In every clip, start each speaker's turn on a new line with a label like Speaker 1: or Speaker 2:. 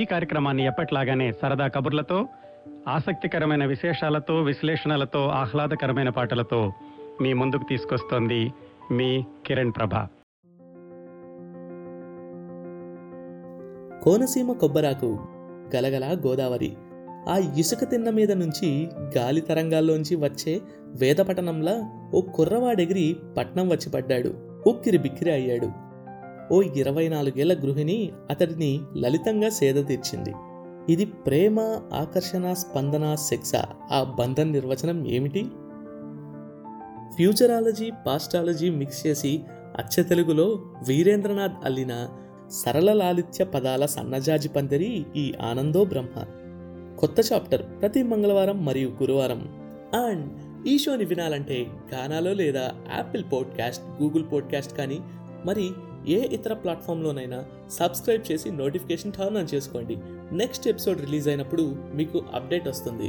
Speaker 1: ఈ కార్యక్రమాన్ని ఎప్పట్లాగానే సరదా కబుర్లతో ఆసక్తికరమైన విశేషాలతో విశ్లేషణలతో ఆహ్లాదకరమైన పాటలతో మీ ముందుకు తీసుకొస్తోంది మీ కిరణ్ ప్రభ
Speaker 2: కోనసీమ కొబ్బరాకు గలగల గోదావరి ఆ ఇసుక తిన్న మీద నుంచి గాలి తరంగాల్లోంచి వచ్చే వేదపట్టణంలా ఓ కుర్రవాడెగిరి పట్నం వచ్చి పడ్డాడు ఉక్కిరి బిక్కిరి అయ్యాడు ఓ ఇరవై నాలుగేళ్ల గృహిణి అతడిని లలితంగా సేద తీర్చింది ఇది ప్రేమ ఆకర్షణ స్పందన శిక్ష ఆ బంధం నిర్వచనం ఏమిటి ఫ్యూచరాలజీ పాస్టాలజీ మిక్స్ చేసి అచ్చ తెలుగులో వీరేంద్రనాథ్ అల్లిన సరళ లాలిత్య పదాల సన్నజాజి పందిరి ఈ ఆనందో బ్రహ్మ కొత్త చాప్టర్ ప్రతి మంగళవారం మరియు గురువారం అండ్ ఈ షోని వినాలంటే గానాలో లేదా యాపిల్ పాడ్కాస్ట్ గూగుల్ పాడ్కాస్ట్ కానీ మరి ఏ ఇతర ప్లాట్ఫామ్లోనైనా సబ్స్క్రైబ్ చేసి నోటిఫికేషన్ టర్న్ ఆన్ చేసుకోండి నెక్స్ట్ ఎపిసోడ్ రిలీజ్ అయినప్పుడు మీకు అప్డేట్ వస్తుంది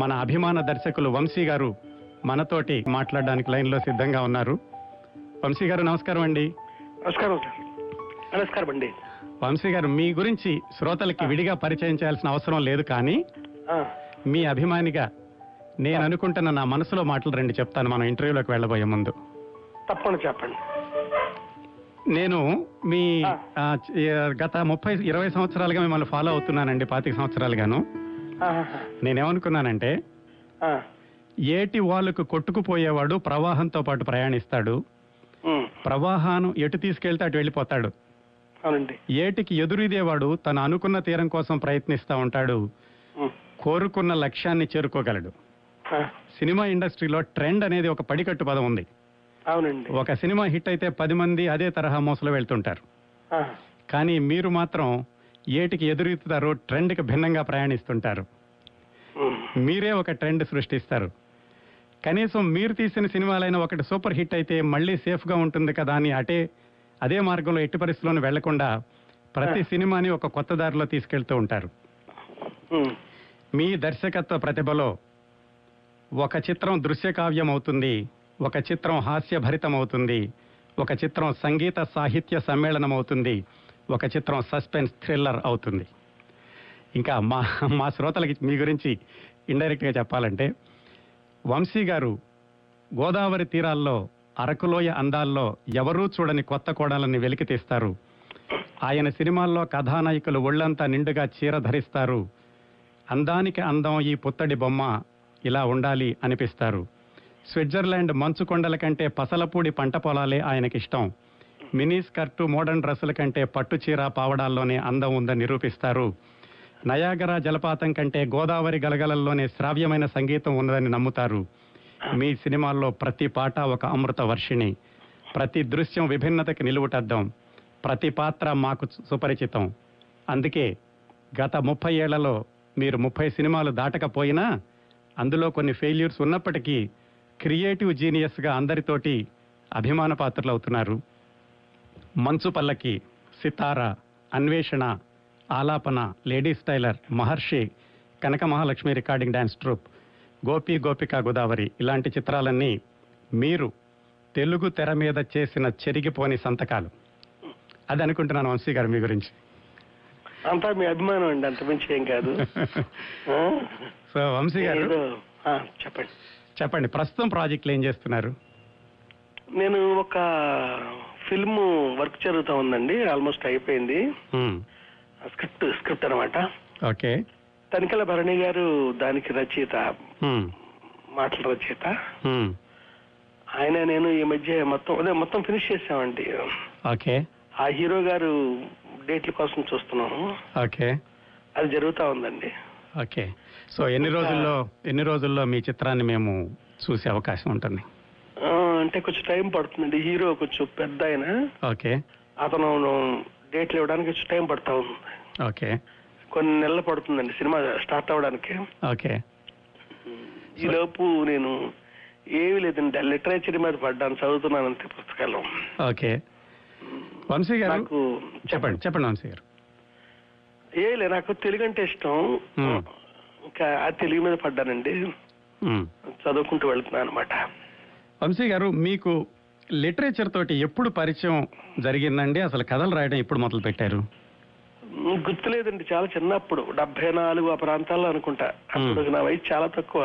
Speaker 1: మన అభిమాన దర్శకులు వంశీ గారు మనతోటి మాట్లాడడానికి లైన్లో సిద్ధంగా ఉన్నారు వంశీ గారు నమస్కారం అండి
Speaker 3: నమస్కారం సార్ నమస్కారం అండి
Speaker 1: వంశీ గారు మీ గురించి శ్రోతలకి విడిగా పరిచయం చేయాల్సిన అవసరం లేదు కానీ
Speaker 3: ఆ,
Speaker 1: మీ అభిమానిగా నేను అనుకుంటున్న నా మనసులో మాటలు రెండు చెప్తాను మనం ఇంటర్వ్యూలోకి వెళ్ళబోయే ముందు
Speaker 3: తప్పకుండా చెప్పండి
Speaker 1: నేను మీ
Speaker 3: ఆ.
Speaker 1: ఆ, చ- ఆ, గత ముప్పై ఇరవై సంవత్సరాలుగా మిమ్మల్ని ఫాలో అవుతున్నానండి పాతిక సంవత్సరాలుగాను
Speaker 3: ఆహాహా.
Speaker 1: నేనేమనుకున్నానంటే
Speaker 3: ఆ,
Speaker 1: ఏటి వాళ్ళకు కొట్టుకుపోయేవాడు ప్రవాహంతో పాటు ప్రయాణిస్తాడు
Speaker 3: ఉమ్,
Speaker 1: ప్రవాహాను ఎటు తీసుకెళ్తే అటు వెళ్ళిపోతాడు
Speaker 3: అవునండి
Speaker 1: ఏటికి ఎదురిదేవాడు తను అనుకున్న తీరం కోసం ప్రయత్నిస్తూ ఉంటాడు
Speaker 3: ఉమ్,
Speaker 1: కోరుకున్న లక్ష్యాన్ని చేరుకోగలడు
Speaker 3: ఆ,
Speaker 1: సినిమా ఇండస్ట్రీలో ట్రెండ్ అనేది ఒక పడికట్టు పదం ఉంది
Speaker 3: అవునండి
Speaker 1: ఒక సినిమా హిట్ అయితే పది మంది అదే తరహా మోసలో వెళ్తుంటారు
Speaker 3: ఆ,
Speaker 1: కానీ మీరు మాత్రం ఏటికి ఎదురుతారు ట్రెండ్కి భిన్నంగా ప్రయాణిస్తుంటారు
Speaker 3: ఉమ్,
Speaker 4: Hmm.
Speaker 1: మీరే ఒక ట్రెండ్ సృష్టిస్తారు కనీసం మీరు తీసిన సినిమాలైన ఒకటి సూపర్ హిట్ అయితే మళ్ళీ సేఫ్గా ఉంటుంది కదా అని అటే అదే మార్గంలో ఎట్టి పరిస్థితుల్లోనూ వెళ్లకుండా ప్రతి సినిమాని ఒక కొత్త దారిలో తీసుకెళ్తూ ఉంటారు
Speaker 3: ఉమ్,
Speaker 1: మీ దర్శకత్వ ప్రతిభలో ఒక చిత్రం దృశ్యకావ్యం అవుతుంది ఒక చిత్రం హాస్యభరితం అవుతుంది ఒక చిత్రం సంగీత సాహిత్య సమ్మేళనం అవుతుంది ఒక చిత్రం సస్పెన్స్ థ్రిల్లర్ అవుతుంది ఇంకా మా మా శ్రోతలకి మీ గురించి ఇండైరెక్ట్గా చెప్పాలంటే వంశీ గారు గోదావరి తీరాల్లో అరకులోయ అందాల్లో ఎవరూ చూడని కొత్త కోణాలని వెలికి తీస్తారు ఆయన సినిమాల్లో కథానాయకులు ఒళ్ళంతా నిండుగా చీర ధరిస్తారు అందానికి అందం ఈ పుత్తడి బొమ్మ ఇలా ఉండాలి అనిపిస్తారు స్విట్జర్లాండ్ మంచు కొండల కంటే పసలపూడి పంట పొలాలే ఆయనకిష్టం మినీ స్కర్టు మోడర్న్ డ్రెస్సుల కంటే పట్టు చీర పావడాల్లోనే అందం ఉందని నిరూపిస్తారు నయాగరా జలపాతం కంటే గోదావరి గలగలల్లోనే శ్రావ్యమైన సంగీతం ఉన్నదని నమ్ముతారు మీ సినిమాల్లో ప్రతి పాట ఒక అమృత వర్షిణి ప్రతి దృశ్యం విభిన్నతకి నిలువుటద్దం ప్రతి పాత్ర మాకు సుపరిచితం అందుకే గత ముప్పై ఏళ్లలో మీరు ముప్పై సినిమాలు దాటకపోయినా అందులో కొన్ని ఫెయిల్యూర్స్ ఉన్నప్పటికీ క్రియేటివ్ జీనియస్గా అందరితోటి అభిమాన పాత్రలు అవుతున్నారు మంచు Pallaki Sitara Anveshana Aalapana ladies tailor Maharshi Kanaka Mahalakshmi recording dance troupe Gopi Gopika Godavari ఇలాంటి చిత్రాలన్నీ మీరు తెలుగు తెర మీద చేసిన చెరిగిపోని సంతకాలు అది అనుకుంటున్నాను వంశీ గారు మీ గురించి
Speaker 3: అంతా మీ అభిమానం అండి అంత మంచి ఏం కాదు ఆ,
Speaker 1: సో వంశీ గారు
Speaker 3: ఏదో ఆ, చెప్పండి
Speaker 1: చెప్పండి ప్రస్తుతం ప్రాజెక్టులు ఏం చేస్తున్నారు
Speaker 3: నేను ఒక ఫిల్మ్ వర్క్ జరుగుతూ ఉందండి ఆల్మోస్ట్ అయిపోయింది
Speaker 1: మ్మ్.
Speaker 3: స్క్రిప్ట్ స్క్రిప్ట్ అనమాట
Speaker 1: ఓకే
Speaker 3: తనికల భరణి గారు దానికి రచయిత
Speaker 1: మ్మ్.
Speaker 3: మాటల రచయిత
Speaker 1: మ్మ్.
Speaker 3: ఆయన నేను ఈ మధ్య మొత్తం అదే మొత్తం ఫినిష్ చేసామండి
Speaker 1: ఓకే
Speaker 3: ఆ హీరో గారు డేట్ల కోసం చూస్తున్నాము
Speaker 1: ఓకే
Speaker 3: అది జరుగుతా ఉందండి
Speaker 1: ఓకే సో ఎన్ని రోజుల్లో ఎన్ని రోజుల్లో మీ చిత్రాన్ని మేము చూసే అవకాశం ఉంటుంది
Speaker 3: ఆ, అంటే కొంచెం టైం పడుతుందండి హీరో కొంచెం పెద్ద ఆయన
Speaker 1: ఓకే
Speaker 3: అతను డేట్లు ఇవ్వడానికి కొంచెం టైం పడతా ఉంది
Speaker 1: ఓకే
Speaker 3: కొన్ని నెలలు పడుతుందండి సినిమా స్టార్ట్ అవ్వడానికి
Speaker 1: ఓకే
Speaker 3: ఈ లోపు నేను ఏమీ లేదండి లిటరేచర్ మీద పడ్డాను చదువుతున్నాను అంతే పుస్తకాలు
Speaker 1: ఓకే వంశీ గారు
Speaker 3: నాకు
Speaker 1: చెప్పండి చెప్పండి వంశీ గారు
Speaker 3: ఏ లే నాకు తెలుగు అంటే ఇష్టం
Speaker 1: Hmm.
Speaker 3: ఇంకా ఆ తెలుగు మీద పడ్డానండి
Speaker 1: మ్మ్.
Speaker 3: చదువుకుంటూ వెళ్తున్నాను అనమాట
Speaker 1: వంశీ గారు మీకు లిటరేచర్ తోటి ఎప్పుడు పరిచయం జరిగిందండి అసలు కథలు రాయడం ఎప్పుడు మొదలు పెట్టారు
Speaker 3: ఉమ్, గుర్తులేదండి చాలా చిన్నప్పుడు డెబ్బై నాలుగు ఆ ప్రాంతాల్లో అనుకుంటా అప్పుడు నా వయసు చాలా తక్కువ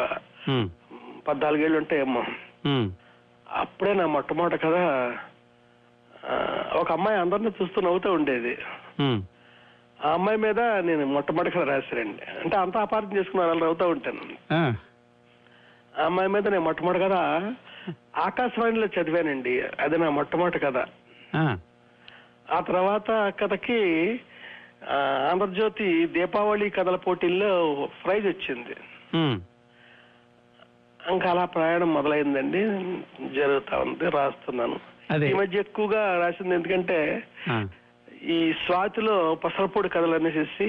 Speaker 1: ఉమ్,
Speaker 3: ఉమ్, పద్నాలుగేళ్ళు ఉంటాయేమో
Speaker 1: ఉమ్,
Speaker 3: అప్పుడే నా మొట్టమొదటి కథ ఆ, ఒక అమ్మాయి అందరిని చూస్తూ నవ్వుతూ ఉండేది
Speaker 1: ఉమ్,
Speaker 3: ఆ అమ్మాయి మీద నేను మొట్టమొదటి కథ రాశానండి అంటే అంతా అపార్థం చేసుకున్నారు వాళ్ళు నవ్వుతూ ఉంటాను
Speaker 1: ఆ,
Speaker 3: ఆ అమ్మాయి మీద నేను మొట్టమొదటి కథ ఆకాశవాణిలో చదివానండి అది నా మొట్టమొదటి కథ
Speaker 1: ఆ,
Speaker 3: ఆ తర్వాత కథకి ఆ, ఆంధ్రజ్యోతి దీపావళి కథల పోటీల్లో ప్రైజ్ వచ్చింది
Speaker 1: ఉమ్,
Speaker 3: ఇంకా అలా ప్రయాణం మొదలైందండి జరుగుతా ఉంది రాస్తున్నాను
Speaker 1: అదే.
Speaker 3: ఈ మధ్య ఎక్కువగా రాసింది ఎందుకంటే
Speaker 1: ఆ,
Speaker 3: ఈ స్వాతిలో పసరపూడి కథలు అనేసి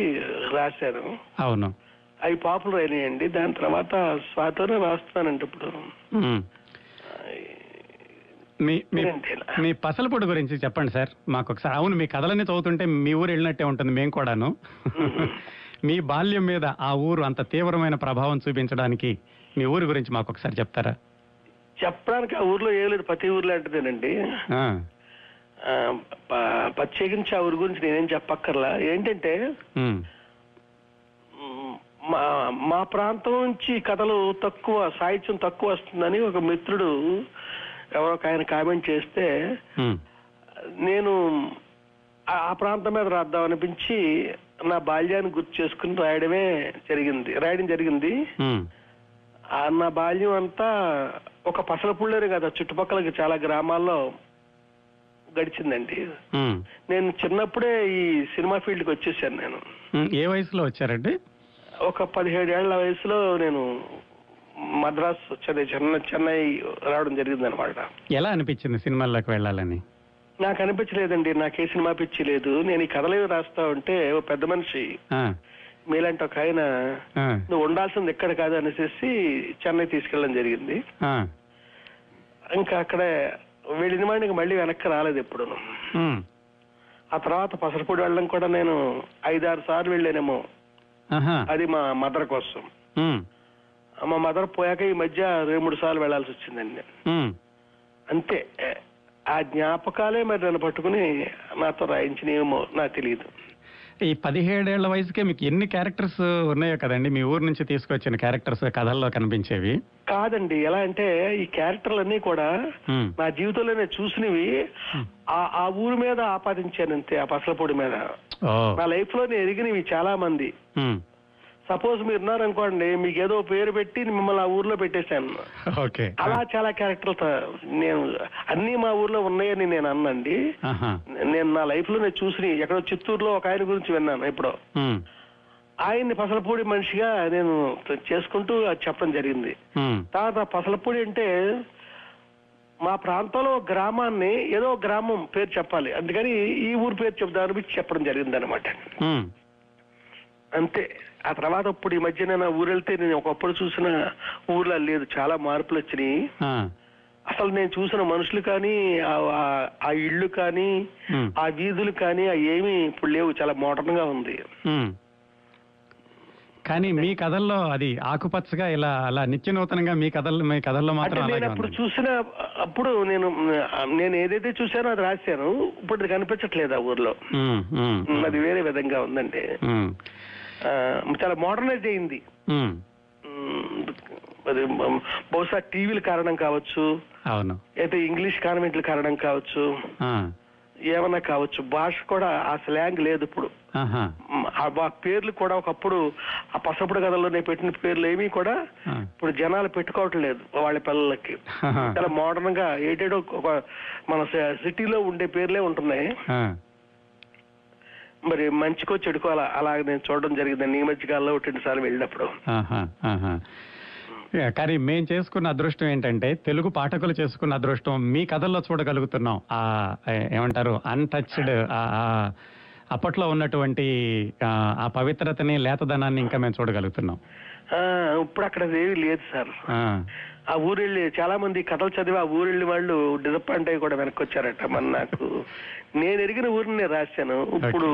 Speaker 3: రాశాను
Speaker 1: అవును
Speaker 3: అవి పాపులర్ అయినాయండి దాని తర్వాత స్వాతిలోనే రాస్తున్నానండి ఇప్పుడు
Speaker 1: ఉమ్. మీ మీ
Speaker 3: మీరేంటి ఇలా?
Speaker 1: మీ పసలపొడి గురించి చెప్పండి సార్ మాకు ఒకసారి అవును మీ కథలన్నీ చదువుతుంటే మీ ఊరు వెళ్ళినట్టే ఉంటుంది మేము కూడాను మీ బాల్యం మీద ఆ ఊరు అంత తీవ్రమైన ప్రభావం చూపించడానికి మీ ఊరు గురించి మాకు ఒకసారి చెప్తారా
Speaker 3: చెప్పడానికి ఆ ఊర్లో ఏం లేదు ప్రతి ఊర్లో అంటదేనండి
Speaker 1: ఆ,
Speaker 3: ఆ, ప- ప్రత్యేకించి ఆ ఊరి గురించి నేనేం చెప్పక్కర్లా ఏంటంటే
Speaker 1: ఉమ్,
Speaker 3: మ్, మా మా ప్రాంతం నుంచి కథలు తక్కువ సాహిత్యం తక్కువ వస్తుందని ఒక మిత్రుడు ఎవరో ఒక ఆయన కామెంట్ చేస్తే
Speaker 1: ఉమ్,
Speaker 3: నేను ఆ ఆ ప్రాంతం మీద రాద్దాం అనిపించి నా బాల్యాన్ని గుర్తు చేసుకుని రాయడమే జరిగింది రాయడం జరిగింది
Speaker 1: ఉమ్,
Speaker 3: ఆ నా బాల్యం అంతా ఒక పసలపుళ్ళేరు కదా చుట్టుపక్కల చాలా గ్రామాల్లో గడిచిందండి
Speaker 1: ఉమ్,
Speaker 3: నేను చిన్నప్పుడే ఈ సినిమా ఫీల్డ్కి వచ్చేసాను నేను
Speaker 1: ఉమ్. ఏ వయసులో వచ్చారండి
Speaker 3: ఒక పదిహేడేళ్ల వయసులో నేను మద్రాస్ చెన్నై చెన్నై చెన్నై రావడం జరిగింది అనమాట
Speaker 1: ఎలా అనిపించింది సినిమాల్లోకి వెళ్ళాలని
Speaker 3: నాకు అనిపించలేదండి నాకు ఏ సినిమా పిచ్చి లేదు నేను ఈ కథలు ఏవి రాస్తా ఉంటే ఓ పెద్ద మనిషి
Speaker 1: ఆ,
Speaker 3: మీలాంటి ఒక ఆయన
Speaker 1: ఆ,
Speaker 3: నువ్వు ఉండాల్సింది ఎక్కడ కాదు అనేసి చెన్నై తీసుకెళ్ళడం జరిగింది
Speaker 1: ఆ,
Speaker 3: ఇంకా అక్కడ వెళ్ళిన వాడికి మళ్ళీ వెనక్కి రాలేదు ఎప్పుడు
Speaker 1: ఉమ్,
Speaker 3: ఆ తర్వాత పసరపూడి వెళ్ళడం కూడా నేను ఐదారు సార్లు వెళ్ళానేమో
Speaker 1: అహా,
Speaker 4: Uh-huh.
Speaker 3: అది మా మదర్ కోసం
Speaker 1: ఉమ్,
Speaker 3: మా మదర్ పోయాక ఈ మధ్య రెండు మూడు సార్లు వెళ్ళాల్సి వచ్చిందండి
Speaker 1: ఉమ్,
Speaker 3: అంతే ఆ జ్ఞాపకాలే మరి నన్ను పట్టుకుని నాతో రాయించినేమో నాకు తెలియదు
Speaker 1: ఈ పదిహేడేళ్ల వయసుకే మీకు ఎన్ని క్యారెక్టర్స్ ఉన్నాయో కదండి మీ ఊరు నుంచి తీసుకొచ్చిన క్యారెక్టర్స్ కథల్లో కనిపించేవి
Speaker 3: కాదండి ఎలా అంటే ఈ క్యారెక్టర్లన్నీ కూడా
Speaker 1: ఉమ్,
Speaker 3: నా జీవితంలో నేను చూసినవి ఆ ఆ ఊరు మీద ఆపాదించాను అంతే ఆ పసలపొడి మీద
Speaker 1: ఓ
Speaker 3: నా లైఫ్ లో నేను ఎరిగినవి చాలా మంది
Speaker 1: ఉమ్,
Speaker 3: సపోజ్ మీరు ఉన్నారనుకోండి మీకు ఏదో పేరు పెట్టి మిమ్మల్ని ఆ ఊర్లో పెట్టేశాను
Speaker 1: ఓకే
Speaker 3: అలా చాలా క్యారెక్టర్లతో నేను అన్ని మా ఊర్లో ఉన్నాయని నేను అన్నండి
Speaker 1: ఆహా.
Speaker 3: నేను నా లైఫ్ లో నేను చూసిన ఎక్కడో చిత్తూరులో ఒక ఆయన గురించి విన్నాను ఎప్పుడో
Speaker 1: ఉమ్,
Speaker 3: ఆయన్ని పసలపూడి మనిషిగా నేను చేసుకుంటూ అది చెప్పడం జరిగింది
Speaker 4: Hmm.
Speaker 1: ఉమ్,
Speaker 3: తర్వాత పసలపూడి అంటే మా ప్రాంతంలో ఒక గ్రామాన్ని ఏదో ఒక గ్రామం పేరు చెప్పాలి అందుకని ఈ ఊరు పేరు చెప్దాం అనిపించి చెప్పడం జరిగింది అనమాట
Speaker 1: ఉమ్,
Speaker 3: అంతే ఆ తర్వాత ఇప్పుడు ఈ మధ్య నేను ఆ ఊరు వెళ్తే నేను ఒకప్పుడు చూసిన ఊర్లో లేదు చాలా మార్పులు వచ్చినాయి
Speaker 1: ఆ,
Speaker 3: అసలు నేను చూసిన మనుషులు కానీ ఆ- ఆ- ఆ ఇళ్ళు కానీ
Speaker 1: ఉమ్,
Speaker 3: ఆ వీధులు కానీ అవి ఏమీ ఇప్పుడు లేవు చాలా మోడర్న్ గా ఉంది
Speaker 1: ఉమ్. కానీ మీ కథల్లో అది ఆకుపచ్చగా ఇలా అలా నిత్య నూతనంగా మీ కథల్లో మీ కథల్లో
Speaker 3: అంటే
Speaker 1: మాత్రం
Speaker 3: నేను
Speaker 1: అలాగే
Speaker 3: అప్పుడు
Speaker 1: ఉంది
Speaker 3: చూసిన అప్పుడు నేను నేను ఏదైతే చూసానో అది రాశాను ఇప్పుడు అది కనిపించట్లేదు ఆ ఊర్లో
Speaker 1: ఉమ్, ఉమ్,
Speaker 3: అది వేరే విధంగా ఉందండి
Speaker 1: ఉమ్,
Speaker 3: ఆ, చాలా మోడర్నైజ్ అయింది
Speaker 1: ఉమ్,
Speaker 3: ఉమ్, అది బహుశా టీవీల కారణం కావచ్చు
Speaker 1: అవును
Speaker 3: అయితే ఇంగ్లీష్ కాన్వెంట్ల కారణం కావచ్చు
Speaker 1: ఆ,
Speaker 3: ఏమన్నా కావచ్చు భాష కూడా ఆ స్లాంగ్ లేదు ఇప్పుడు
Speaker 4: Uh-huh.
Speaker 1: ఆహా,
Speaker 3: ఉమ్, ఆ బా- పేర్లు కూడా ఒకప్పుడు ఆ పసపుడు కథల్లో నేను పెట్టిన పేర్లు ఏమీ కూడా
Speaker 1: ఆ,
Speaker 3: ఇప్పుడు జనాలు పెట్టుకోవట్లేదు వాళ్ళ పిల్లలకి
Speaker 1: ఆహా,
Speaker 3: చాలా మోడర్న్ గా ఏటేటో ఒక మన స- సిటీలో ఉండే పేర్లే ఉంటున్నాయి
Speaker 1: ఆ,
Speaker 3: మరి మంచికో చెడుకో అలా అలా నేను చూడడం జరిగిందండి ఈ మధ్య కాలంలో ఒకటి రెండు సార్లు వెళ్ళినప్పుడు
Speaker 1: ఆహా, ఆహా. ఏ, కానీ మేం చేసుకున్న అదృష్టం ఏంటంటే తెలుగు పాఠకులు చేసుకున్న అదృష్టం మీ కథల్లో చూడగలుగుతున్నాం ఆ ఏ- ఏమంటారు అన్టచ్డ్ అప్పట్లో ఉన్నటువంటి ఆ, ఆ పవిత్రతని లేతదనాన్ని ఇంకా మేము చూడగలుగుతున్నాం
Speaker 3: ఆ, ఇప్పుడు అక్కడ ఏమీ లేదు సార్
Speaker 1: ఆ,
Speaker 3: ఆ ఊరెళ్ళి చాలా మంది కథలు చదివి ఆ ఊరెళ్ళి వాళ్ళు డిసప్పాయింట్ అయ్యి కూడా వెనక్కి వచ్చారట మరి నాకు నేను ఎరిగిన ఊరిని నేను రాశాను ఇప్పుడు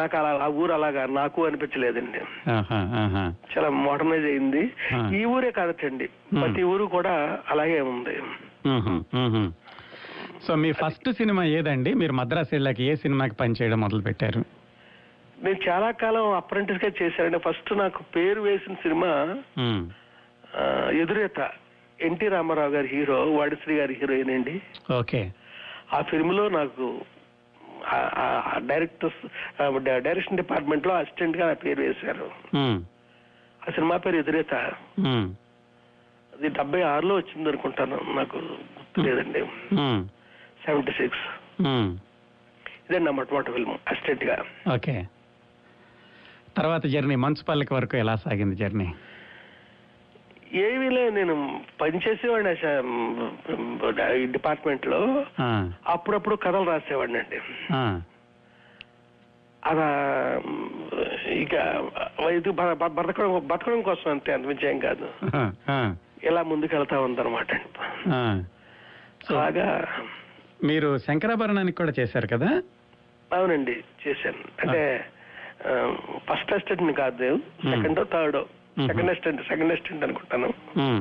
Speaker 3: నాకు అలా ఆ ఊరు అలాగా నాకు అనిపించలేదండి
Speaker 1: ఆహా,
Speaker 4: Uh-huh.
Speaker 1: ఆహా.
Speaker 3: చాలా మోడర్నైజ్ అయింది
Speaker 1: ఆ.
Speaker 3: ఈ ఊరే కాదటండి ప్రతి ఊరు కూడా అలాగే ఉంది
Speaker 1: మ్హూ, మ్హూ. సో మీ ఫస్ట్ సినిమా ఏదండి మీరు మద్రాసు వెళ్ళాక ఏ సినిమాకి పనిచేయడం మొదలు పెట్టారు
Speaker 3: నేను చాలా కాలం అప్రెంటిస్ గా చేశానండి ఫస్ట్ నాకు పేరు వేసిన సినిమా
Speaker 1: మ్మ్.
Speaker 3: ఆ, ఎదురేత ఎన్టీ రామారావు గారి హీరో వాడిశ్రీ గారి హీరోయిన్ అండి
Speaker 1: ఓకే
Speaker 3: ఆ ఫిల్మ్ లో నాకు డైరెక్టర్స్ డైరెక్షన్ డిపార్ట్మెంట్ లో అసిస్టెంట్ గా నా పేరు వేశారు
Speaker 1: మ్మ్.
Speaker 3: ఆ సినిమా పేరు ఎదురేత
Speaker 1: మ్మ్.
Speaker 3: అది డెబ్బై ఆరులో వచ్చింది అనుకుంటాను నాకు గుర్తు లేదండి
Speaker 1: మ్మ్.
Speaker 3: సెవెంటీ సిక్స్
Speaker 1: మ్మ్.
Speaker 3: ఇదే నా మొట్టమొదటి ఫిల్మ్ అసిస్టెంట్ గా
Speaker 1: ఓకే తర్వాత జర్నీ మంచుపల్లకి వరకు ఎలా సాగింది జర్నీ
Speaker 3: ఏమీ లేదు నేను పనిచేసేవాడిని ఆ శా- ఈ డిపార్ట్మెంట్ లో
Speaker 1: ఆ,
Speaker 3: అప్పుడప్పుడు కథలు రాసేవాడిని అండి
Speaker 1: ఆ,
Speaker 3: అలా ఇక ఇది బ- బ- బతకడం బతకడం కోసం అంతే అంతమించి ఏం కాదు
Speaker 1: ఆ, ఆ,
Speaker 3: ఇలా ముందుకు వెళ్తా ఉందన్నమాట అండి
Speaker 1: ఆ.
Speaker 3: అలాగా
Speaker 1: మీరు శంకరాభరణానికి కూడా చేశారు కదా
Speaker 3: అవునండి చేశాను అంటే ఫస్ట్ అసిస్టెంట్ కాదు second third second assistant second assistant అనుకుంటాను
Speaker 1: మ్మ్.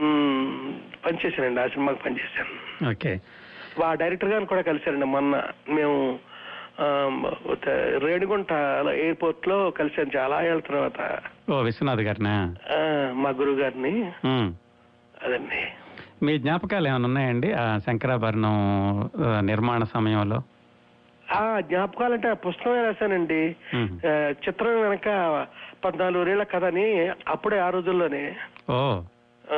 Speaker 3: మ్మ్, పనిచేశానండి ఆ సినిమాకి పనిచేశాను
Speaker 1: ఓకే
Speaker 3: ఆ డైరెక్టర్ గారిని కూడా కలిశానండి మొన్న మేము ఆ, రేణిగుంట ఎయిర్పోర్ట్ లో కలిశాను చాలా ఏళ్ళ తర్వాత
Speaker 1: ఓ విశ్వనాథ్ గారినా
Speaker 3: ఆ, మా గురువు గారిని
Speaker 1: మ్మ్.
Speaker 3: అదండి
Speaker 1: మీ జ్ఞాపకాలు ఏమైనా ఉన్నాయండి ఆ శంకరాభరణం ఆ, నిర్మాణ సమయంలో
Speaker 3: ఆ జ్ఞాపకాలంటే ఆ పుస్తకమే రాశానండి
Speaker 1: మ్మ్.
Speaker 3: ఆ, చిత్రం వెనక పద్నాలుగు రేళ్ల కథ అని అప్పుడే ఆ రోజుల్లోనే
Speaker 1: ఓ
Speaker 3: ఆ,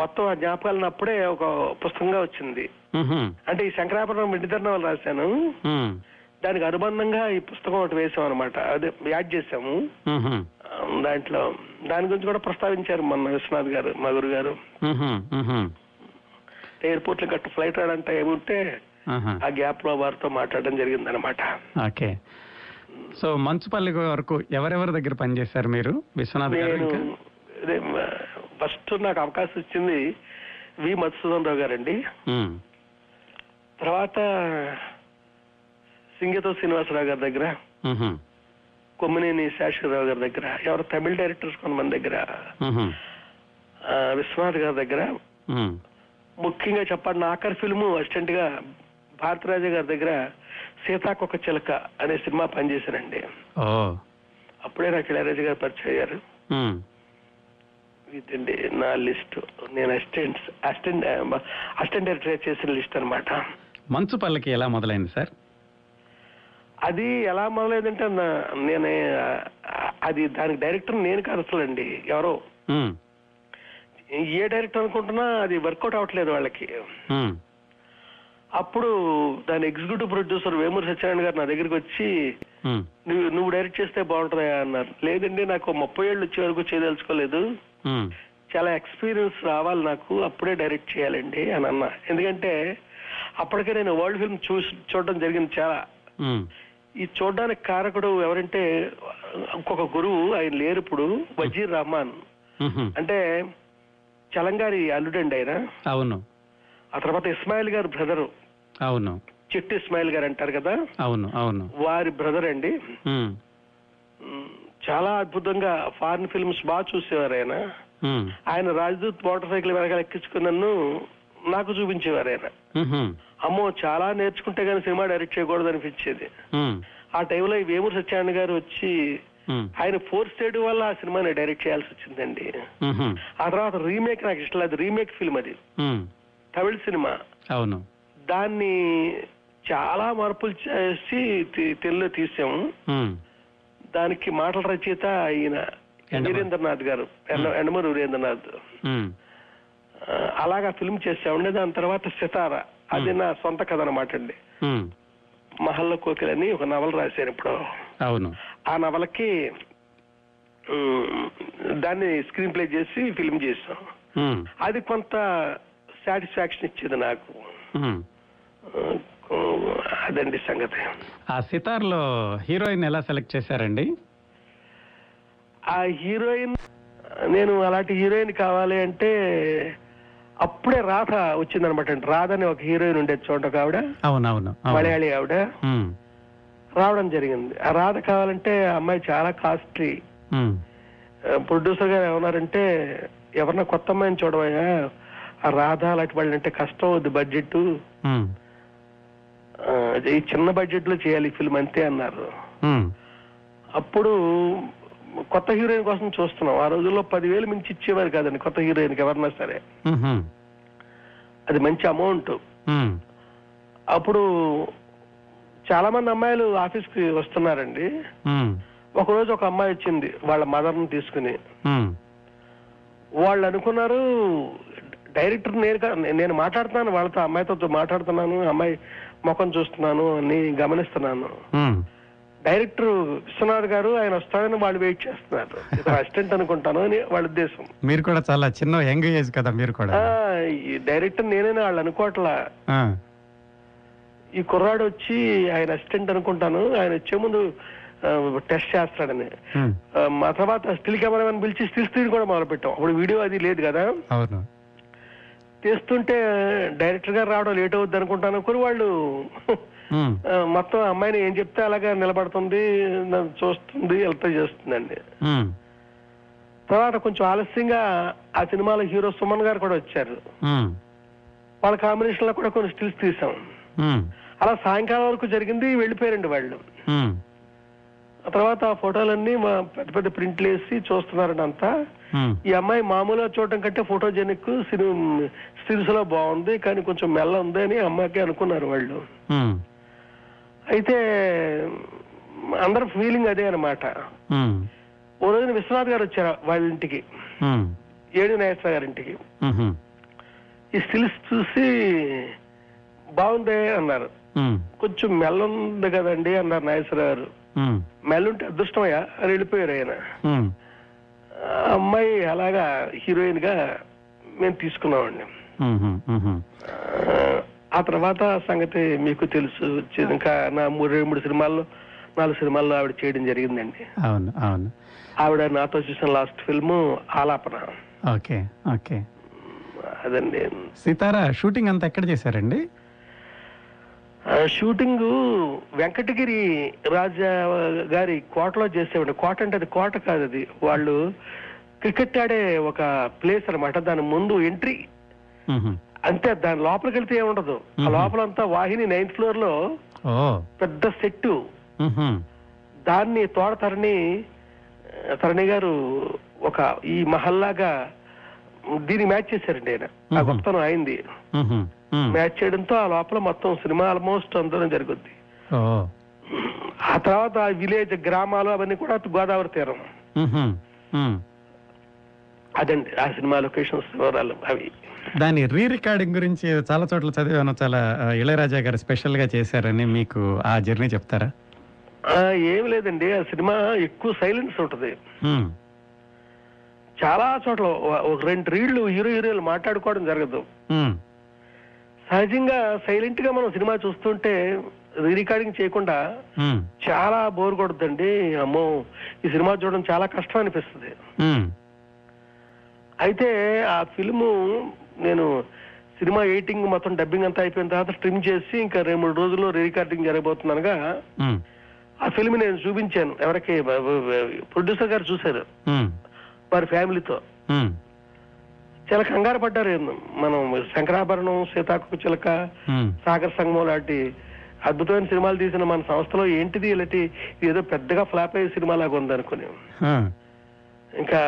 Speaker 3: మొత్తం ఆ జ్ఞాపకాలను అప్పుడే ఒక పుస్తకంగా వచ్చింది
Speaker 1: మ్హూ.
Speaker 3: అంటే ఈ శంకరాపురం ఇంటిదర్ణాలు రాశాను
Speaker 1: మ్మ్.
Speaker 3: దానికి అనుబంధంగా ఈ పుస్తకం ఒకటి వేసాం అనమాట అదే యాడ్ చేసాము
Speaker 1: మ్హూ.
Speaker 3: ఆ, దాంట్లో దాని గురించి కూడా ప్రస్తావించారు మొన్న విశ్వనాథ్ గారు మా గురువు గారు
Speaker 1: మ్హూ. మ్హూ.
Speaker 3: ఎయిర్పోర్ట్ లో గట్ట ఫ్లైట్ రాడంటే ఏముంటే
Speaker 1: ఆహా.
Speaker 3: ఆ గ్యాప్ లో వారితో మాట్లాడడం జరిగింది
Speaker 1: ఓకే సో మంచుపల్లి వరకు ఎవరెవరి దగ్గర పనిచేశారు మీరు విశ్వనాథ్ గారు
Speaker 3: నేను
Speaker 1: ఇంకా
Speaker 3: అదే మ- ఫస్ట్ నాకు అవకాశం ఇచ్చింది వి మధుసూదన్ రావు గారండి
Speaker 1: మ్మ్.
Speaker 3: తర్వాత సింగతో శ్రీనివాసరావు గారి దగ్గర
Speaker 1: మ్హూ.
Speaker 3: కొమ్మినేని శేషరావు గారి దగ్గర ఎవరు తమిళ డైరెక్టర్స్ కొంతమంది దగ్గర
Speaker 1: మ్హూ.
Speaker 3: ఆ, విశ్వనాథ్ గారి దగ్గర
Speaker 1: మ్మ్.
Speaker 3: ముఖ్యంగా చెప్పండి నా ఆఖరి ఫిల్ము అసిస్టెంట్ గా భారతరాజ గారి దగ్గర సీతాకొక చిలక అనే సినిమా పనిచేశానండి
Speaker 1: ఓ
Speaker 3: అప్పుడే నాకు ఇళయరాజు గారు పరిచయం అయ్యారు
Speaker 1: మ్మ్.
Speaker 3: ఇదండి నా లిస్ట్ నేను అసిస్టెంట్ అసిస్టెంట్ అసిస్టెంట్ డైరెక్టర్ చేసిన లిస్ట్ అన్నమాట
Speaker 1: మంచుపల్లికి ఎలా మొదలైంది సార్
Speaker 3: అది ఎలా మొదలైందంటే నా- నేను ఆ, అది దానికి డైరెక్టర్ నేను కాదు అసలు అండి ఎవరో
Speaker 1: మ్మ్.
Speaker 3: ఏ డైరెక్టర్ అనుకుంటున్నా అది వర్కౌట్ అవ్వట్లేదు వాళ్ళకి
Speaker 1: మ్మ్.
Speaker 3: అప్పుడు దాని ఎగ్జిక్యూటివ్ ప్రొడ్యూసర్ వేమూరి సత్యనారాయణ గారు నా దగ్గరికి వచ్చి
Speaker 1: మ్మ్.
Speaker 3: నువ్వు నువ్వు డైరెక్ట్ చేస్తే బాగుంటుందా అన్నారు లేదండి నాకు ముప్పై ఏళ్ళు వచ్చే వరకు చేయదలుచుకోలేదు
Speaker 1: మ్మ్.
Speaker 3: చాలా ఎక్స్పీరియన్స్ రావాలి నాకు అప్పుడే డైరెక్ట్ చేయాలండి అని అన్న ఎందుకంటే అప్పటికే నేను వరల్డ్ ఫిల్మ్ చూసి చూడడం జరిగింది చాలా
Speaker 1: మ్మ్.
Speaker 3: ఈ చూడడానికి కారకుడు ఎవరంటే ఇంకొక గురువు ఆయన లేరు ఇప్పుడు వజీర్ రహమాన్
Speaker 1: మ్మ్.
Speaker 3: అంటే చలంగారి అల్లుడండి ఆయన
Speaker 1: అవును
Speaker 3: ఆ తర్వాత ఇస్మాయిల్ గారు బ్రదరు
Speaker 1: అవును
Speaker 3: చిట్టి ఇస్మాయిల్ గారు అంటారు కదా
Speaker 1: అవును అవును
Speaker 3: వారి బ్రదర్ అండి
Speaker 1: మ్మ్.
Speaker 3: ఉమ్, చాలా అద్భుతంగా ఫారిన్ ఫిల్మ్స్ బాగా చూసేవారు ఆయన
Speaker 1: మ్మ్.
Speaker 3: ఆయన రాజదూత్ మోటార్ సైకిల్ వెనకాల ఎక్కించుకుని నన్ను నాకు చూపించేవారు ఆయన
Speaker 1: మ్మ్.
Speaker 3: అమ్మో చాలా నేర్చుకుంటే కానీ సినిమా డైరెక్ట్ చేయకూడదు అనిపించేది
Speaker 1: మ్మ్.
Speaker 3: ఆ టైంలో ఈ వేమూరి సత్యనారాయణ గారు వచ్చి
Speaker 4: Hmm.
Speaker 1: మ్మ్.
Speaker 3: ఆయన ఫోర్స్ చేయడం వల్ల ఆ సినిమాని డైరెక్ట్ చేయాల్సి వచ్చిందండి
Speaker 1: మ్మ్.
Speaker 3: ఆ తర్వాత రీమేక్ నాకు ఇష్టం లేదు రీమేక్ ఫిల్మ్ అది
Speaker 1: మ్మ్.
Speaker 3: తమిళ సినిమా
Speaker 1: అవును
Speaker 3: దాన్ని చాలా మార్పులు చేసి తి- తెలుగులో తీసాము
Speaker 1: మ్మ్.
Speaker 3: దానికి మాటల రచయిత ఈయన
Speaker 1: ఎండమూరి.
Speaker 3: వీరేంద్రనాథ్ గారు ఎండ- ఎండమూరి వీరేంద్రనాథ్
Speaker 1: మ్మ్.
Speaker 3: ఆ, అలాగా ఫిల్మ్ చేసామండి దాని తర్వాత సితార అది నా సొంత కథ అనమాట అండి
Speaker 4: Hmm.
Speaker 1: మ్మ్.
Speaker 3: మహల్లో కోకిల అని ఒక నవల రాశాను ఇప్పుడు
Speaker 1: అవును
Speaker 3: ఆ నవలకి ఉమ్, దాన్ని స్క్రీన్ ప్లే చేసి ఫిల్మ్ చేసాం
Speaker 1: మ్మ్.
Speaker 3: అది కొంత సాటిస్ఫాక్షన్ ఇచ్చేది నాకు
Speaker 1: మ్మ్.
Speaker 3: ఆ, అదండి సంగతి
Speaker 1: ఆ సితార్లో హీరోయిన్ ఎలా సెలెక్ట్ చేశారండి
Speaker 3: ఆ హీరోయిన్ నేను అలాంటి హీరోయిన్ కావాలి అంటే అప్పుడే రాధ వచ్చిందనమాట అండి రాధ అని ఒక హీరోయిన్ ఉండేది చూడండి ఒక ఆవిడ
Speaker 1: అవును అవును అవును
Speaker 3: మలయాళీ ఆవిడ
Speaker 1: మ్మ్.
Speaker 3: రావడం జరిగింది ఆ రాధ కావాలంటే ఆ అమ్మాయి చాలా కాస్ట్లీ
Speaker 1: మ్మ్.
Speaker 3: ప్రొడ్యూసర్ గారు ఏమన్నారంటే ఎవరన్నా కొత్త అమ్మాయిని చూడవయ్యా ఆ రాధ అలాంటి వాళ్ళంటే కష్టం అవుద్ది బడ్జెట్
Speaker 4: Hmm.
Speaker 1: ఉమ్,
Speaker 3: ఆ, ఈ చిన్న బడ్జెట్ లో చేయాలి ఫిల్మ్ అంతే అన్నారు
Speaker 1: ఉమ్,
Speaker 3: అప్పుడు కొత్త హీరోయిన్ కోసం చూస్తున్నాం ఆ రోజుల్లో పదివేలు మించి ఇచ్చేవారు కాదండి కొత్త హీరోయిన్కి ఎవరన్నా సరే
Speaker 1: ఉహుం,
Speaker 3: అది మంచి అమౌంట్
Speaker 1: ఉమ్,
Speaker 3: అప్పుడు చాలా మంది అమ్మాయిలు ఆఫీస్కి వస్తున్నారండి
Speaker 1: ఉమ్,
Speaker 3: ఒక రోజు ఒక అమ్మాయి వచ్చింది వాళ్ళ మదర్ని తీసుకుని
Speaker 1: ఉమ్,
Speaker 3: వాళ్ళు అనుకున్నారు డైరెక్టర్ నేరుగా నేను మాట్లాడుతున్నాను వాళ్ళతో అమ్మాయితో మాట్లాడుతున్నాను అమ్మాయి ముఖం చూస్తున్నాను అని గమనిస్తున్నాను
Speaker 1: ఉమ్.
Speaker 3: డైరెక్టర్ విశ్వనాథ్ గారు ఆయన వస్తారని వాళ్ళు వెయిట్ చేస్తున్నారు అసిస్టెంట్ అనుకుంటాను అని వాళ్ళ ఉద్దేశం
Speaker 1: మీరు కూడా చాలా చిన్న యంగ్ ఏజ్ కదా మీరు కూడా
Speaker 3: ఆ, ఈ డైరెక్టర్ నేనైనా వాళ్ళు అనుకోవట్లా
Speaker 1: ఆ,
Speaker 3: ఈ కుర్రాడు వచ్చి ఆయన అసిస్టెంట్ అనుకుంటాను ఆయన వచ్చే ముందు ఆ, టెస్ట్ చేస్తాడని
Speaker 1: ఉమ్,
Speaker 3: ఆ, మా తర్వాత స్టిల్ కెమెరామెన్ పిలిచి స్టిల్ స్క్రీన్ కూడా మొదలు పెట్టాం అప్పుడు వీడియో అది లేదు కదా
Speaker 1: అవును
Speaker 3: తీస్తుంటే డైరెక్టర్ గారు రావడం లేట్ అవుద్ది అనుకుంటాను కూడా వాళ్ళు
Speaker 1: ఉమ్,
Speaker 4: Hmm.
Speaker 3: ఆ, మొత్తం అమ్మాయిని ఏం చెప్తే అలాగా నిలబడుతుంది నన్ను చూస్తుంది వెళ్తా చేస్తుందండి
Speaker 1: ఉమ్,
Speaker 3: తర్వాత కొంచెం ఆలస్యంగా ఆ సినిమాలో హీరో సుమన్ గారు కూడా వచ్చారు
Speaker 1: ఉమ్,
Speaker 3: వాళ్ళ కాంబినేషన్ లో కూడా కొన్ని స్టిల్స్ తీసాం
Speaker 1: ఉమ్,
Speaker 3: అలా సాయంకాలం వరకు జరిగింది వెళ్ళిపోయారండి వాళ్ళు
Speaker 1: ఉమ్,
Speaker 3: ఆ తర్వాత ఆ ఫోటోలన్నీ మా పెద్ద పెద్ద ప్రింట్లు వేసి చూస్తున్నారండి అంతా
Speaker 1: ఉమ్,
Speaker 3: ఈ అమ్మాయి మామూలుగా చూడటం కంటే ఫోటోజెనిక్ స్టిల్స్ లో బాగుంది కానీ కొంచెం మెల్ల ఉంది అని అమ్మాయికి అనుకున్నారు వాళ్ళు
Speaker 1: ఉమ్,
Speaker 3: అయితే అందరి ఫీలింగ్ అదే అన్నమాట
Speaker 1: ఉమ్,
Speaker 3: ఓ రోజున విశ్వనాథ్ గారు వచ్చారు వాళ్ళ ఇంటికి
Speaker 1: ఉమ్,
Speaker 3: ఏడు నాగేశ్వర గారి ఇంటికి
Speaker 1: ఉహుం,
Speaker 3: ఈ స్టిల్స్ చూసి బాగుంది అన్నారు
Speaker 1: ఉమ్,
Speaker 3: కొంచెం మెల్ల ఉంది కదండి అన్నారు నాగేశ్వర గారు
Speaker 1: ఉమ్,
Speaker 3: మెల్లుంటే అదృష్టమయ్యా అని వెళ్ళిపోయారు ఆయన
Speaker 1: ఉమ్,
Speaker 3: ఆ అమ్మాయి అలాగా హీరోయిన్ గా మేము తీసుకున్నామండి
Speaker 1: ఉహుం, ఉహుం.
Speaker 3: ఆ, ఆ తర్వాత సంగతి మీకు తెలుసు చి- ఇంకా నా మూడు రెండు మూడు సినిమాల్లో నాలుగు సినిమాల్లో ఆవిడ చేయడం జరిగిందండి
Speaker 1: అవును అవును
Speaker 3: ఆవిడ నాతో చూసిన last film Aalapana
Speaker 1: okay okay
Speaker 3: అదండి
Speaker 1: సితారా షూటింగ్ అంతా ఎక్కడ చేశారండి
Speaker 3: ఆ, షూటింగ్ వెంకటగిరి రాజా గారి కోటలో చేసేవాడు కోట అంటే అది కోట కాదు అది వాళ్ళు క్రికెట్ ఆడే ఒక ప్లేస్ అన్నమాట దాని ముందు ఎంట్రీ
Speaker 1: ఉహుం.
Speaker 3: అంతే దాని లోపలికి వెళ్తే ఏముండదు ఆ
Speaker 1: మ్మ్.
Speaker 3: లోపల అంతా వాహిని నైన్త్ ఫ్లోర్ లో
Speaker 1: ఓ
Speaker 3: పెద్ద సెట్
Speaker 1: ఉహుం,
Speaker 3: దాన్ని తోడ తరణి ఆ, తరణి గారు ఒక ఈ మహల్లాగా దీన్ని మ్యాచ్ చేశారండి ఆయన ఆ
Speaker 1: మ్మ్.
Speaker 3: గొప్పతనం అయింది
Speaker 1: ఉహుం, ఉమ్.
Speaker 3: మ్యాచ్ చేయడంతో ఆ లోపల మొత్తం సినిమా ఆల్మోస్ట్ అందరం జరుగుద్ది
Speaker 1: ఓ
Speaker 3: ఆ తర్వాత ఆ విలేజ్ గ్రామాలు అవన్నీ కూడా అటు గోదావరి తీరం
Speaker 1: ఉహుం, ఉమ్.
Speaker 3: అదండి ఆ సినిమా లొకేషన్స్ వివరాలు అవి
Speaker 1: దాని రీ రికార్డింగ్ గురించి చాలా చోట్ల చదివాను చాలా ఆ, ఇళయరాజా గారు స్పెషల్ గా చేశారని మీకు ఆ జర్నీ చెప్తారా
Speaker 3: ఆ, ఏం లేదండి ఆ సినిమా ఎక్కువ సైలెన్స్ ఉంటది
Speaker 1: ఉమ్,
Speaker 3: చాలా చోట్ల ఒక- ఒక రెండు రీళ్లు హీరో హీరోలు మాట్లాడుకోవడం జరగదు
Speaker 1: ఉమ్,
Speaker 3: సహజంగా సైలెంట్ గా మనం సినిమా చూస్తుంటే రికార్డింగ్ చేయకుండా
Speaker 1: ఉమ్,
Speaker 3: చాలా బోర్ కొడుతుందండి అమ్మో ఈ సినిమా చూడడం చాలా కష్టం అనిపిస్తుంది
Speaker 4: Hmm.
Speaker 1: ఉమ్,
Speaker 3: అయితే ఆ ఫిల్ము నేను సినిమా ఎయిటింగ్ మొత్తం డబ్బింగ్ అంతా అయిపోయిన తర్వాత ట్రిమ్ చేసి ఇంకా రెండు మూడు రోజుల్లో రికార్డింగ్ జరగబోతుందనగా
Speaker 1: ఉమ్,
Speaker 3: ఆ ఫిల్మ్ నేను చూపించాను ఎవరికి ప్రొడ్యూసర్ గారు చూశారు
Speaker 1: ఉమ్,
Speaker 3: వారి ఫ్యామిలీతో
Speaker 1: ఉమ్,
Speaker 3: చాలా కంగారు పడ్డారు మనం శంకరాభరణం సీతాకు చిలక
Speaker 4: Hmm.
Speaker 1: ఉమ్,
Speaker 3: సాగర్ సంగమం లాంటి అద్భుతమైన సినిమాలు తీసిన మన సంస్థలో ఏంటిది ఇలాంటి ఇది ఏదో పెద్దగా ఫ్లాప్ అయ్యే సినిమా లాగా ఉందనుకుని
Speaker 1: ఆ,
Speaker 4: Hmm.
Speaker 3: ఇంకా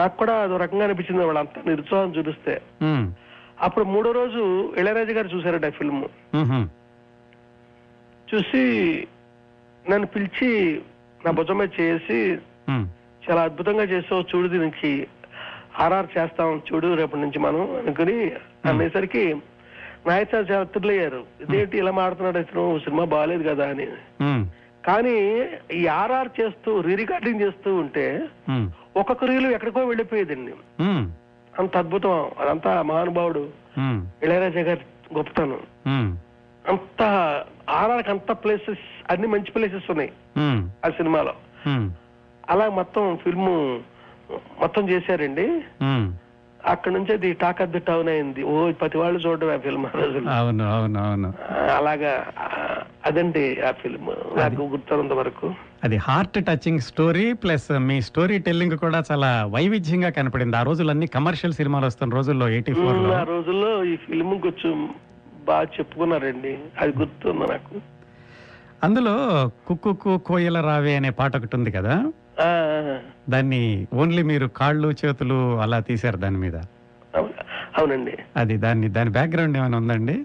Speaker 3: నాకు కూడా అదో రకంగా అనిపించింది వాళ్ళంతా నిరుత్సాహం చూపిస్తే
Speaker 4: Hmm.
Speaker 1: ఉమ్,
Speaker 3: అప్పుడు మూడో రోజు ఇళయరాజు గారు చూశారట ఆ ఫిల్మ్
Speaker 1: ఉహుం,
Speaker 3: చూసి నన్ను పిలిచి నా భుజం మీద చేసి
Speaker 1: ఉమ్,
Speaker 3: చాలా అద్భుతంగా చేసావు చూడు దీనికి ఆర్ఆర్ చేస్తాం చూడు రేపటి నుంచి మనం అనుకుని అనేసరికి నాయచారు చాలా తిరలయ్యారు ఇదేంటి ఇలా మాడుతున్నాడు ఇతను సినిమా బాగాలేదు కదా అని
Speaker 1: ఉమ్,
Speaker 3: కానీ ఈ ఆర్ఆర్ చేస్తూ రీ రికార్డింగ్ చేస్తూ ఉంటే
Speaker 1: ఉమ్,
Speaker 3: ఒక్కొక్క రీలు ఎక్కడికో వెళ్ళిపోయేదండి
Speaker 1: ఉమ్,
Speaker 3: అంత అద్భుతం అదంతా మహానుభావుడు
Speaker 1: ఉమ్,
Speaker 3: ఇళయరాజా గారి గొప్పతనం
Speaker 1: ఉమ్,
Speaker 3: అంత ఆర్ఆర్కి అంత ప్లేసెస్ అన్ని మంచి ప్లేసెస్ ఉన్నాయి
Speaker 1: ఉమ్,
Speaker 3: ఆ సినిమాలో
Speaker 1: ఉమ్,
Speaker 3: అలా మొత్తం ఫిల్మ్ మొత్తం చేశారండి
Speaker 1: ఉమ్.
Speaker 3: అక్కడ నుంచి అది టాక్ ఆఫ్ ది టౌన్ అయింది ఓ ప్రతి వాళ్ళు చూడడం ఆ ఫిల్మ్ ఆ రోజుల్లో
Speaker 1: అవును అవును అవును
Speaker 3: ఆ, అలాగా ఆ, అదండి ఆ ఫిల్మ్ నాకు గుర్తున్నంత వరకు
Speaker 1: అది హార్ట్ టచింగ్ స్టోరీ ప్లస్ మీ స్టోరీ టెల్లింగ్ కూడా చాలా వైవిధ్యంగా కనపడింది ఆ రోజులన్నీ కమర్షియల్ సినిమాలు వస్తున్న రోజుల్లో ఎయిటీ ఫోర్
Speaker 3: ఉమ్,
Speaker 1: లో
Speaker 3: ఆ రోజుల్లో ఈ ఫిల్మ్ కొంచెం బాగా చెప్పుకున్నారండి అది గుర్తుంది నాకు
Speaker 1: అందులో కుక్కు కోయల రావే అనే పాట ఒకటి ఉంది కదా
Speaker 3: ఆ,
Speaker 1: దాన్ని ఓన్లీ మీరు కాళ్ళు చేతులు అలా తీశారు దాని మీద
Speaker 3: అవును- అవునండి
Speaker 1: అది దాన్ని దాని బ్యాక్గ్రౌండ్ ఏమైనా ఉందండి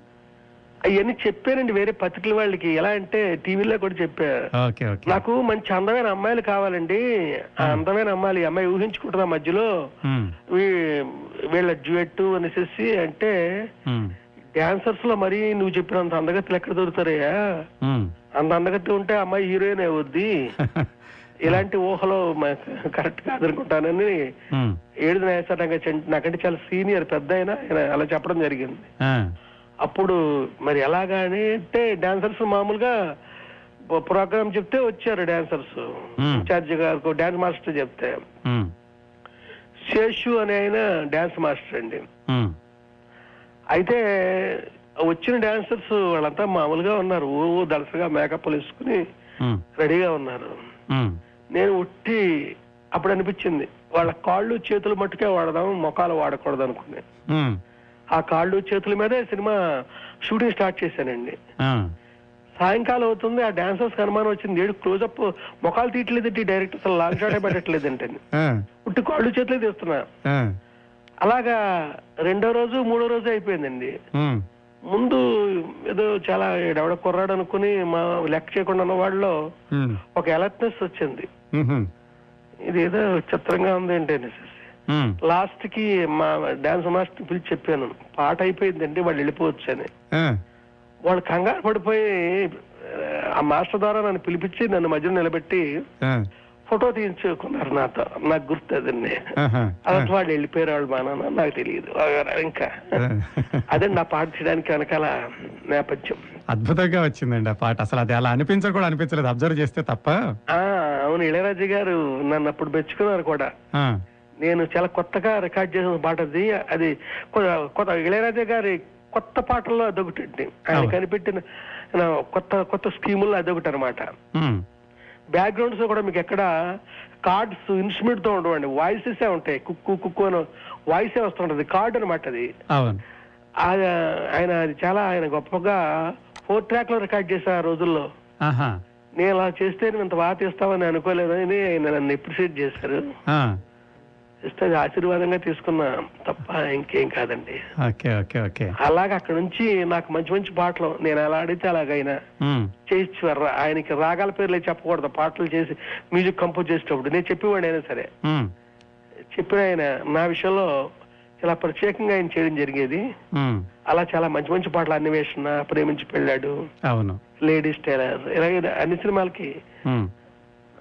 Speaker 3: అవన్నీ చెప్పానండి వేరే పత్రికల వాళ్ళకి ఎలా అంటే టీవీలో కూడా చెప్పా
Speaker 1: ఓకే ఓకే
Speaker 3: నాకు మంచి అందమైన అమ్మాయిలు కావాలండి ఆ అందమైన అమ్మాయిలు ఈ అమ్మాయి ఊహించుకుంటుందా మధ్యలో
Speaker 1: ఉమ్,
Speaker 3: వీ- వీళ్ళ డ్యూయట్ అనేసి అంటే
Speaker 1: ఉమ్,
Speaker 3: డాన్సర్స్ లో మరీ నువ్వు చెప్పినంత అందగత్తులు ఎక్కడ దొరుకుతారయ్యా
Speaker 1: ఉమ్.
Speaker 3: అంత అందగత్తె ఉంటే అమ్మాయి హీరోయిన్ అవుద్ది ఇలాంటి ఊహలో కరెక్ట్ కాదనుకుంటానని
Speaker 1: ఉమ్,
Speaker 3: ఏడు నాగేశ్వరరావు గారు చెం- నాకంటే చాలా సీనియర్ పెద్ద ఆయన ఆయన అలా చెప్పడం జరిగింది
Speaker 1: ఆ,
Speaker 3: అప్పుడు మరి ఎలాగా అని అంటే డాన్సర్స్ మామూలుగా ప్రోగ్రామ్ చెప్తే వచ్చారు డాన్సర్స్
Speaker 1: Hmm.
Speaker 3: ఇన్ఛార్జ్ గారు డాన్స్ మాస్టర్ చెప్తే
Speaker 1: ఉమ్,
Speaker 3: శేషు అనే ఆయన డాన్స్ మాస్టర్ అండి
Speaker 1: ఉమ్,
Speaker 3: అయితే వచ్చిన డాన్సర్స్ వాళ్ళంతా మామూలుగా ఉన్నారు ఓ దలసగా మేకప్లు వేసుకుని
Speaker 1: ఉమ్,
Speaker 3: రెడీగా ఉన్నారు
Speaker 1: ఉమ్.
Speaker 3: నేను ఉట్టి అప్పుడు అనిపించింది వాళ్ళ కాళ్ళు చేతులు మట్టుకే వాడదాం మొఖాలు వాడకూడదు అనుకున్నాను
Speaker 4: Hmm.
Speaker 1: ఉమ్,
Speaker 3: ఆ కాళ్ళు చేతుల మీదే సినిమా షూటింగ్ స్టార్ట్ చేశానండి
Speaker 4: Hmm.
Speaker 1: ఆ,
Speaker 3: సాయంకాలం అవుతుంది ఆ డాన్సర్స్ అనుమానం వచ్చింది ఏడు క్లోజప్ ముఖాలు తీయట్లేదంటే డైరెక్ట్ అసలు లాంగ్ షాటే పెట్టట్లేదంటే
Speaker 1: ఆ,
Speaker 3: ఉట్టి కాళ్ళు చేతులే తీస్తున్నా
Speaker 1: ఆ,
Speaker 3: అలాగా రెండో రోజు మూడో రోజు అయిపోయిందండి
Speaker 4: Hmm.
Speaker 1: ఉమ్,
Speaker 3: ముందు ఏదో చాలా ఎవడ కుర్రాడు అనుకుని మా లెక్క చేయకుండా ఉన్న వాళ్ళలో
Speaker 4: Hmm.
Speaker 1: ఉమ్,
Speaker 3: ఒక అలర్ట్నెస్ వచ్చింది
Speaker 1: ఉహుం,
Speaker 3: ఇదేదో చిత్రంగా ఉంది ఏంటి అనేసి
Speaker 4: Hmm.
Speaker 1: ఉమ్,
Speaker 3: లాస్ట్ కి మా డాన్స్ మాస్టర్ పిలిచి చెప్పాను పాట అయిపోయిందండి వాళ్ళు వెళ్ళిపోవచ్చు అని
Speaker 1: ఆ,
Speaker 3: వాళ్ళు కంగారు పడిపోయి ఆ మాస్టర్ ద్వారా నన్ను పిలిపించి నన్ను మధ్యలో నిలబెట్టి
Speaker 1: ఆ,
Speaker 3: ఫోటో తీయించుకున్నారు నాతో నాకు గుర్తు అదండి
Speaker 1: ఆహా,
Speaker 3: అలాంటి వాళ్ళు వెళ్ళిపోయారు వాళ్ళు మా నాన్న నాకు తెలియదు ఇంకా
Speaker 1: ఆ.
Speaker 3: అదే నా పాట చేయడానికి వెనకాల నేపథ్యం
Speaker 1: అద్భుతంగా వచ్చిందండి ఆ పాట అసలు అది అలా అనిపించదు కూడా అనిపించలేదు అబ్జర్వ్ చేస్తే తప్ప
Speaker 3: ఆ అవును ఇళయరాజు గారు నన్ను అప్పుడు మెచ్చుకున్నారు కూడా
Speaker 1: ఆ,
Speaker 3: నేను చాలా కొత్తగా రికార్డ్ చేసిన పాట అది అది కొ- కొత్త ఇళయరాజా గారి కొత్త పాటల్లో అదొకటి అండి. ఆయన
Speaker 1: అవును.
Speaker 3: కనిపెట్టిన నా కొత్త కొత్త స్కీముల్లో అదొకటి అనమాట
Speaker 1: ఉమ్,
Speaker 3: బ్యాక్గ్రౌండ్స్ కూడా మీకు ఎక్కడ కార్డ్స్ ఇన్స్ట్రుమెంట్ తో ఉండవండి వాయిసెస్ ఉంటాయి కుక్కు కుక్కు అని వాయిసే వస్తుంటది కార్డ్ అనమాట అది
Speaker 1: అవును
Speaker 3: ఆ- ఆయన అది చాలా ఆయన గొప్పగా ఫోర్ ట్రాక్ లో రికార్డ్ చేశారు ఆ రోజుల్లో
Speaker 1: ఆహా
Speaker 3: నేను అలా చేస్తే నువ్వు ఇంత బాగా తీస్తావని అనుకోలేదని ఆయన నన్ను ఎప్రిషియేట్ చేశారు
Speaker 1: ఆ,
Speaker 3: ఇస్తే అది ఆశీర్వాదంగా తీసుకున్నా తప్ప ఇంకేం కాదండి
Speaker 1: ఓకే ఓకే ఓకే
Speaker 3: అలాగే అక్కడ నుంచి నాకు మంచి మంచి పాటలు నేను ఎలా అడిగితే అలాగైనా
Speaker 1: ఉమ్,
Speaker 3: చేయించు ఆయనకి రాగాల పేర్లు ఏం చెప్పకూడదు పాటలు చేసి మ్యూజిక్ కంపోజ్ చేసేటప్పుడు నేను చెప్పేవాడిని అయినా సరే
Speaker 1: ఉమ్,
Speaker 3: చెప్పిన ఆయన నా విషయంలో చాలా ప్రత్యేకంగా ఆయన చేయడం జరిగేది
Speaker 1: ఉమ్,
Speaker 3: అలా చాలా మంచి మంచి పాటలు అన్వేషణ ప్రేమించి పెళ్ళాడు
Speaker 1: అవును
Speaker 3: లేడీస్ టైలర్ ఇలాగే అన్ని సినిమాలకి
Speaker 1: ఉమ్.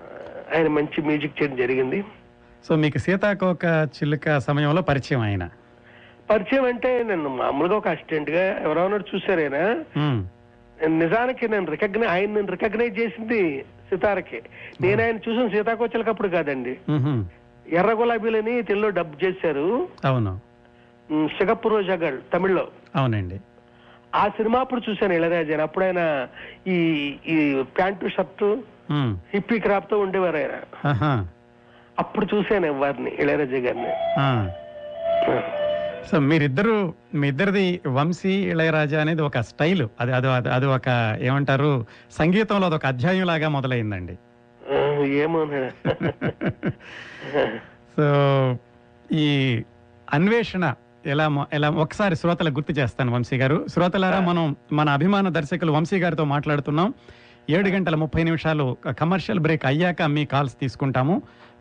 Speaker 3: ఆ, ఆయన మంచి మ్యూజిక్ చేయడం జరిగింది
Speaker 1: సో మీకు సీతాకోక చిలుక సమయంలో పరిచయం ఆయన
Speaker 3: పరిచయం అంటే నేను మామూలుగా ఒక అసిస్టెంట్ గా ఎవరైనా చూసారైనా
Speaker 1: ఉమ్,
Speaker 3: నిజానికి నేను రికగ్నై ఆయన నేను రికగ్నైజ్ చేసింది సితారకే నేను ఆయన చూసిన సీతాకోచలకప్పుడు కాదండి
Speaker 1: ఉహుం,
Speaker 3: ఎర్ర గులాబీలని తెలుగులో డబ్ చేశారు
Speaker 1: అవును
Speaker 3: ఉమ్, సిగప్పు రోజాగల్ తమిళ్లో
Speaker 1: అవునండి
Speaker 3: ఆ సినిమా అప్పుడు చూశాను ఇళయరాజాని అప్పుడు ఆయన ఈ ఈ ప్యాంటు షర్టు
Speaker 1: ఉమ్,
Speaker 3: హిప్పీ క్రాప్ తో ఉండేవారు ఆయన
Speaker 1: ఆహా
Speaker 3: అప్పుడు చూశాను వారిని ఇళయరాజా గారిని
Speaker 1: ఆ. సో మీరిద్దరు మీ ఇద్దరిది వంశీ ఇళయరాజా అనేది ఒక స్టైల్ అది అది అది- అది ఒక ఏమంటారు సంగీతంలో అదొక అధ్యాయం లాగా మొదలైందండి
Speaker 3: ఆ, ఏమో
Speaker 1: సో ఈ అన్వేషణ ఎలా మొ- ఎలా ఒకసారి శ్రోతల గుర్తు చేస్తాను వంశీ గారు శ్రోతలారా మనం మన అభిమాన దర్శకులు వంశీ గారితో మాట్లాడుతున్నాం ఏడు గంటల ముప్పై నిమిషాలు కమర్షియల్ బ్రేక్ అయ్యాక మీ కాల్స్ తీసుకుంటాము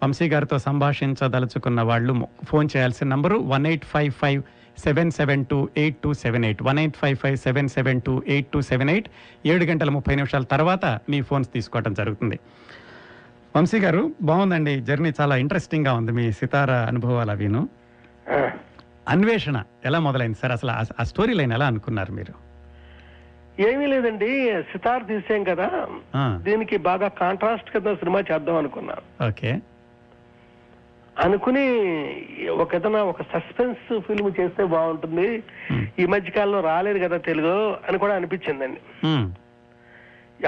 Speaker 1: వంశీ గారితో సంభాషించదలుచుకున్న వాళ్ళు మొ- ఫోన్ చేయాల్సిన number one eight five five seven seven two eight two seven eight one eight five five seven seven two eight two seven eight ఏడు గంటల ముప్పై నిమిషాల తర్వాత మీ ఫోన్స్ తీసుకోవడం జరుగుతుంది వంశీ గారు బాగుందండి జర్నీ చాలా ఇంట్రెస్టింగ్ గా ఉంది మీ సితార అనుభవాలు అవిను
Speaker 3: ఆ.
Speaker 1: అన్వేషణ ఎలా మొదలైంది సార్ అసలు ఆ- ఆ స్టోరీ లైన్ ఎలా అనుకున్నారు మీరు
Speaker 3: ఏమీ లేదండి సితార్ తీసాం కదా
Speaker 1: ఆ,
Speaker 3: దీనికి బాగా కాంట్రాస్ట్ కింద సినిమా చేద్దాం అనుకున్నా
Speaker 1: ఓకే
Speaker 3: అనుకుని ఒక ఏదైనా ఒక సస్పెన్స్ ఫిల్మ్ చేస్తే బాగుంటుంది ఈ మధ్య కాలంలో రాలేదు కదా తెలుగు అని కూడా అనిపించిందండి
Speaker 1: ఉమ్,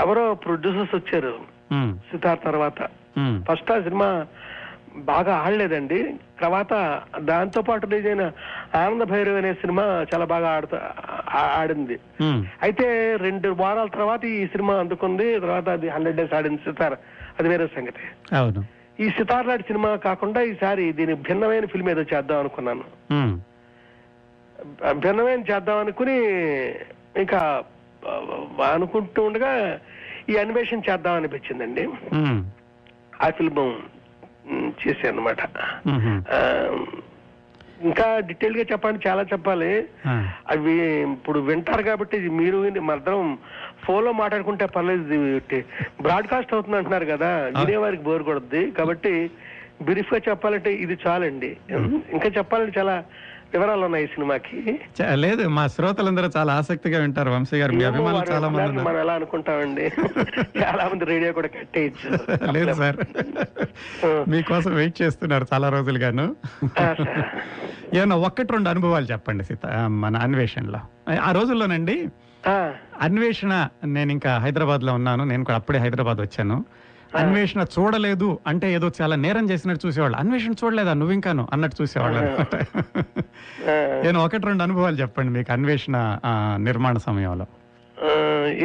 Speaker 3: ఎవరో ప్రొడ్యూసర్స్ వచ్చారు
Speaker 1: ఉమ్,
Speaker 3: సితార్ తర్వాత
Speaker 1: ఉమ్,
Speaker 3: ఫస్ట్ ఆ సినిమా బాగా ఆడలేదండి తర్వాత దాంతో పాటు రిలీజ్ అయిన ఆనంద భైరవ్ అనే సినిమా చాలా బాగా ఆడుతా ఆ- ఆడింది
Speaker 1: ఉమ్,
Speaker 3: అయితే రెండు వారాల తర్వాత ఈ సినిమా అందుకుంది తర్వాత అది హండ్రెడ్ డేస్ ఆడింది సితార్ అది వేరే సంగతి
Speaker 1: అవును
Speaker 3: ఈ సితార్ లాంటి సినిమా కాకుండా ఈసారి దీని భిన్నమైన ఫిల్మ్ ఏదో చేద్దాం అనుకున్నాను
Speaker 1: ఉమ్,
Speaker 3: భిన్నమైన చేద్దాం అనుకుని ఇంకా ఆ, అనుకుంటూ ఉండగా ఈ అన్వేషణ చేద్దాం అనిపించిందండి
Speaker 1: ఉమ్,
Speaker 3: ఆ ఫిల్మ్ చేశాను అనమాట
Speaker 1: ఉమ్హు.
Speaker 3: ఇంకా డీటెయిల్ గా చెప్పాలి చాలా చెప్పాలి
Speaker 1: ఆ,
Speaker 3: అవి ఇప్పుడు వింటారు కాబట్టి ఇది మీరు మద్దరం ఫోన్ లో మాట్లాడుకుంటే పర్లేదు బ్రాడ్కాస్ట్ అవుతుంది అంటున్నారు కదా వినేవారికి బోర్ కొడుద్ది కాబట్టి బ్రీఫ్ గా చెప్పాలంటే ఇది చాలండి ఇంకా చెప్పాలంటే చాలా వివరాలు ఉన్నాయి ఈ సినిమాకి
Speaker 1: చ- లేదు మా శ్రోతలందరూ చాలా ఆసక్తిగా వింటారు వంశీ గారు మీ
Speaker 3: ఏమో
Speaker 1: అభిమానులు
Speaker 3: వారు
Speaker 1: చాలా మంది
Speaker 3: అనుకున్నారు,
Speaker 1: ఉన్నారు
Speaker 3: మనం ఎలా అనుకుంటామండి చాలా మంది రేడియో కూడా కట్టేయచ్చు
Speaker 1: లేదు సార్ మీకోసం వెయిట్ చేస్తున్నారు చాలా రోజులుగాను ఏమన్నా ఒక్కటి రెండు అనుభవాలు చెప్పండి సీత ఆ, మన అన్వేషణలో ఆ రోజుల్లోనండి
Speaker 3: ఆ,
Speaker 1: అన్వేషణ నేను ఇంకా హైదరాబాద్ లో ఉన్నాను నేను కూడా అప్పుడే హైదరాబాద్ వచ్చాను అన్వేషణ చూడలేదు అంటే ఏదో చాలా నేరం చేసినట్టు చూసేవాళ్ళు అన్వేషణ చూడలేదా నువ్వు ఇంకాను అన్నట్టు చూసేవాళ్ళు అనమాట
Speaker 3: ఆ,
Speaker 1: నేను ఒకటి రెండు అనుభవాలు చెప్పండి మీకు అన్వేషణ ఆ, నిర్మాణ సమయంలో
Speaker 3: ఆ,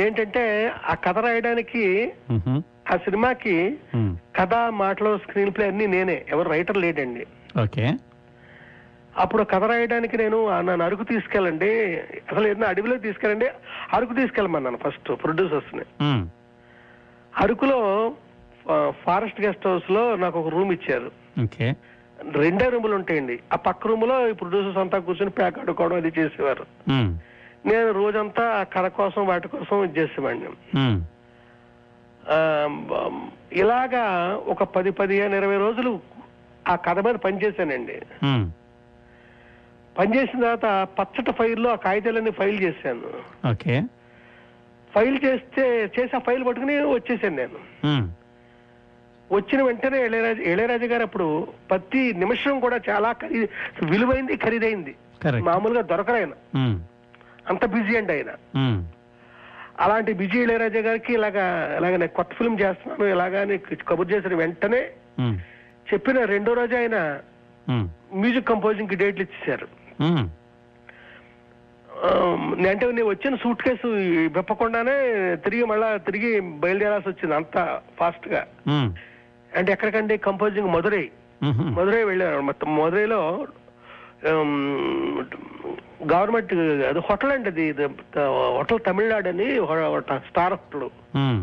Speaker 3: ఏంటంటే ఆ కథ రాయడానికి
Speaker 1: మ్హూ.
Speaker 3: ఆ సినిమాకి
Speaker 1: మ్.
Speaker 3: కథ మాటలు స్క్రీన్ ప్లే అన్ని నేనే ఎవరు రైటర్ లేడండి
Speaker 1: ఓకే
Speaker 3: అప్పుడు కథ రాయడానికి నేను ఆ నన్ను అరకు తీసుకెళ్ళండి అసలు ఏదైనా అడవిలో తీసుకెళ్ళండి అరకు తీసుకెళ్ళమన్నాను ఫస్ట్ ప్రొడ్యూసర్స్ ని
Speaker 1: మ్.
Speaker 3: అరకులో ఫారెస్ట్ గెస్ట్ హౌస్ లో నాకు ఒక రూమ్ ఇచ్చారు
Speaker 1: ఓకే
Speaker 3: రెండే రూములు ఉంటాయండి ఆ పక్క రూమ్ లో ఈ ప్రొడ్యూసర్స్ అంతా కూర్చొని ప్యాక్ ఆడుకోవడం అది చేసేవారు
Speaker 1: మ్.
Speaker 3: నేను రోజంతా ఆ కథ కోసం వాటి కోసం ఇది చేసేవాడిని
Speaker 1: మ్.
Speaker 3: ఆ, బ- ఇలాగా ఒక పది పదిహేను ఇరవై రోజులు ఆ కథ మీద పనిచేశానండి
Speaker 1: మ్.
Speaker 3: పనిచేసిన తర్వాత పచ్చటి ఫైల్లో ఆ కాగితాలన్నీ ఫైల్ చేశాను
Speaker 1: ఓకే
Speaker 3: ఫైల్ చేస్తే చేసి ఆ ఫైల్ పట్టుకుని వచ్చేసాను నేను
Speaker 1: మ్.
Speaker 3: వచ్చిన వెంటనే ఇళయరాజు ఇళయరాజు గారు అప్పుడు ప్రతి నిమిషం కూడా చాలా ఖరీదు విలువైంది ఖరీదైంది
Speaker 1: కరెక్ట్
Speaker 3: మామూలుగా దొరకరాయన
Speaker 1: మ్.
Speaker 3: అంత బిజీ అండి ఆయన
Speaker 1: మ్.
Speaker 3: అలాంటి బిజీ ఇళయరాజా గారికి ఇలాగా ఇలాగ నేను కొత్త ఫిల్మ్ చేస్తున్నాను ఇలాగా అని కబుర్ చేసిన వెంటనే
Speaker 1: మ్.
Speaker 3: చెప్పిన రెండో రోజు ఆయన
Speaker 1: మ్.
Speaker 3: మ్యూజిక్ కంపోజింగ్ కి డేట్లు ఇచ్చేశారు
Speaker 1: మ్.
Speaker 3: ఆ, అంటే నేను వచ్చిన సూట్ కేసు విప్పకుండానే తిరిగి మళ్ళా తిరిగి బయలుదేరాల్సి వచ్చింది అంత ఫాస్ట్ గా
Speaker 1: మ్.
Speaker 3: అంటే ఎక్కడికంటే కంపోజింగ్ మధురై
Speaker 1: మ్హూ.
Speaker 3: మధురై వెళ్ళాను మొత్తం మధురైలో గవర్నమెంట్ అది హోటల్ అండి అది ఇది, హోటల్ తమిళనాడు అని హో- హోట- స్టార్ హోటల్
Speaker 1: మ్.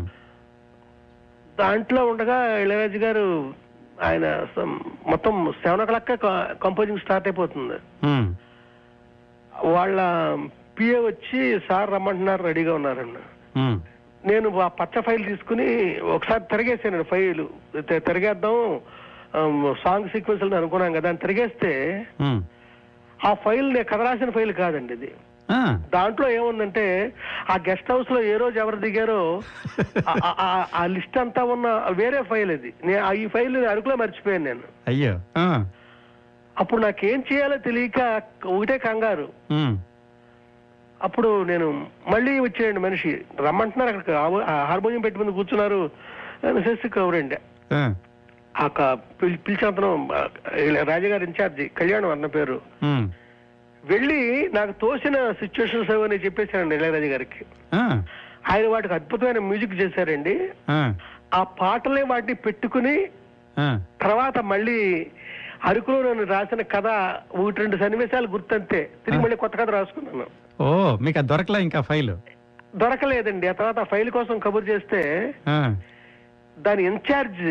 Speaker 3: దాంట్లో ఉండగా ఇళయరాజు గారు ఆయన సం- మొత్తం seven o'clock composing start అయిపోతుంది
Speaker 4: Hmm.
Speaker 1: మ్.
Speaker 3: వాళ్ళ పిఏ వచ్చి సార్ రమ్మంటున్నారు రెడీగా ఉన్నారండి
Speaker 4: Hmm.
Speaker 1: మ్.
Speaker 3: నేను ఆ పచ్చ ఫైల్ తీసుకుని ఒకసారి తిరిగేసాను ఫైల్ తి- తిరిగేద్దాం ఆమ్, సాంగ్ సీక్వెన్స్ అని అనుకున్నాం కదా అని తిరిగేస్తే
Speaker 1: మ్.
Speaker 4: Hmm.
Speaker 3: ఆ ఫైల్ నేను కథ రాసిన ఫైల్ కాదండి ఇది
Speaker 1: ఆ.
Speaker 4: Ah.
Speaker 3: దాంట్లో ఏముందంటే ఆ గెస్ట్ హౌస్ లో ఏ రోజు ఎవరు దిగారో ఆ- ఆ- ఆ- ఆ లిస్ట్ అంతా ఉన్న వేరే ఫైల్ ఇది నేను ఆ- ఈ ఫైల్ నేను అరకులో మర్చిపోయాను నేను
Speaker 1: అయ్యో ఆ.
Speaker 3: అప్పుడు నాకేం చేయాలో తెలియక ఒకటే కంగారు
Speaker 1: మ్.
Speaker 3: అప్పుడు నేను మళ్ళీ వచ్చేయండి మనిషి రమ్మంటున్నారు అక్కడికి ఆ- ఆ హార్మోనియం పెట్టి ముందు కూర్చున్నారు శశి కౌరండి
Speaker 1: ఆ.
Speaker 4: Hmm.
Speaker 3: ఆ క- పిల్- పిలిచినతను ఆ, రాజుగారి ఇన్ఛార్జి కళ్యాణం అన్న పేరు
Speaker 4: Hmm.
Speaker 1: మ్.
Speaker 3: వెళ్ళి నాకు తోసిన సిచ్యువేషన్స్ అని చెప్పేశానండి ఇళయరాజు గారికి
Speaker 1: ఆ.
Speaker 3: ఆయన వాటికి అద్భుతమైన మ్యూజిక్ చేశారండి
Speaker 1: ఆ.
Speaker 3: ఆ పాటలే వాటిని పెట్టుకుని
Speaker 1: ఆ.
Speaker 3: తర్వాత మళ్ళీ అరకులో నేను రాసిన కథ ఒకటి రెండు సన్నివేశాలు గుర్తంతే తిరిగి మళ్ళీ కొత్త కథ రాసుకున్నాను
Speaker 1: ఓ మీకు అది దొరకలా ఇంకా ఫైల్
Speaker 3: దొరకలేదండి ఆ తర్వాత ఆ ఫైల్ కోసం కబుర్ చేస్తే
Speaker 1: ఆ.
Speaker 3: దాని ఇన్ఛార్జ్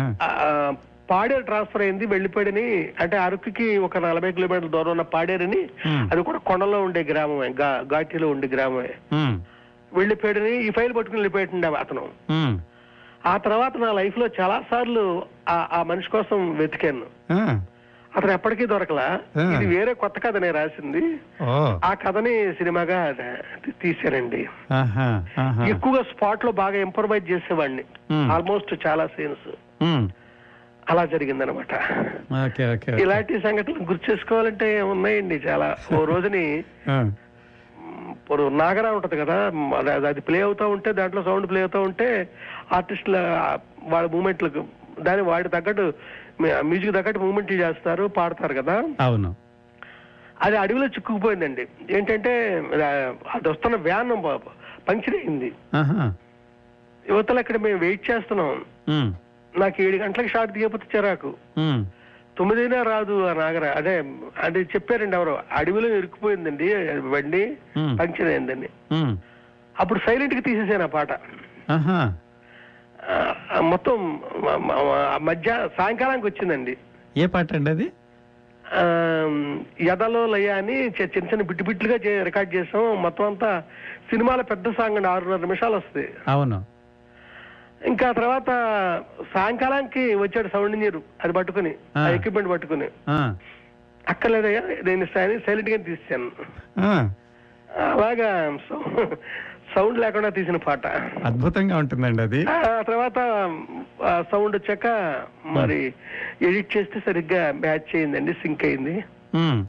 Speaker 1: ఆ.
Speaker 3: ఆ, పాడేరు ట్రాన్స్ఫర్ అయింది వెళ్ళిపోయాడని అంటే అరకుకి ఒక నలభై కిలోమీటర్ల దూరం ఉన్న పాడేరని
Speaker 1: మ్.
Speaker 3: అది కూడా కొండలో ఉండే గ్రామమే ఘా- ఘాటీలో ఉండే గ్రామమే
Speaker 1: మ్.
Speaker 3: వెళ్ళిపోయాడని ఈ ఫైల్ పట్టుకుని వెళ్ళిపోయాడు అతను
Speaker 1: మ్.
Speaker 3: ఆ తర్వాత నా లైఫ్ లో చాలా సార్లు ఆ ఆ మనిషి కోసం వెతికాను
Speaker 1: ఆ.
Speaker 3: అతను ఎప్పటికీ దొరకలా
Speaker 1: ఆ.
Speaker 3: ఇది వేరే కొత్త కథ నేను రాసింది
Speaker 1: ఓ
Speaker 3: ఆ కథని సినిమాగా తీశానండి
Speaker 1: ఆహా. ఆహా.
Speaker 3: ఎక్కువగా స్పాట్ లో బాగా ఇంప్రొవైజ్ చేసేవాడిని
Speaker 1: మ్.
Speaker 3: ఆల్మోస్ట్ చాలా సీన్స్
Speaker 1: మ్.
Speaker 3: అలా జరిగిందనమాట
Speaker 1: ఓకే ఓకే ఓకే.
Speaker 3: ఇలాంటి సంఘటనలు గుర్తు చేసుకోవాలంటే ఉన్నాయండి చాలా ఓ రోజుని
Speaker 1: ఆ.
Speaker 3: మ్, ఇప్పుడు నాగరా ఉంటది కదా మ్, అది- అది- అది ప్లే అవుతా ఉంటే దాంట్లో సౌండ్ ప్లే అవుతా ఉంటే ఆర్టిస్టుల వాళ్ళ మూమెంట్లకు దాని వాటి తగ్గట్టు మ్యూజిక్ తగ్గట్టు మూమెంట్ చేస్తారు పాడతారు కదా
Speaker 1: అవును
Speaker 3: అది అడవిలో చిక్కుకుపోయిందండి ఏంటంటే ఆ, అది వస్తున్న వ్యాన్ బ- పంక్చర్ అయింది
Speaker 1: ఆహా.
Speaker 3: యువతలు అక్కడ మేము వెయిట్ చేస్తున్నాం
Speaker 1: ఉమ్,
Speaker 3: నాకు ఏడు గంటలకు షార్ట్ దిగపోతే చిరాకు
Speaker 1: ఉమ్,
Speaker 3: తొమ్మిదైనా రాదు ఆ నాగర అదే అది చెప్పారండి ఎవరు అడవిలో ఇరుక్కుపోయిందండి బండి
Speaker 1: ఉమ్,
Speaker 3: పంక్చర్ అయిందండి
Speaker 1: ఉమ్,
Speaker 3: అప్పుడు సైలెంట్ గా తీసేసాను ఆ పాట
Speaker 1: ఆహా.
Speaker 3: ఆ, ఆ మొత్తం మ- మ- ఆ మధ్య సాయంకాలానికి వచ్చిందండి
Speaker 1: ఏ పాట అండి అది
Speaker 3: ఆ, యదలో లయ అని చి- చిన్న చిన్న బిట్టు బిట్లుగా చే- రికార్డ్ చేసాం మొత్తం అంతా సినిమాలో పెద్ద సాంగ్ అండి ఆరున్నర నిమిషాలు వస్తుంది
Speaker 1: అవును
Speaker 3: ఇంకా తర్వాత సాయంకాలానికి వచ్చాడు సౌండ్ ఇంజనీర్ అది పట్టుకుని
Speaker 1: ఆ.
Speaker 3: ఎక్విప్మెంట్ పట్టుకుని
Speaker 1: ఆ,
Speaker 3: అక్కర్లేదయ్యా నేను సైలెంట్ గా తీసాను
Speaker 1: ఆ,
Speaker 3: అలాగా సౌ- సౌండ్ లేకుండా తీసిన పాట
Speaker 1: అద్భుతంగా ఉంటుందండి అది
Speaker 3: ఆ తర్వాత ఆ సౌండ్ వచ్చాక మరి ఎడిట్ చేస్తే సరిగ్గా మ్యాచ్ అయిందండి సింక్ అయింది
Speaker 1: ఉమ్,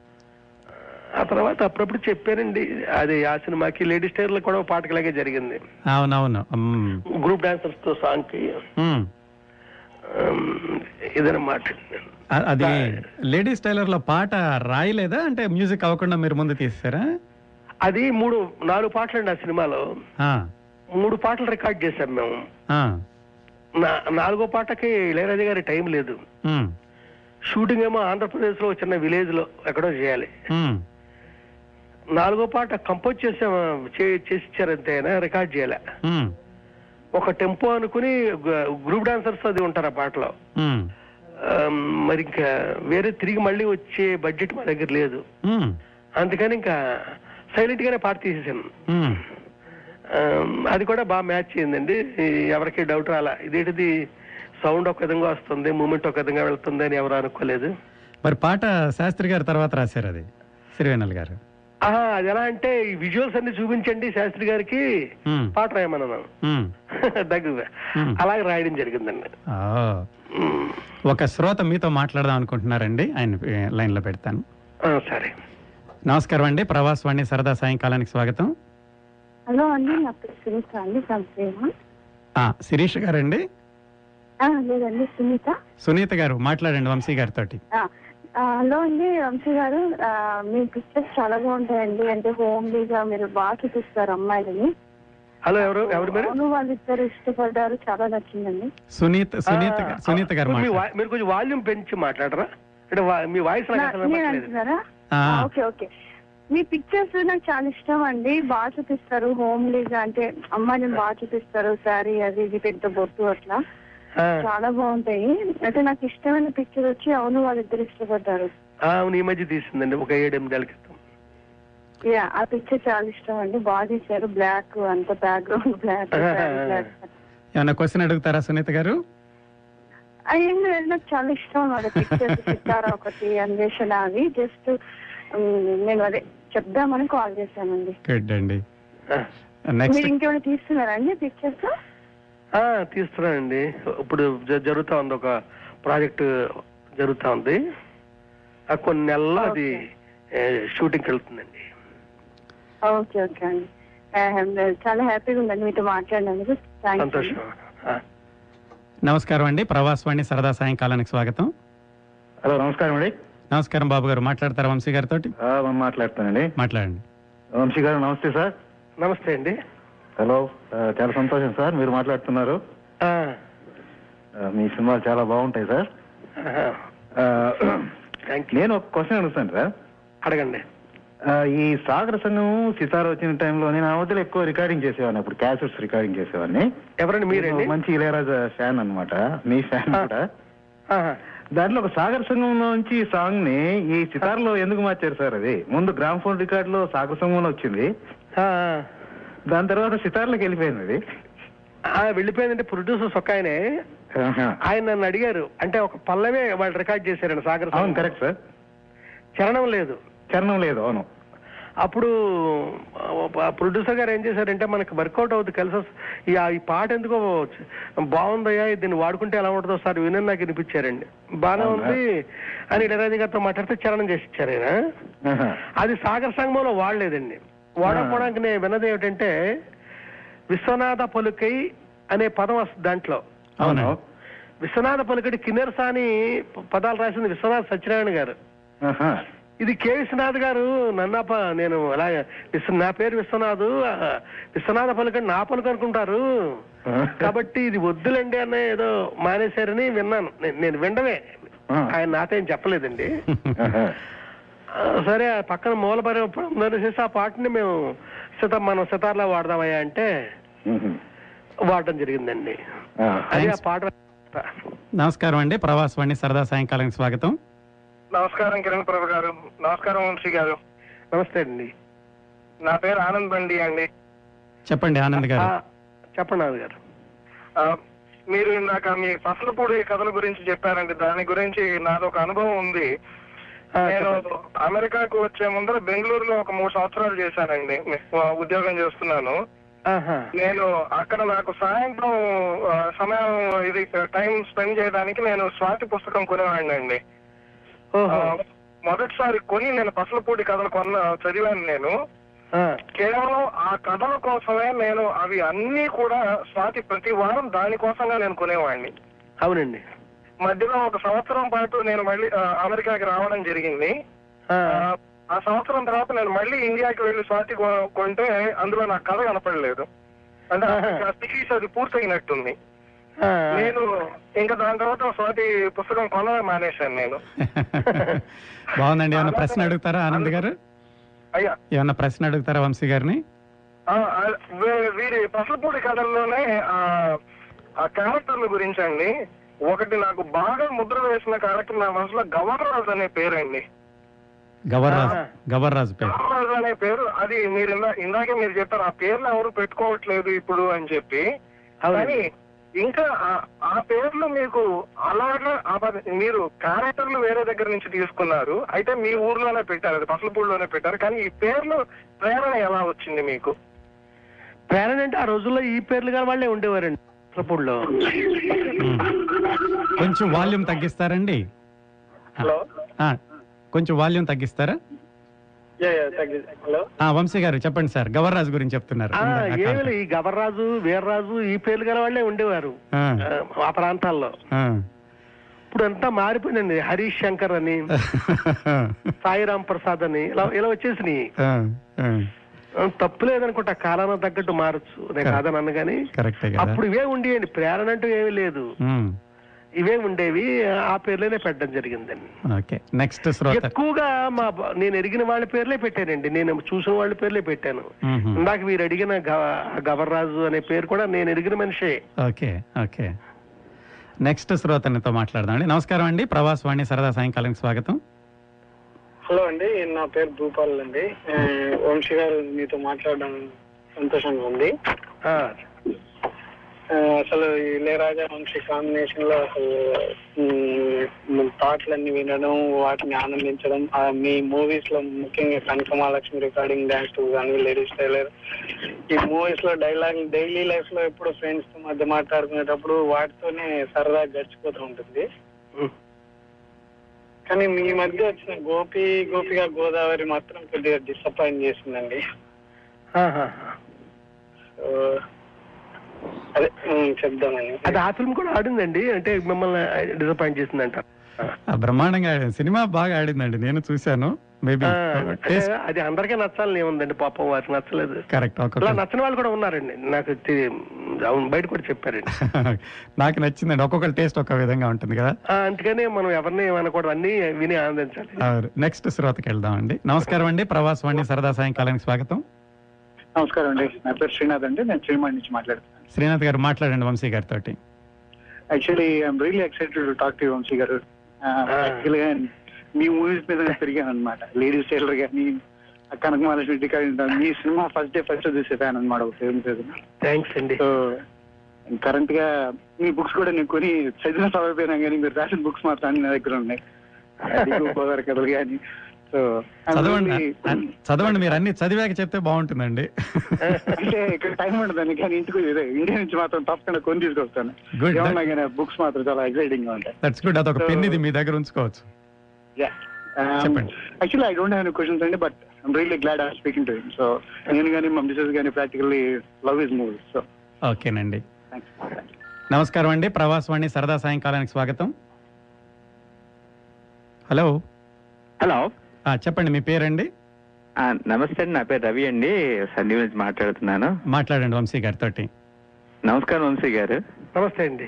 Speaker 3: ఆ తర్వాత అప్పుడప్పుడు చెప్పారండి అది ఆ సినిమాకి లేడీస్ టైర్ లో కూడా ఒక పాటకి ఇలాగే జరిగింది
Speaker 1: అవునవును ఉమ్,
Speaker 3: గ్రూప్ డాన్సర్స్ తో సాంగ్ కి
Speaker 1: ఉమ్.
Speaker 3: ఇదనమాట
Speaker 1: అ- అది లేడీస్ టైలర్ లో పాట రాయలేదా అంటే మ్యూజిక్ అవ్వకుండా మీరు ముందు తీసారా
Speaker 3: అది మూడు నాలుగు పాటలు అండి ఆ సినిమాలో
Speaker 1: ఆ,
Speaker 3: మూడు పాటలు రికార్డ్ చేశాం మేము
Speaker 1: ఆ,
Speaker 3: నా- నాలుగో పాటకి ఇళయరాజా గారి టైం లేదు
Speaker 1: ఉమ్,
Speaker 3: షూటింగ్ ఏమో ఆంధ్రప్రదేశ్ లో ఒక చిన్న విలేజ్ లో ఎక్కడో చేయాలి
Speaker 1: ఉమ్,
Speaker 3: నాలుగో పాట కంపోజ్ చేసే చేసి ఇచ్చారంతే ఆయన రికార్డ్ చేయాలి
Speaker 1: ఉమ్,
Speaker 3: ఒక టెంపో అనుకుని గ- గ్రూప్ డాన్సర్స్ అది ఉంటారు ఆ పాటలో
Speaker 1: ఉమ్,
Speaker 3: ఆమ్, మరి ఇంకా వేరే తిరిగి మళ్ళీ వచ్చే బడ్జెట్ మా దగ్గర లేదు
Speaker 1: ఉమ్,
Speaker 3: అందుకని ఇంకా సైలెంట్ గానే పాట తీసేసాను
Speaker 1: ఉమ్.
Speaker 3: ఆమ్, అది కూడా బాగా మ్యాచ్ అయిందండి ఈ ఎవరికి డౌట్ రాలా ఇదేంటిది సౌండ్ ఒక విధంగా వస్తుంది మూమెంట్ ఒక విధంగా వెళ్తుంది అని ఎవరు అనుకోలేదు
Speaker 1: మరి పాట శాస్త్రి గారి తర్వాత రాశారు అది సిరివేనల్ గారు
Speaker 3: ఆహా, అది ఎలా అంటే ఈ విజువల్స్ అన్ని చూపించండి శాస్త్రి గారికి
Speaker 1: ఉమ్,
Speaker 3: పాట రాయమన్నాను
Speaker 1: ఉమ్,
Speaker 3: దగ్గర
Speaker 1: ఉమ్.
Speaker 3: అలాగే రాయడం జరిగిందండి
Speaker 1: ఆ,
Speaker 3: ఉమ్,
Speaker 1: ఒక శ్రోత మీతో మాట్లాడదాం అనుకుంటున్నారండి ఆయన ఏ, లైన్లో పెడతాను
Speaker 3: ఆ, సరే
Speaker 1: నమస్కారం అండి ప్రవాసవాణి సరదా సాయంకాలానికి స్వాగతం
Speaker 5: హలో అండి నా పేరు సునీత అండి సంప్రేమ
Speaker 1: ఆ, శిరీష్ గారండి
Speaker 5: లేదండి సునీత
Speaker 1: సునీత గారు మాట్లాడండి వంశీ గారితోటి
Speaker 5: ఆ, ఆ, హలో అండి వంశీ గారు ఆ, మీ పిక్చర్స్ చాలా బాగుంటాయండి అంటే హోమ్లీగా మీరు బాగా చూపిస్తారు అమ్మాయిలని
Speaker 3: హలో ఎవరు ఎవరు మీరు
Speaker 5: అవును వాళ్ళిద్దరు ఇష్టపడ్డారు చాలా నచ్చిందండి
Speaker 1: సునీత సునీత గారు-
Speaker 3: ఆ,
Speaker 1: సునీత గారు
Speaker 3: మీ
Speaker 1: మాట్లాడండి.
Speaker 3: వా- మీరు కొంచెం వాల్యూమ్ పెంచి మాట్లాడరా అంటే వా- మీ వాయిస్ నాకు
Speaker 5: నా-
Speaker 3: అసలు
Speaker 5: నేను
Speaker 3: నచ్చలేదు.
Speaker 5: అంటున్నారా
Speaker 1: ఆ,
Speaker 5: ఆ, ఓకే ఓకే మీ పిక్చర్స్ నాకు చాలా ఇష్టం అండి బాగా చూపిస్తారు హోమ్లీగా అంటే అమ్మాయిని బాగా చూపిస్తారు సారీ అది ఇది పెద్ద బొట్టు అట్లా
Speaker 3: ఆ,
Speaker 5: చాలా బాగుంటాయి అంటే నాకు ఇష్టమైన పిక్చర్ వచ్చి అవును వాళ్ళిద్దరు ఇష్టపడ్డారు
Speaker 3: ఆ, అవును ఈ మధ్య తీసిందండి ఒక ఏడెనిమిదేళ్ళ క్రితం
Speaker 5: యా ఆ పిక్చర్ చాలా ఇష్టం అండి బాగా తీశారు బ్లాక్ అంత బ్యాక్గ్రౌండ్ బ్లాక్ బ్లాక్
Speaker 1: ఏమన్నా క్వశ్చన్ అడుగుతారా సునీత గారు
Speaker 5: ఏం లేదు నాకు చాలా ఇష్టం అది పిక్చర్ సితారా ఒకటి అన్వేషణ అది జస్ట్ నేను అదే చెప్దామని కాల్ చేశానండి
Speaker 1: గుడ్ అండి
Speaker 3: ఆ,
Speaker 1: నెక్స్ట్
Speaker 5: మీరు ఇంకేమైనా తీస్తున్నారా అండి పిక్చర్స్
Speaker 3: ఆ, తీస్తున్నానండి ఇప్పుడు జ- జరుగుతా ఉంది ఒక ప్రాజెక్ట్ జరుగుతా ఉంది ఆ, కొన్ని నెలల్లో అది ఏ, షూటింగ్కి వెళ్తుందండి
Speaker 5: ఓకే ఓకే అండి ఆ, uh, చాలా హ్యాపీగా ఉందండి మీతో మాట్లాడినందుకు థ్యాంక్ యూ
Speaker 3: సంతోషం ఆ.
Speaker 1: నమస్కారం అండి ప్రవాసవాణి సరదా సాయంకాలానికి స్వాగతం
Speaker 6: హలో నమస్కారం అండి
Speaker 1: నమస్కారం బాబు గారు మాట్లాడతారా వంశీ గారితోటి
Speaker 6: ఆ, మనం మాట్లాడుతానండి
Speaker 1: మాట్లాడండి
Speaker 6: వంశీ గారు నమస్తే సార్
Speaker 3: నమస్తే అండి
Speaker 6: హలో ఆ, చాలా సంతోషం సార్ మీరు మాట్లాడుతున్నారు
Speaker 3: ఆ,
Speaker 6: ఆ, మీ సినిమాలు చాలా బాగుంటాయి సార్
Speaker 3: ఆహా.
Speaker 6: ఆ,
Speaker 3: థ్యాంక్ యూ
Speaker 6: నేను ఒక క్వశ్చన్ అడుగుతాను సార్
Speaker 3: అడగండి
Speaker 6: ఆ, ఈ సాగర సంఘం సితార వచ్చిన టైంలో నేను ఆ వద్దలు ఎక్కువ రికార్డింగ్ చేసేవాడిని అప్పుడు క్యాసెట్స్ రికార్డింగ్ చేసేవాడిని
Speaker 3: ఎవరండి మీరండి
Speaker 6: నేను మంచి ఇళయరాజా ఫ్యాన్ అన్నమాట మీ ఫ్యాన్ కూడా
Speaker 3: ఆహా.
Speaker 6: దాంట్లో ఒక సాగర్ సంఘం నుంచి సాంగ్ ని ఈ సితార్లో ఎందుకు మార్చారు సార్ అది ముందు గ్రామ్ ఫోన్ రికార్డ్ లో సాగర్ సంఘంలో వచ్చింది
Speaker 3: ఆ,
Speaker 6: దాని తర్వాత సితార్లోకి వెళ్ళిపోయింది అది
Speaker 3: ఆ, వెళ్ళిపోయిందంటే ప్రొడ్యూసర్స్ ఒక ఆయనే
Speaker 6: ఆహా.
Speaker 3: ఆయన నన్ను అడిగారు అంటే ఒక పల్లవే వాళ్ళు రికార్డ్ చేశారండి సాగర్
Speaker 6: అవును
Speaker 3: సంగం.
Speaker 6: కరెక్ట్ సార్
Speaker 3: చరణం లేదు
Speaker 6: చరణం లేదు అవును
Speaker 3: అప్పుడు ప్రొడ్యూసర్ గారు ఏం చేశారంటే మనకి వర్కౌట్ అవుతుంది కలిసి వస్త- ఈ ఆ- ఈ పాట ఎందుకో బాగుందయ్యా ఇది దీన్ని వాడుకుంటే ఎలా ఉంటుందో సార్ వినని నాకు వినిపించారండి బాగానే ఉంది అని ఇళరాజు గారితో మాట్లాడితే చరణం చేసి ఇచ్చారు ఆయన
Speaker 6: ఆహా.
Speaker 3: అది సాగర్ సంఘంలో వాడలేదండి వాడకపోవడానికి నేను విన్నది ఏమిటంటే విశ్వనాథ పలుకై అనే పదం వస్తుంది దాంట్లో
Speaker 1: అవునండి
Speaker 6: అవును
Speaker 3: విశ్వనాథ పలుకడి కిన్నెరసా అని ప- పదాలు రాసింది విశ్వనాథ సత్యనారాయణ గారు
Speaker 7: ఆహా.
Speaker 3: ఇది కె విశ్వనాథ్ గారు నన్నప నేను అలా విశ్వ- నా పేరు విశ్వనాథ్ ఆ, విశ్వనాథ పలుకడి నా పలుకు అనుకుంటారు కాబట్టి ఇది వద్దులండి అన్న ఏదో మానేశారని విన్నాను నే- నేను వినడమే
Speaker 7: ఆ.
Speaker 3: ఆయన నాతో ఏం చెప్పలేదండి
Speaker 7: ఆహా.
Speaker 3: ఆ, సరే ఆ పక్కన మూల పరిచేసి ఆ పాటని మేము సిత మనం సితార్లా వాడదామయ్యా అంటే
Speaker 7: ఉహు.
Speaker 3: వాడడం జరిగిందండి
Speaker 7: ఆ.
Speaker 3: అది ఆ పాట
Speaker 1: నమస్కారం అండి ప్రవాసవాణి సరదా సాయంకాలానికి స్వాగతం
Speaker 8: నమస్కారం కిరణ్ ప్రభు గారు నమస్కారం వంశీ గారు
Speaker 3: నమస్తే అండి
Speaker 8: నా పేరు ఆనంద్ బండి అండి
Speaker 1: చెప్పండి ఆనంద్
Speaker 3: ఆ,
Speaker 1: గారు
Speaker 3: చెప్పండి నాన్న గారు
Speaker 8: ఆ, మీరు ఇందాక మీ పసలపూడి కథల గురించి చెప్పారండి దాని గురించి నాది ఒక అనుభవం ఉంది
Speaker 3: ఆ,
Speaker 8: నేను
Speaker 3: చెప్పండి.
Speaker 8: అమెరికాకు వచ్చే ముందర బెంగళూరులో ఒక మూడు సంవత్సరాలు చేశానండి ఆ, ఉద్యోగం చేస్తున్నాను
Speaker 3: ఆహా.
Speaker 8: నేను అక్కడ నాకు సాయంత్రం ఆ, సమయం ఇది టైం స్పెండ్ చేయడానికి నేను స్వాతి పుస్తకం కొనేవాడిని అండి
Speaker 3: ఓహో
Speaker 8: మొదటిసారి కొని నేను పసలపూడి కథలు కొన్న చదివాను నేను
Speaker 3: ఆ,
Speaker 8: కేవలం ఆ కథల కోసమే నేను అవి అన్ని కూడా స్వాతి ప్రతి వారం దానికోసంగా నేను కొనేవాడిని
Speaker 3: అవునండి
Speaker 8: మధ్యలో ఒక సంవత్సరం పాటు నేను మళ్ళీ ఆ, అమెరికాకి రావడం జరిగింది
Speaker 3: ఆ,
Speaker 8: ఆ, ఆ సంవత్సరం తర్వాత నేను మళ్ళీ ఇండియాకి వెళ్ళి స్వాతి కొ- కొంటే అందులో నాకు కథ కనపడలేదు అంటే ఆ సిరీస్ అది పూర్తయినట్టుంది
Speaker 3: ఆ.
Speaker 8: నేను ఇంకా దాని తర్వాత స్వాతి పుస్తకం కొనడం మానేశాను నేను
Speaker 1: బాగుందండి ఏమైనా ప్రశ్న అడుగుతారా ఆనంద్ గారు
Speaker 8: అయ్యా
Speaker 1: ఏమైనా ప్రశ్న అడుగుతారా వంశీ గారిని
Speaker 8: ఆ, ఆ, వీ- వీరి పసలపూడి కథల్లోనే ఆ, ఆ క్యారెక్టర్ల గురించి అండి ఒకటి నాకు బాగా ముద్ర వేసిన క్యారెక్టర్ నా మనసులో గవర్నరాజు అనే పేరండి
Speaker 1: గవర్రాజ్ గవర్రాజ్ పేరు
Speaker 8: గవర్నరాజు అనే పేరు అది మీరు ఇందా- ఇందాకే మీరు చెప్పారు ఆ పేర్లు ఎవరు పెట్టుకోవట్లేదు ఇప్పుడు అని చెప్పి కానీ ఇంకా ఆ- ఆ పేర్లు మీకు అలాగా ఆ పద- మీరు క్యారెక్టర్లు వేరే దగ్గర నుంచి తీసుకున్నారు అయితే మీ ఊర్లోనే పెట్టారు అది పసలపూడిలోనే పెట్టారు కానీ ఈ పేర్లు ప్రేరణ ఎలా వచ్చింది మీకు
Speaker 3: పేరెంట్ అంటే ఆ రోజుల్లో ఈ పేర్లు గల వాళ్ళే ఉండేవారండి పసలపూడిలో
Speaker 1: ఉమ్. కొంచెం వాల్యూమ్ తగ్గిస్తారండి ఆ,
Speaker 8: హలో
Speaker 1: ఆ, కొంచెం వాల్యూమ్ తగ్గిస్తారా
Speaker 8: యా, యా, తగ్గి- హలో
Speaker 1: ఆ వంశీ గారు చెప్పండి సార్ గవర్రాజ్ గురించి చెప్తున్నారు
Speaker 3: ఆ,
Speaker 1: ఇందాక ఆ
Speaker 3: ఏమి లే, ఈ గవర్రాజు వీర్రాజు ఈ పేర్లు గల వాళ్ళే ఉండేవారు
Speaker 1: ఆ,
Speaker 3: ఆ, ఆ ప్రాంతాల్లో
Speaker 1: ఆ.
Speaker 3: ఇప్పుడు అంతా మారిపోయిందండి హరీష్ శంకర్ అని సాయిరాం ప్రసాద్ అని ఇలా ఇలా వచ్చేసినాయి
Speaker 1: ఆ,
Speaker 4: Hmm.
Speaker 1: ఆ.
Speaker 3: ఆ, తప్పు లేదనుకుంటా కాలానికి తగ్గట్టు మారచ్చు నేను కాదని అనగాని
Speaker 1: కరెక్టే కదా
Speaker 3: అప్పుడు ఇవే ఉండేయండి ప్రేరణ అంటూ ఏమీ లేదు
Speaker 1: ఉమ్.
Speaker 3: ఇవే ఉండేవి ఆ పేర్లేనే పెట్టడం జరిగిందండి
Speaker 1: ఓకే నెక్స్ట్ శ్రోత
Speaker 3: ఎక్కువగా మా బ- నేను ఎరిగిన వాళ్ళ పేర్లే పెట్టానండి నేను చూసిన వాళ్ళ పేర్లే పెట్టాను
Speaker 1: మ్మ్.
Speaker 3: ఇందాక మీరు అడిగిన గవ- గవర్రాజు అనే పేరు కూడా నేను ఎరిగిన మనిషే
Speaker 1: ఓకే ఓకే నెక్స్ట్ శ్రోతనితో మాట్లాడదాం అండి నమస్కారం అండి ప్రవాస్ వాణి సరదా సాయంకాలానికి స్వాగతం
Speaker 8: హలో అండి నా పేరు భూపాల్ అండి ఆ, వంశీ గారు మీతో మాట్లాడడం సంతోషంగా ఉంది
Speaker 3: ఆ,
Speaker 8: ఆ, అసలు ఈ ఇళయరాజా వంశీ కాంబినేషన్ లో అసలు మ్, పాటలన్నీ వినడం వాటిని ఆనందించడం ఆ, మీ మూవీస్ లో ముఖ్యంగా కనకమాలక్ష్మి రికార్డింగ్ డాన్స్ టూ కానీ లేడీస్ టైలర్ ఈ మూవీస్ లో డైలాగ్ డైలీ లైఫ్ లో ఎప్పుడు ఫ్రెండ్స్ తో మధ్య మాట్లాడుకునేటప్పుడు వాటితోనే సరదా గడిచిపోతూ ఉంటుంది
Speaker 3: ఉమ్.
Speaker 8: కానీ మీ మధ్య వచ్చిన గోపి గోపిగా గోదావరి మాత్రం కొద్దిగా డిసప్పాయింట్ చేసిందండి
Speaker 3: ఆహా.
Speaker 8: సో, అదే ఉమ్, చెప్దామని
Speaker 3: అది ఆ ఫిల్మ్ కూడా ఆడిందండి అంటే మిమ్మల్ని డిసప్పాయింట్ చేసిందంట
Speaker 1: ఆ, బ్రహ్మాండంగా ఆడింది సినిమా బాగా ఆడిందండి నేను చూశాను మేబీ
Speaker 3: ఆ, అంటే అది అందరికీ నచ్చాలని ఏముందండి పాపం వారికి నచ్చలేదు
Speaker 1: కరెక్ట్ ఒక
Speaker 3: ఇలా నచ్చని వాళ్ళు కూడా ఉన్నారండి నాకు తె- అవును బయట కూడా చెప్పారండి
Speaker 1: నాకు నచ్చిందండి ఒక్కొక్కరి టేస్ట్ ఒక విధంగా ఉంటుంది కదా
Speaker 3: ఆ, అందుకనే మనం ఎవరిని ఏమనకూడదు అన్ని విని ఆనందించాలి
Speaker 1: నెక్స్ట్ శ్రోతకి వెళ్దాం అండి నమస్కారం అండి ప్రవాస్ వాణి సరదా సాయంకాలానికి స్వాగతం
Speaker 8: నమస్కారం అండి నా పేరు శ్రీనాథ్ అండి నేను శ్రీమాన్ నుంచి మాట్లాడుతున్నాను
Speaker 1: శ్రీనాథ్ గారు మాట్లాడండి వంశీ గారితో
Speaker 8: actually I'm really excited to talk to Vamsi గారు యాక్చువల్గా మీ మూవీస్ మీద నేను పెరిగాను అనమాట లేడీస్ టైలర్ కానీ కనక మహాలక్ష్మి టికెట్ మీ సినిమా ఫస్ట్ డే ఫస్ట్ చూసి ఫ్యాన్ అనమాట ఒక ఫిల్మ్ చేసిన
Speaker 3: థ్యాంక్స్ అండి
Speaker 8: సో కరెంట్ గా మీ బుక్స్ కూడా నేను కొని చదివిన చదవపోయినా కానీ మీరు రాసిన బుక్స్ మాత్రం అన్ని నా దగ్గర ఉన్నాయి అది గోదావరి కథలు కానీ సో
Speaker 1: చదవండి అన్- చదవండి మీరు అన్ని చదివాక చెప్తే బాగుంటుందండి
Speaker 8: అంటే ఇక్కడ టైం ఉండదండి కానీ ఇంటికి ఇదే ఇండియా నుంచి మాత్రం తప్పకుండా కొని తీసుకొస్తాను
Speaker 1: Good.
Speaker 8: ఏమన్నా కానీ బుక్స్ మాత్రం చాలా ఎక్సైటింగ్ గా ఉంటాయి
Speaker 1: దట్స్ గుడ్ అదొక పెన్ ఇది మీ దగ్గర ఉంచుకోవచ్చు
Speaker 8: Um,
Speaker 1: చెప్పండి.
Speaker 8: Actually I don't have any questions అండి but I'm really glad I speaking to so నేను కానీ మా మిసెస్ కానీ practically love is movie so
Speaker 1: ఓకేనండి నమస్కారం అండి ప్రవాసవాణి సరదా సాయంకాలానికి స్వాగతం హలో
Speaker 9: హలో
Speaker 1: ఆ, చెప్పండి మీ పేరండి
Speaker 9: ఆ, నమస్తే అండి నా పేరు రవి అండి సందీప్ నుంచి మాట్లాడుతున్నాను
Speaker 1: మాట్లాడండి వంశీ గారితోటి
Speaker 9: నమస్కారం వంశీ గారు
Speaker 3: నమస్తే అండి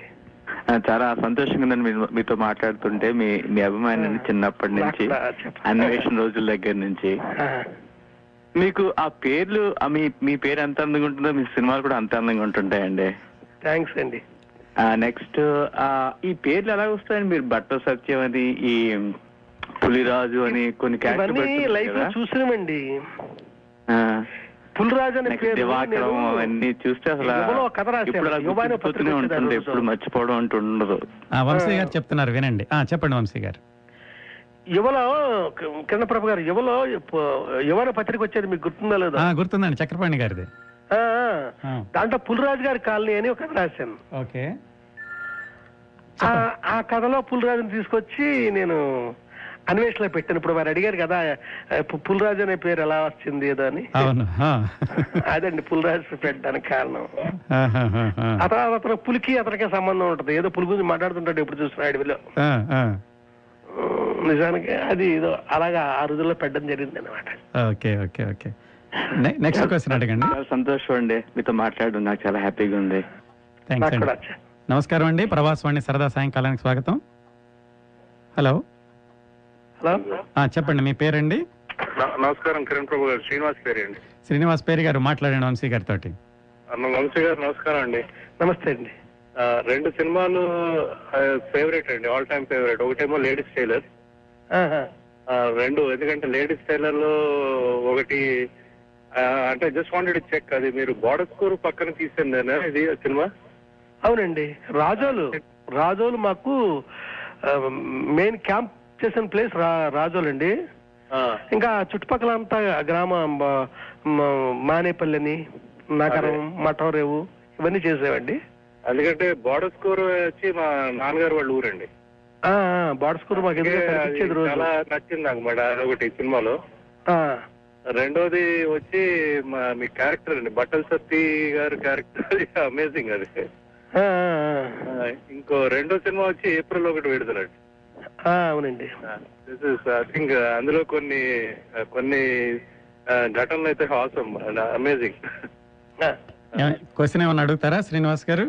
Speaker 9: ఆ, చాలా సంతోషంగా ఉందండి మీరు- మీతో మాట్లాడుతుంటే మీ మీ అభిమానాన్ని చిన్నప్పటి నుంచి
Speaker 3: నాకు చెప్పండి.
Speaker 9: అన్వేషణ రోజుల దగ్గర నుంచి
Speaker 3: ఆ,
Speaker 9: మీకు ఆ పేర్లు ఆ మీ మీ పేరు ఎంత అందంగా ఉంటుందో మీ సినిమాలు కూడా అంత అందంగా ఉంటుంటాయండి
Speaker 3: థ్యాంక్స్ అండి
Speaker 9: నెక్స్ట్ ఈ పేర్లు ఎలా వస్తాయండి మీరు భట్ట సత్యం అని ఈ పులిరాజు అని కొన్ని క్యారెక్టర్
Speaker 3: ఇవన్నీ లైఫ్ లో చూసినామండి పులిరాజు అనే
Speaker 9: నెక్స్ట్
Speaker 3: పేరు
Speaker 9: దివాకరం
Speaker 3: నేను-
Speaker 9: అవన్నీ చూస్తే అసలు
Speaker 3: యువలో ఒక కథ రాశాను.
Speaker 9: ఇప్పుడు అది
Speaker 3: యువనే పత్రిక
Speaker 9: గుర్తుకొస్తూనే
Speaker 3: వచ్చేది ఆ
Speaker 9: ఉంటుంది
Speaker 3: రోజు.
Speaker 9: ఎప్పుడు మర్చిపోవడం అంటూ ఉండదు
Speaker 1: ఆ, వంశీ గారు చెప్తున్నారు వినండి ఆ, చెప్పండి వంశీ గారు
Speaker 3: యువలో కింద ప్రభు గారు యువలో యువన పత్రిక వచ్చేది మీకు గుర్తుందా లేదా
Speaker 1: ఆ, గుర్తుందండి చక్రపాణి గారిది
Speaker 3: ఆ, ఆ. దాంట్లో పులిరాజు గారి కాలనీ అని ఒక కథ రాశాను
Speaker 1: ఓకే
Speaker 3: ఆ- ఆ కథలో పులిరాజుని తీసుకొచ్చి నేను అన్వేషణలో పెట్టాను ఇప్పుడు వారు అడిగారు కదా ఆ, పు- పులిరాజు అనే పేరు ఎలా వచ్చింది ఏదో అని
Speaker 1: అవును ఆ.
Speaker 3: అదండి పులిరాజు పెట్టడానికి కారణం
Speaker 1: ఆహాహాహా.
Speaker 3: ఆ తర్వాత అతను పులికి అతనికి సంబంధం ఉంటుంది ఏదో పులి గురించి మాట్లాడుతుంటాడు ఎప్పుడు చూసిన అడవిలో
Speaker 1: ఆ, ఆ.
Speaker 3: ఉమ్, నిజానికి అది ఏదో అలాగా ఆ రోజుల్లో పెట్టడం జరిగింది అనమాట
Speaker 1: ఓకే ఓకే ఓకే నె- నెక్స్ట్ క్వశ్చన్ అడగండి
Speaker 9: చాలా సంతోషం అండి మీతో మాట్లాడడం నాకు చాలా హ్యాపీగా ఉంది
Speaker 1: థ్యాంక్స్
Speaker 3: నాకు
Speaker 1: అండి
Speaker 3: కూడా వచ్చా.
Speaker 1: నమస్కారం అండి ప్రవాసవాణి సరదా సాయంకాలానికి స్వాగతం హలో
Speaker 3: హలో
Speaker 1: ఆ, చెప్పండి మీ పేరండి
Speaker 10: నమస్కారం కిరణ్ ప్రభు గారు శ్రీనివాస్ పేరు అండి
Speaker 1: శ్రీనివాస్ పేరు గారు మాట్లాడండి వంశీ గారితో
Speaker 10: వంశీ గారు నమస్కారం అండి
Speaker 3: నమస్తే అండి
Speaker 10: ఆ, రెండు సినిమాలు ఫేవరెట్ అండి ఆల్ టైమ్ ఫేవరెట్ ఒకటేమో లేడీస్ టైలర్
Speaker 3: ఆహా.
Speaker 10: ఆ, రెండు ఎందుకంటే లేడీస్ టైలర్ లో ఒకటి ఆ, అంటే జస్ట్ వాంటెడ్ చెక్ అది మీరు గోడస్కూరు పక్కన తీసిందేనా ఇది సినిమా
Speaker 3: అవునండి రాజోలు రాజోలు మాకు మెయిన్ క్యాంప్ చేసిన ప్లేస్ రా రాజోలు అండి
Speaker 10: ఆ,
Speaker 3: ఇంకా చుట్టుపక్కల అంతా గ్రామం బ- మ- మానేపల్లిని నగరం మఠవరేవు ఇవన్నీ చేసేవండి
Speaker 10: ఎందుకంటే గోడస్కూరు వచ్చి మా నాన్నగారు వాళ్ళ ఊరండి
Speaker 3: ఆ, ఆ, బాడస్కూర్ మాకు ఎదురుగా
Speaker 10: అది
Speaker 3: కనిపించేది రోజు
Speaker 10: చాలా నచ్చింది నాకు మేడం అదొకటి సినిమాలో
Speaker 3: ఆ,
Speaker 10: రెండోది వచ్చి మా- మీ క్యారెక్టర్ అండి బట్టల సత్తి గారి క్యారెక్టర్ అమేజింగ్ అది
Speaker 3: ఆ, ఆ,
Speaker 10: ఆ, ఇంకో రెండో సినిమా వచ్చి ఏప్రిల్ ఒకటి విడుదలండి
Speaker 3: ఆ, అవునండి
Speaker 10: this is I think uh, అందులో కొన్ని uh, కొన్ని ఆ, ఘటనలు అయితే uh, హాసం అమేజింగ్
Speaker 3: ఆ,
Speaker 1: క్వశ్చన్ ఏమన్నా అడుగుతారా శ్రీనివాస్ గారు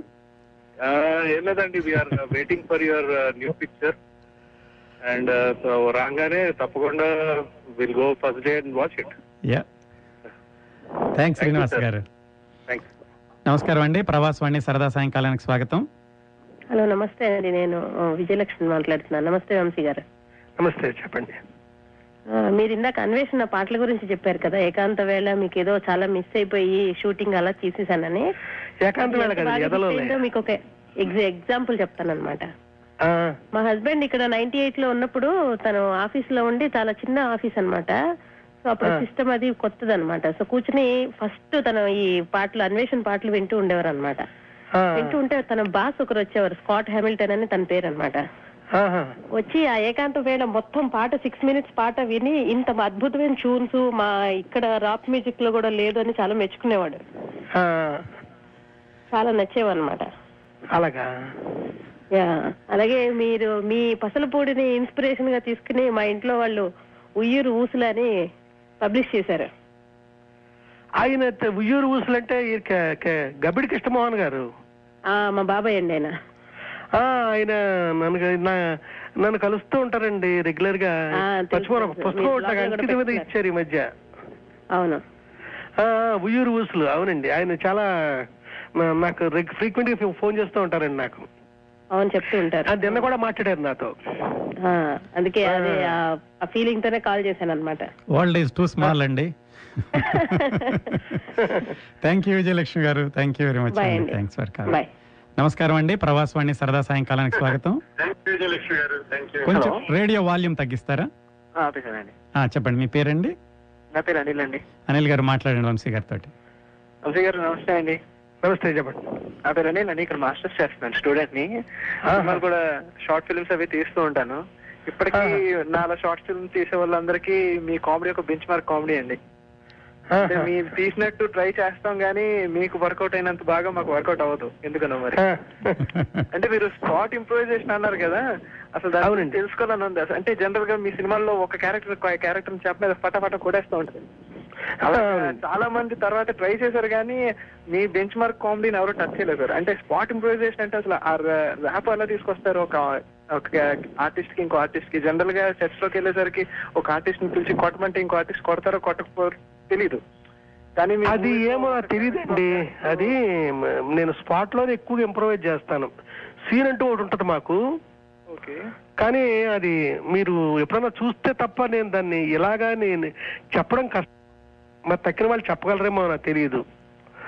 Speaker 10: Uh, ఏం లేదండి uh, we're waiting for your new picture and uh, రాగానే తప్పకుండా will go first day and watch it
Speaker 1: yeah thanks Srinivas గారు
Speaker 10: థ్యాంక్స్
Speaker 1: నమస్కారం అండి ప్రవాసవాణి సరదా సాయంకాలానికి స్వాగతం
Speaker 11: హలో నమస్తే అండి నేను ఆ, విజయలక్ష్మి మాట్లాడుతున్నాను నమస్తే వంశీ గారు
Speaker 3: నమస్తే చెప్పండి
Speaker 11: ఆ, మీరు ఇందాక అన్వేషణ పాటల గురించి చెప్పారు కదా ఏకాంత వేళ మీకు ఏదో చాలా మిస్ అయిపోయి షూటింగ్ అలా చేసేసానని
Speaker 3: ఏకాంత వేళ కదా
Speaker 11: బాగా
Speaker 3: ఎదలో
Speaker 11: గుర్తుందో మీకు ఒక ఎగ్జాంపుల్ చెప్తాను అనమాట
Speaker 3: ఆ,
Speaker 11: మా హస్బెండ్ ఇక్కడ నైన్టీ ఎయిట్ లో ఉన్నప్పుడు తను ఆఫీస్ లో ఉండి చాలా చిన్న ఆఫీస్ అన్నమాట సో అప్పుడు సిస్టమ్ అది కొత్తది అనమాట సో కూర్చుని ఫస్ట్ తను ఈ పాటలు అన్వేషణ పాటలు వింటూ ఉండేవారు అనమాట
Speaker 3: ఆ,
Speaker 11: వింటూ ఉంటే తన బాస్ ఒకరు వచ్చేవారు స్కాట్ హ్యామిల్టన్ అని తన పేరు అనమాట
Speaker 3: ఆహా.
Speaker 11: వచ్చి ఆ ఏకాంత వేళ మొత్తం పాట సిక్స్ మినిట్స్ పాట విని ఇంత అద్భుతమైన ట్యూన్స్ మా ఇక్కడ రాక్ మ్యూజిక్ లో కూడా లేదు అని చాలా మెచ్చుకునేవాడు
Speaker 3: ఆ,
Speaker 11: చాలా నచ్చేవన్నమాట
Speaker 3: అలాగా
Speaker 11: యా అలాగే మీరు మీ పసలపూడిని ఇన్స్పిరేషన్ గా తీసుకుని మా ఇంట్లో వాళ్ళు ఉయ్యూరు ఊసులని పబ్లిష్ చేశారు
Speaker 3: ఆయన త- ఉయ్యూరు ఊసులంటే ఈ క- క- గబ్బిడి కృష్ణమోహన్ గారు
Speaker 11: ఆ మా బాబాయ్ అండి ఆయన
Speaker 3: ఆ, ఆయన నన్ను నా- నన్ను కలుస్తూ ఉంటారండి రెగ్యులర్ గా
Speaker 11: ఆ, తెలుసు,
Speaker 3: మర్చిపోను
Speaker 11: తెలుసు.
Speaker 3: పుస్తకం
Speaker 11: మీ
Speaker 3: ఒకటి నాకు
Speaker 11: blog లో కూడా
Speaker 3: అంకితం ఏదో
Speaker 11: పెట్టారు.
Speaker 3: ఇచ్చారు ఈ మధ్య
Speaker 11: అవును
Speaker 3: ఆ, ఉయ్యూరు ఊసులు అవునండి ఆయన చాలా నా- నాకు ఫ్రీక్వెంట్ గా ఫోన్ చేస్తూ ఉంటారండి నాకు
Speaker 11: అవును చెప్తూ ఉంటారు
Speaker 3: ఆ, నిన్న కూడా మాట్లాడారు నాతో
Speaker 11: ఆ, అందుకే అదే ఆ ఫీలింగ్ తోనే కాల్ చేశాను అనమాట
Speaker 1: వరల్డ్ ఈజ్ టూ స్మాల్ అండి థ్యాంక్ యూ విజయలక్ష్మి గారు thank you very much
Speaker 11: Bye
Speaker 1: అండి
Speaker 11: అండి.
Speaker 1: థ్యాంక్స్ ఫర్ కాల్
Speaker 11: బాయ్
Speaker 1: నమస్కారం అండి ప్రవాసవాణి సరదా సాయంకాలానికి స్వాగతం
Speaker 10: విజయలక్ష్మి గారు థ్యాంక్ యూ
Speaker 1: కొంచెం రేడియో వాల్యూమ్ తగ్గిస్తారా
Speaker 12: ఆపేసానండి
Speaker 1: ఆ, చెప్పండి మీ పేరండి
Speaker 12: నా పేరు అనిల్ అండి
Speaker 1: అనిల్ గారు మాట్లాడండి వంశీ గారితో
Speaker 12: వంశీ గారు నమస్తే అండి
Speaker 3: నమస్తే చెప్పండి
Speaker 12: నా పేరు అనిల్ అండి ఇక్కడ మాస్టర్స్ చేస్తున్నాను స్టూడెంట్ ని సినిమాలు కూడా షార్ట్ ఫిల్మ్స్ అవి తీస్తూ ఉంటాను ఇప్పటికీ నాలుగు షార్ట్ ఫిల్మ్స్ తీసే వాళ్ళందరికీ మీ కామెడీ ఒక బెంచ్ మార్క్ కామెడీ అండి అంటే మీరు తీసినట్టు ట్రై చేస్తాం గానీ మీకు వర్కౌట్ అయినంత బాగా మాకు వర్కౌట్ అవ్వదు ఎందుకనో మరి అంటే మీరు స్పాట్ ఇంప్రూవైజేషన్ అన్నారు కదా అసలు దాని గురించి తెలుసుకోవాలని ఉంది అసలు అంటే జనరల్ గా మీ సినిమాల్లో ఒక క్యారెక్టర్ క్యారెక్టర్ చెప్ప మీద ఫటాఫట కొడేస్తూ ఉంటుంది అలా చాలా మంది తర్వాత ట్రై చేశారు కానీ మీ బెంచ్ మార్క్ కామెడీని ఎవరు టచ్ చేయలేదు సార్. అంటే స్పాట్ ఇంప్రూవైజేషన్ అంటే అసలు ఆ ర్యాప్ అలా తీసుకొస్తారు ఒక ఒక ఆర్టిస్ట్ కి ఇంకో ఆర్టిస్ట్ కి జనరల్ గా సెట్స్ లోకి వెళ్ళేసరికి ఒక ఆర్టిస్ట్ ని పిలిచి కొట్టమంటే ఇంకో ఆర్టిస్ట్ కొడతారో కొట్టకపో తెలీదు కానీ మీ
Speaker 3: అది
Speaker 12: movies లో
Speaker 3: ఏమో
Speaker 12: ఒక
Speaker 3: తెలియదండి
Speaker 12: character-
Speaker 3: అది మ- నేను స్పాట్ లోనే ఎక్కువగా ఇంప్రూవైజ్ చేస్తాను సీన్ అంటూ ఒకటి ఉంటుంది మాకు
Speaker 12: ఓకే
Speaker 3: కానీ అది మీరు ఎప్పుడైనా చూస్తే తప్ప నేను దాన్ని ఇలాగా నేను చెప్పడం కష్టం మరి తక్కిన వాళ్ళు చెప్పగలరేమో నాకు తెలియదు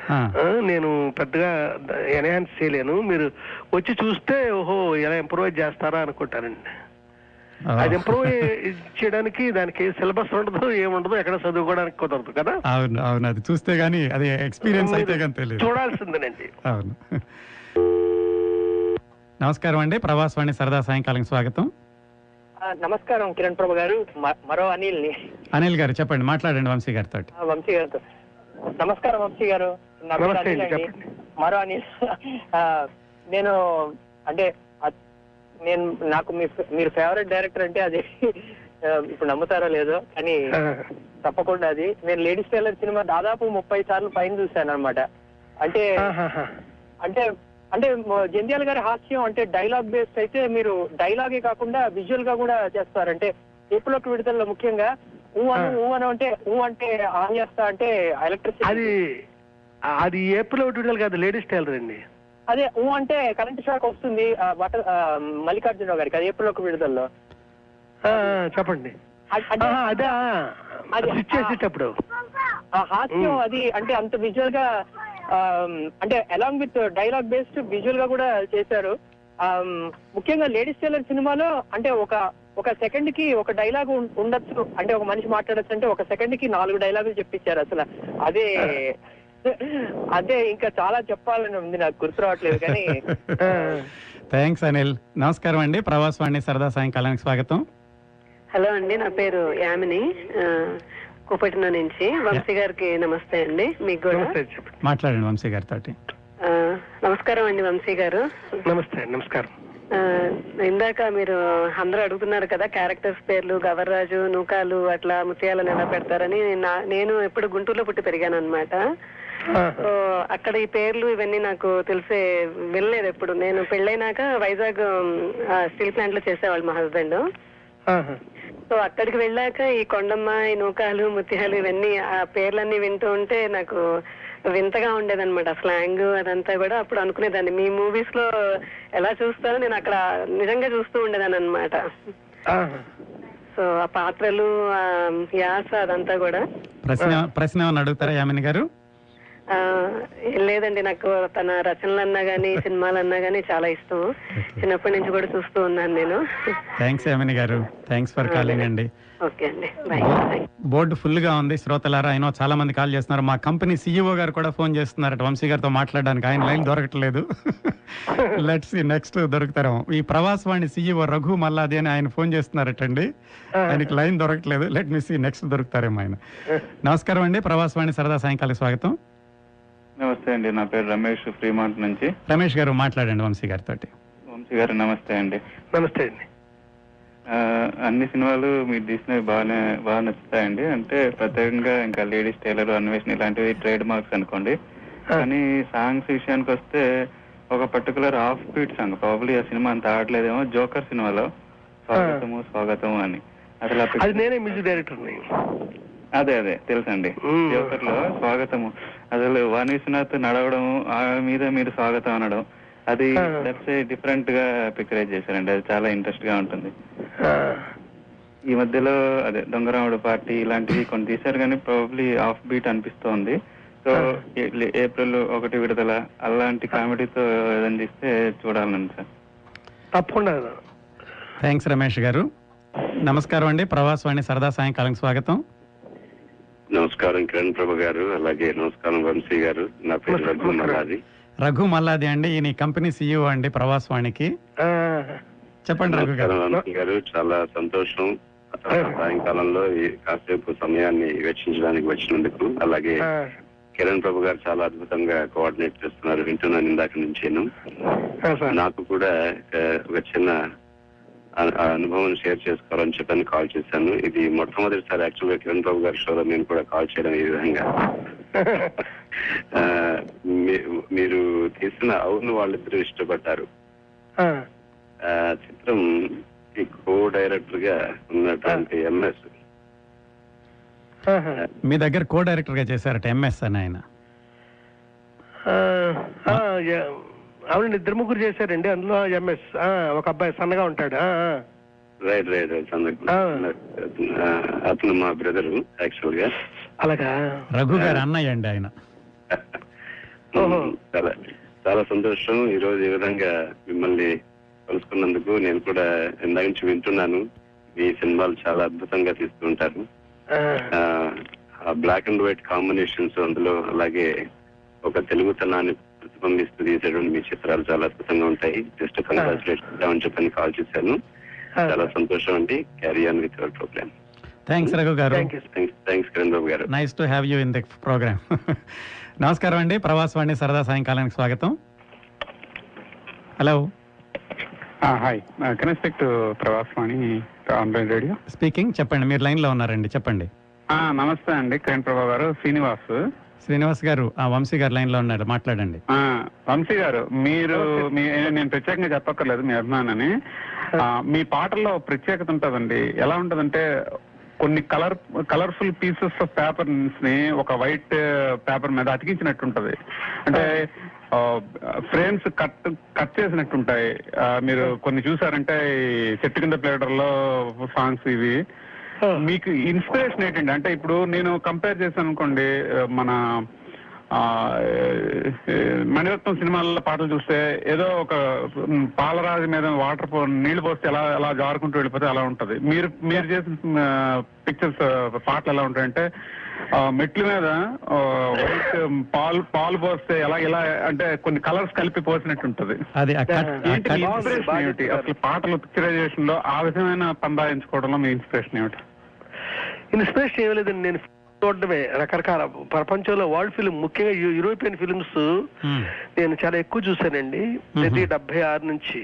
Speaker 1: ఆ,
Speaker 3: ఆ, నేను పెద్దగా ద- ఎన్హాన్స్ చేయలేను మీరు వచ్చి చూస్తే ఓహో ఇలా ఇంప్రూవైజ్ చేస్తారా అనుకుంటానండి
Speaker 1: ఆ.
Speaker 3: అది ఇంప్రూవ్ చేయడానికి దానికి సిలబస్ ఉండదు ఏముండదు ఎక్కడ చదువుకోవడానికి కుదరదు కదా
Speaker 1: అవును అవును అది చూస్తే గానీ అది ఎక్స్పీరియన్స్ అయితే కానీ తెలియదు
Speaker 3: చూడాల్సిందేనండి
Speaker 1: అవును నమస్కారం అండి ప్రవాసవాణి సరదా సాయంకాలం స్వాగతం
Speaker 13: ఆ, నమస్కారం కిరణ్ ప్రభు గారు మ- మరో అనిల్ ని
Speaker 1: అనిల్ గారు చెప్పండి మాట్లాడండి వంశీ గారితో
Speaker 13: ఆ, వంశీ గారితో నమస్కారం వంశీ గారు నా పేరు
Speaker 3: నమస్తే
Speaker 13: అనిల్
Speaker 3: అండి,
Speaker 13: అండి.
Speaker 3: చెప్పండి.
Speaker 13: మరో అనిల్ ఆ, నేను అంటే అ- నేను నాకు మీ ఫే- మీరు ఫేవరెట్ డైరెక్టర్ అంటే అది ఆ, ఇప్పుడు నమ్ముతారో లేదో కానీ తప్పకుండా అది నేను లేడీస్ టైలర్ సినిమా దాదాపు ముప్పై సార్లు పైన చూశాను అనమాట అంటే
Speaker 3: ఆహాహా.
Speaker 13: అంటే అంటే మ- జంధ్యాల గారి హాస్యం అంటే డైలాగ్ బేస్డ్ అయితే మీరు డైలాగే కాకుండా విజువల్ గా కూడా చేస్తారు అంటే ఏపులోకి విడుదలలో ముఖ్యంగా ఊ అను ఊ అను అంటే ఊ అంటే ఆన్ చేస్తా అంటే
Speaker 3: అది
Speaker 13: ఎలక్ట్రిసిటీ
Speaker 3: అది ఏప్రిల్ ఒకటి కాదు లేడీస్ టైలర్ అండి
Speaker 13: అదే ఊ అంటే కరెంట్ షాక్ వస్తుంది ఆ, బట- ఆ, మల్లికార్జునరావు గారికి అది ఏపులోకి విడుదలలో
Speaker 3: ఆ, చెప్పండి
Speaker 13: అ- అంటే
Speaker 3: ఆహా, అదే ఆ,
Speaker 13: అది-
Speaker 3: స్విచ్ చేసేటప్పుడు
Speaker 13: ఆ హాస్యం అది అంటే అంత విజువల్ గా ఆమ్, అంటే along with dialogue based visual గా కూడా చేశారు ఆమ్, ముఖ్యంగా లేడీస్ టైలర్ సినిమాలో అంటే ఒక ఒక సెకండ్ కి ఒక డైలాగ్ ఉం- ఉండొచ్చు అంటే ఒక మనిషి మాట్లాడొచ్చు అంటే ఒక సెకండ్ కి నాలుగు డైలాగులు చెప్పించారు అసలు అదే అదే ఇంకా చాలా చెప్పాలని ఉంది నాకు గుర్తు రావట్లేదు కానీ
Speaker 1: థ్యాంక్స్ అనిల్ నమస్కారం అండి ప్రవాసవాణి సరదా సాయంకాలానికి స్వాగతం
Speaker 14: హలో అండి నా పేరు యామిని ఆ, కూపట్నం నుంచి వంశీ గారికి నమస్తే అండి మీకు కూడా
Speaker 3: నమస్తే చెప్పండి
Speaker 1: మాట్లాడండి వంశీ గారితో
Speaker 14: ఆ, నమస్కారం అండి వంశీ గారు
Speaker 3: నమస్తే నమస్కారం
Speaker 14: ఆ, ఇందాక మీరు అందరూ అడుగుతున్నారు కదా క్యారెక్టర్స్ పేర్లు గవర్రాజు నూకాలు అట్లా ముత్యాలను ఎలా పెడతారని నా నేను ఎప్పుడు గుంటూరులో పుట్టి పెరిగాను అనమాట సో అక్కడ ఈ పేర్లు ఇవన్నీ నాకు తెలిసే వినలేదు ఎప్పుడు నేను పెళ్ళైనాక వైజాగ్ ఆ, స్టీల్ ప్లాంట్ లో చేసేవాళ్ళు మా హస్బెండ్
Speaker 3: ఆహా.
Speaker 14: సో అక్కడికి వెళ్ళాక ఈ కొండమ్మ ఈ నూకాలు ముత్యాలు ఇవన్నీ ఆ పేర్లన్నీ వింటూ ఉంటే నాకు వింతగా ఉండేదన్నమాట స్లాంగ్ అదంతా కూడా అప్పుడు అనుకునేదాన్ని మీ మూవీస్ లో ఎలా చూస్తారో నేను అక్కడ నిజంగా చూస్తూ ఉండేదాన్ని అనమాట
Speaker 3: ఆహా.
Speaker 14: సో ఆ పాత్రలు ఆ యాస అదంతా కూడా
Speaker 1: ప్రశ్న ప్రశ్న ఏమన్నా అడుగుతారా యామిని గారు
Speaker 14: ఆ, లేదండి నాకు తన రచనలన్నా గానీ సినిమాలన్నా గానీ చాలా ఇష్టం చిన్నప్పటి నుంచి కూడా చూస్తూ ఉన్నాను నేను
Speaker 1: థ్యాంక్స్ యామిని గారు థ్యాంక్స్ ఫర్ కాలింగ్ అండి
Speaker 14: ఓకే అండి బై బై
Speaker 1: బోర్డు ఫుల్ గా ఉంది శ్రోతలారా ఆయన చాలా మంది కాల్ చేస్తున్నారు మా కంపెనీ సీఈఓ గారు కూడా ఫోన్ చేస్తున్నారట వంశీ గారితో మాట్లాడడానికి ఆయన లైన్ దొరకట్లేదు లెట్స్ నెక్స్ట్ దొరుకుతారేమో ఈ ప్రవాసవాణి సీఈఓ E రఘు మల్లాది అని ఆయన ఫోన్ చేస్తున్నారటండి ఆయనకి లైన్ దొరకట్లేదు లెట్ మీ సీ నెక్స్ట్ దొరుకుతారేమో ఆయన నమస్కారం అండి ప్రవాసవాణి సరదా సాయంకాలం స్వాగతం
Speaker 15: నమస్తే అండి నా పేరు రమేష్ ఫ్రీమాంట్ నుంచి
Speaker 1: రమేష్ గారు మాట్లాడండి వంశీ గారితో
Speaker 15: వంశీ గారు నమస్తే అండి
Speaker 3: నమస్తే అండి
Speaker 15: ఆ, అన్ని సినిమాలు మీరు తీసినవి బాగానే బాగా నచ్చుతాయండి అంటే ప్రత్యేకంగా ఇంకా లేడీస్ టైలర్ అన్వేషణ ఇలాంటివి ట్రేడ్ మార్క్స్ అనుకోండి కానీ సాంగ్స్ విషయానికి వస్తే ఒక particular off beat song probably ఆ సినిమా అంత ఆడలేదేమో జోకర్ సినిమాలో స్వాగతము స్వాగతము అని అసలు ఆ
Speaker 3: అది
Speaker 15: పిక్చర్-
Speaker 3: నేనే మ్యూజిక్ డైరెక్టర్ని
Speaker 15: అదే అదే తెలుసండి
Speaker 3: మ్మ్.
Speaker 15: జోకర్ లో స్వాగతము అసలు వాణి విశ్వనాథ్ నడవడం ఆ మీద మీరు స్వాగతం అనడం అది దట్స్ డిఫరెంట్ గా పిక్చరైజ్ చేశారండి అది చాలా ఇంట్రెస్ట్ గా ఉంటుంది
Speaker 3: ఆ.
Speaker 15: ఈ మధ్యలో అదే దొంగరాముడు పార్టీ ఇలాంటివి కొన్ని తీశారు కానీ ప్రాబ్లీ ఆఫ్ బీట్ అనిపిస్తోంది సో ఏ- ఏప్రిల్ ఒకటి విడుదల అలాంటి కామెడీతో ఏదైనా తీస్తే చూడాలని సార్
Speaker 3: తప్పకుండా
Speaker 1: థ్యాంక్స్ రమేష్ గారు నమస్కారం అండి ప్రవాసవాణి సరదా సాయంకాలం స్వాగతం
Speaker 6: నమస్కారం కిరణ్ ప్రభు గారు అలాగే నమస్కారం వంశీ గారు నా పేరు రఘు మల్లాది
Speaker 1: రఘు మల్లాది అండి ఈయన ఈ కంపెనీ సీఈఓ అండి ప్రవాసవాణికి
Speaker 3: ఆ.
Speaker 1: చెప్పండి రఘు గారు
Speaker 6: నమస్కారం వంశీ గారు చాలా సంతోషం ఆ,
Speaker 7: సాయంకాలంలో ఈ కాసేపు సమయాన్ని వెచ్చించడానికి వచ్చినందుకు అలాగే కిరణ్ ప్రభు గారు చాలా అద్భుతంగా కోఆర్డినేట్ చేస్తున్నారు వింటున్నాను ఇందాక నుంచి నేను నాకు కూడా ఆ, ఒక చిన్న అను- ఆ అనుభవం షేర్ చేసుకోవాలని చెప్పని కాల్ చేశాను ఇది మొట్టమొదటిసారి యాక్చువల్ గా కిరణ్ ప్రభు గారి షోలో నేను కూడా కాల్ చేయడం ఈ విధంగా ఆ, మీ- మీరు తీసిన అవును వాళ్ళిద్దరూ ఇష్టపడ్డారు ఆ చిత్రం ఈ కో డైరెక్టర్ గా ఉన్నటువంటి ఎంఎస్
Speaker 1: మీ దగ్గర కో డైరెక్టర్ గా చేశారట ఎంఎస్ అని ఆయన
Speaker 3: ఆ, యా- అవునండి ఇద్దరు ముగ్గురు చేశారండి అందులో ఎంఎస్ ఒక అబ్బాయి సన్నగా ఉంటాడు ఆ, ఆ.
Speaker 7: రైట్ రైట్ రైట్ సందర్భం ఆ, అతను మా బ్రదర్ యాక్చువల్ గా
Speaker 3: అలాగా
Speaker 1: రఘు గారు అన్నయ్య అండి ఆయన
Speaker 7: చాలా చాలా సంతోషం ఈ రోజు ఈ విధంగా మిమ్మల్ని కలుసుకున్నందుకు నేను కూడా ఇందాక నుంచి వింటున్నాను మీ సినిమాలు చాలా అద్భుతంగా తీస్తుంటారు ఆ, ఆ బ్లాక్ అండ్ వైట్ కాంబినేషన్స్ అందులో అలాగే ఒక తెలుగుతనాన్ని ప్రతిబింబిస్తూ తీసేటువంటి మీ చిత్రాలు చాలా అద్భుతంగా ఉంటాయి జస్ట్ కంగ్రాచులేషన్ అని చెప్పని కాల్ చేశాను చాలా సంతోషం అండి carry on with our programme
Speaker 1: thanks Raghu garu
Speaker 7: thanks Kiran Babu garu
Speaker 1: nice to have you in the programme నమస్కారం అండి ప్రవాసవాణి సరదా సాయంకాలానికి స్వాగతం hello
Speaker 4: hi can expect Pravasavani online radio
Speaker 1: speaking చెప్పండి మీరు లైన్ లో ఉన్నారండి చెప్పండి
Speaker 4: నమస్తే అండి కిరణ్ ప్రభా గారు శ్రీనివాస్
Speaker 1: శ్రీనివాస్ గారు ఆ వంశీ గారు లైన్ లో ఉన్నారు మాట్లాడండి
Speaker 4: ఆ, వంశీ గారు మీరు మీ- నేను ప్రత్యేకంగా చెప్పక్కర్లేదు మీ అభిమానని ఆ, మీ పాటల్లో ప్రత్యేకత ఉంటుందండి ఎలా ఉంటుందంటే కొన్ని colour colourful pieces of papers ని ఒక వైట్ పేపర్ మీద అతికించినట్టు ఉంటది అంటే ఫ్రేమ్స్ కట్ కట్ చేసినట్టు ఉంటాయి ఆ, మీరు కొన్ని చూసారంటే ఈ చెట్టు కింద ప్లేటర్ లో సాంగ్స్ ఇవి మీకు ఇన్స్పిరేషన్ ఏంటండి అంటే ఇప్పుడు నేను కంపేర్ చేశాను అనుకోండి ఆ, మన ఆ, ఏ, మణిరత్నం సినిమాల్లో పాటలు చూస్తే ఏదో ఒక ఉమ్, పాలరాజు మీద వాటర్ పో- నీళ్లు పోస్తే ఎలా ఎలా జారుకుంటూ వెళ్ళిపోతే అలా ఉంటది మీరు మీరు చేసిన పిక్చర్స్ పాటలు ఎలా ఉంటాయంటే ఆ, మెట్ల మీద ఆ, వైట్ ఉమ్, పాలు పాలు పోస్తే ఎలా ఎలా అంటే కొన్ని కలర్స్ కలిపి పోసినట్టు ఉంటది
Speaker 1: అది ఆ కట్- ఆ
Speaker 4: ఏంటి మీ
Speaker 1: కట్-
Speaker 4: ఇన్స్పిరేషన్ ఏమిటి అసలు పాటలు పిక్చరైజేషన్ లో ఆ విధమైన పందాయించుకోవడంలో మీ ఇన్స్పిరేషన్ ఏమిటి
Speaker 3: ఇన్స్పిరేషన్ ఏమీ లేదండి నేను చూడడమే రకరకాల ప్రపంచంలో వరల్డ్ ఫిలిం ముఖ్యంగా యు- యూరోపియన్ ఫిలిమ్స్ నేను చాలా ఎక్కువ చూశానండి ప్రతి డెబ్బై ఆరు నుంచి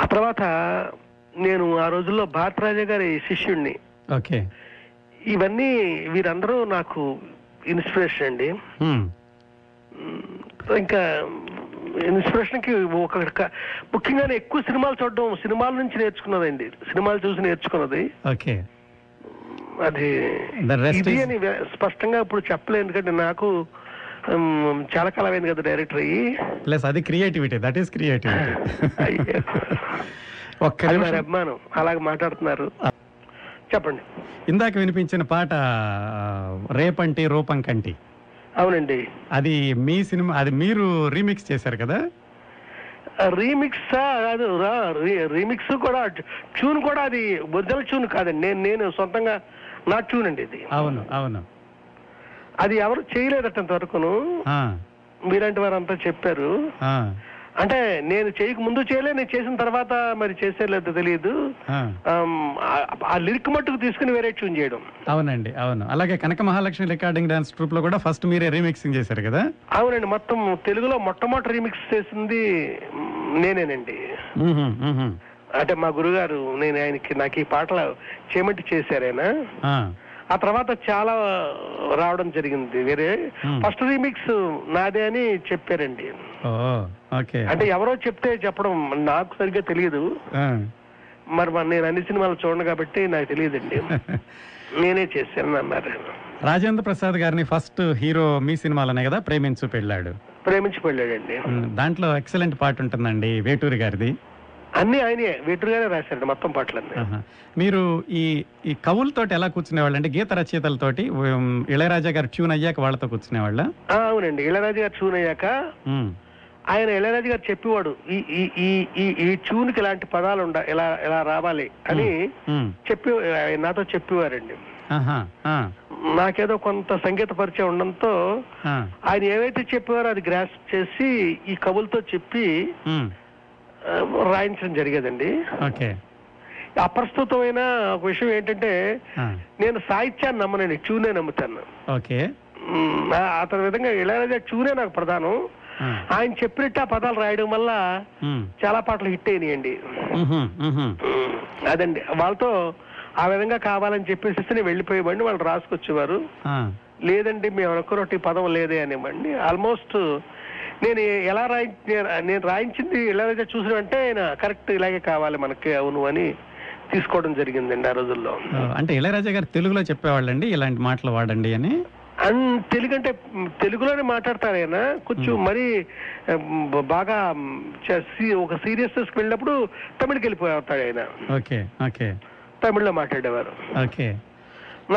Speaker 3: ఆ తర్వాత నేను ఆ రోజుల్లో భారతరాజా గారి శిష్యుణ్ణి
Speaker 1: ఓకే
Speaker 3: ఇవన్నీ వీరందరూ నాకు ఇన్స్పిరేషన్ అండి ఇంకా ఇన్స్పిరేషన్ కి ఒక ఒక- ముఖ్యంగా నేను ఎక్కువ సినిమాలు చూడడం సినిమాల నుంచి నేర్చుకున్నదండి సినిమాలు చూసి నేర్చుకున్నది
Speaker 1: ఓకే
Speaker 3: అది
Speaker 1: The rest
Speaker 3: ఇది
Speaker 1: is-
Speaker 3: అని వే- స్పష్టంగా ఇప్పుడు చెప్పలేదు ఎందుకంటే నాకు ఉమ్, చాలా కాలం అయింది కదా డైరెక్టర్ అయ్యి
Speaker 1: ప్లస్ అది క్రియేటివిటీ దట్ ఈస్ క్రియేటివిటీ ఒక్క
Speaker 3: అది మరి
Speaker 1: నిమిషం.
Speaker 3: అభిమానం అలాగే మాట్లాడుతున్నారు చెప్పండి
Speaker 1: ఇందాక వినిపించిన పాట ఆ, రేపంటి రూపం కంటి
Speaker 3: అవునండి
Speaker 1: అది మీ సినిమా అది మీరు రీమిక్స్ చేశారు కదా
Speaker 3: రీమిక్స్ కాదు రీమిక్స్ కూడా ట్యూన్ కూడా అది ఒరిజినల్ ట్యూన్ కాదండి నేను నేను సొంతంగా నా ట్యూన్ అండి ఇది
Speaker 1: అవును అవును
Speaker 3: అది ఎవరు చేయలేదట ఇంతవరకును
Speaker 1: ఆ,
Speaker 3: మీలాంటి వారంతా చెప్పారు
Speaker 1: ఆ,
Speaker 3: అంటే నేను చేయక ముందు చేయలే నేను చేసిన తర్వాత మరి చేసేలేదు తెలియదు
Speaker 1: ఆ.
Speaker 3: ఆమ్, ఆ- ఆ లిరిక్ మట్టుకు తీసుకుని వేరే ట్యూన్ చేయడం
Speaker 1: అవునండి అవును అలాగే Kanaka Mahalakshmi recording dance troupe లో కూడా ఫస్ట్ మీరే రీమిక్సింగ్ చేశారు కదా
Speaker 3: అవునండి మొత్తం తెలుగులో మొట్టమొదటి రీమిక్స్ చేసింది మ్, నేనేనండి
Speaker 1: మ్మ్హ్మ్, మ్మ్హ్మ్.
Speaker 3: అంటే మా గురుగారు నేను ఆయనకి నాకు ఈ పాటలు చేయమంటే చేశారు ఆయన
Speaker 1: ఆ,
Speaker 3: ఆ తర్వాత చాలా రావడం జరిగింది వేరే
Speaker 1: మ్.
Speaker 3: ఫస్ట్ రీమిక్స్ నాదే అని చెప్పారండి
Speaker 1: ఓ ఓకే
Speaker 3: అంటే ఎవరో చెప్తే చెప్పడం నాకు సరిగ్గా తెలియదు
Speaker 1: ఆ,
Speaker 3: మరి మరి నేను అన్ని సినిమాలు చూడను కాబట్టి నాకు తెలియదండి నేనే చేశాను అన్నారు
Speaker 1: రాజేంద్ర ప్రసాద్ గారిని ఫస్ట్ హీరో మీ సినిమాలోనే కదా ప్రేమించు పెళ్ళాడు
Speaker 3: ప్రేమించి పెళ్ళాడండి
Speaker 1: ఉమ్, దాంట్లో ఎక్సలెంట్ పాట ఉంటుందండి వేటూరి గారిది
Speaker 3: అన్ని ఆయనే వెటుగానే రాశాడు మొత్తం పాటలన్నీ
Speaker 1: ఆహా. మీరు ఈ ఈ కవులతోటి ఎలా కూర్చునేవాళ్ళు అంటే గీత రచయితలతోటి ఉమ్, ఇళయరాజా గారు ట్యూన్ అయ్యాక వాళ్ళతో కూర్చునేవాళ్ళ
Speaker 3: ఆ, అవునండి ఇళరాజు గారు ట్యూన్ అయ్యాక ఆయన ఇళరాజు గారు చెప్పేవాడు ఈ ఈ ఈ ఈ ఈ ట్యూన్ కి ఇలాంటి పదాలు ఉండ ఇలా ఇలా రావాలి అని చెప్పి ఆయన నాతో చెప్పేవారండి నాకేదో కొంత సంగీత పరిచయం ఉండడంతో ఆయన ఏవైతే చెప్పేవారో అది గ్రాస్ చేసి ఈ కవులతో చెప్పి ఆ, రాయించడం జరిగేదండి
Speaker 1: ఓకే
Speaker 3: అప్రస్తుతమైన ఒక విషయం ఏంటంటే నేను సాహిత్యాన్ని నమ్మనండి ట్యూనే నమ్ముతాను
Speaker 1: ఓకే
Speaker 3: మ్మ్, నా- అతని విధంగా ఇళయరాజా ట్యూనే నాకు ప్రధానం ఆయన చెప్పినట్టు ఆ పదాలు రాయడం వల్ల
Speaker 1: మ్మ్.
Speaker 3: చాలా పాటలు హిట్ అయినాయండి
Speaker 1: మ్హూ, మ్హూ.
Speaker 3: అదండి వాళ్ళతో ఆ విధంగా కావాలని చెప్పేసి నేను వెళ్ళిపోయేవాడిని వాళ్ళు రాసుకొచ్చేవారు
Speaker 1: ఆ,
Speaker 3: లేదండి మేము అనుకున్నట్టు ఈ పదం లేదే అనివ్వండి ఆల్మోస్ట్ నేను ఎలా రాయి నేను- నేను రాయించింది ఎలా అయితే చూసిన వెంటనే ఆయన కరెక్ట్ ఇలాగే కావాలి మనకి అవును అని తీసుకోవడం జరిగిందండి ఆ రోజుల్లో
Speaker 1: ఆ, అంటే ఇళయరాజా గారు తెలుగులో చెప్పేవాళ్ళండి ఇలాంటి మాటలు వాడండి అని
Speaker 3: అండ్ తెలుగు అంటే మ్, తెలుగులోనే మాట్లాడతారు ఆయన కొంచెం మరీ మ్, బాగా మ్, చ- సీ- ఒక సీరియస్నెస్కి వెళ్ళినప్పుడు తమిళకి వెళ్ళిపోతాడు ఆయన
Speaker 1: ఓకే ఓకే
Speaker 3: తమిళ్లో మాట్లాడేవారు
Speaker 1: ఓకే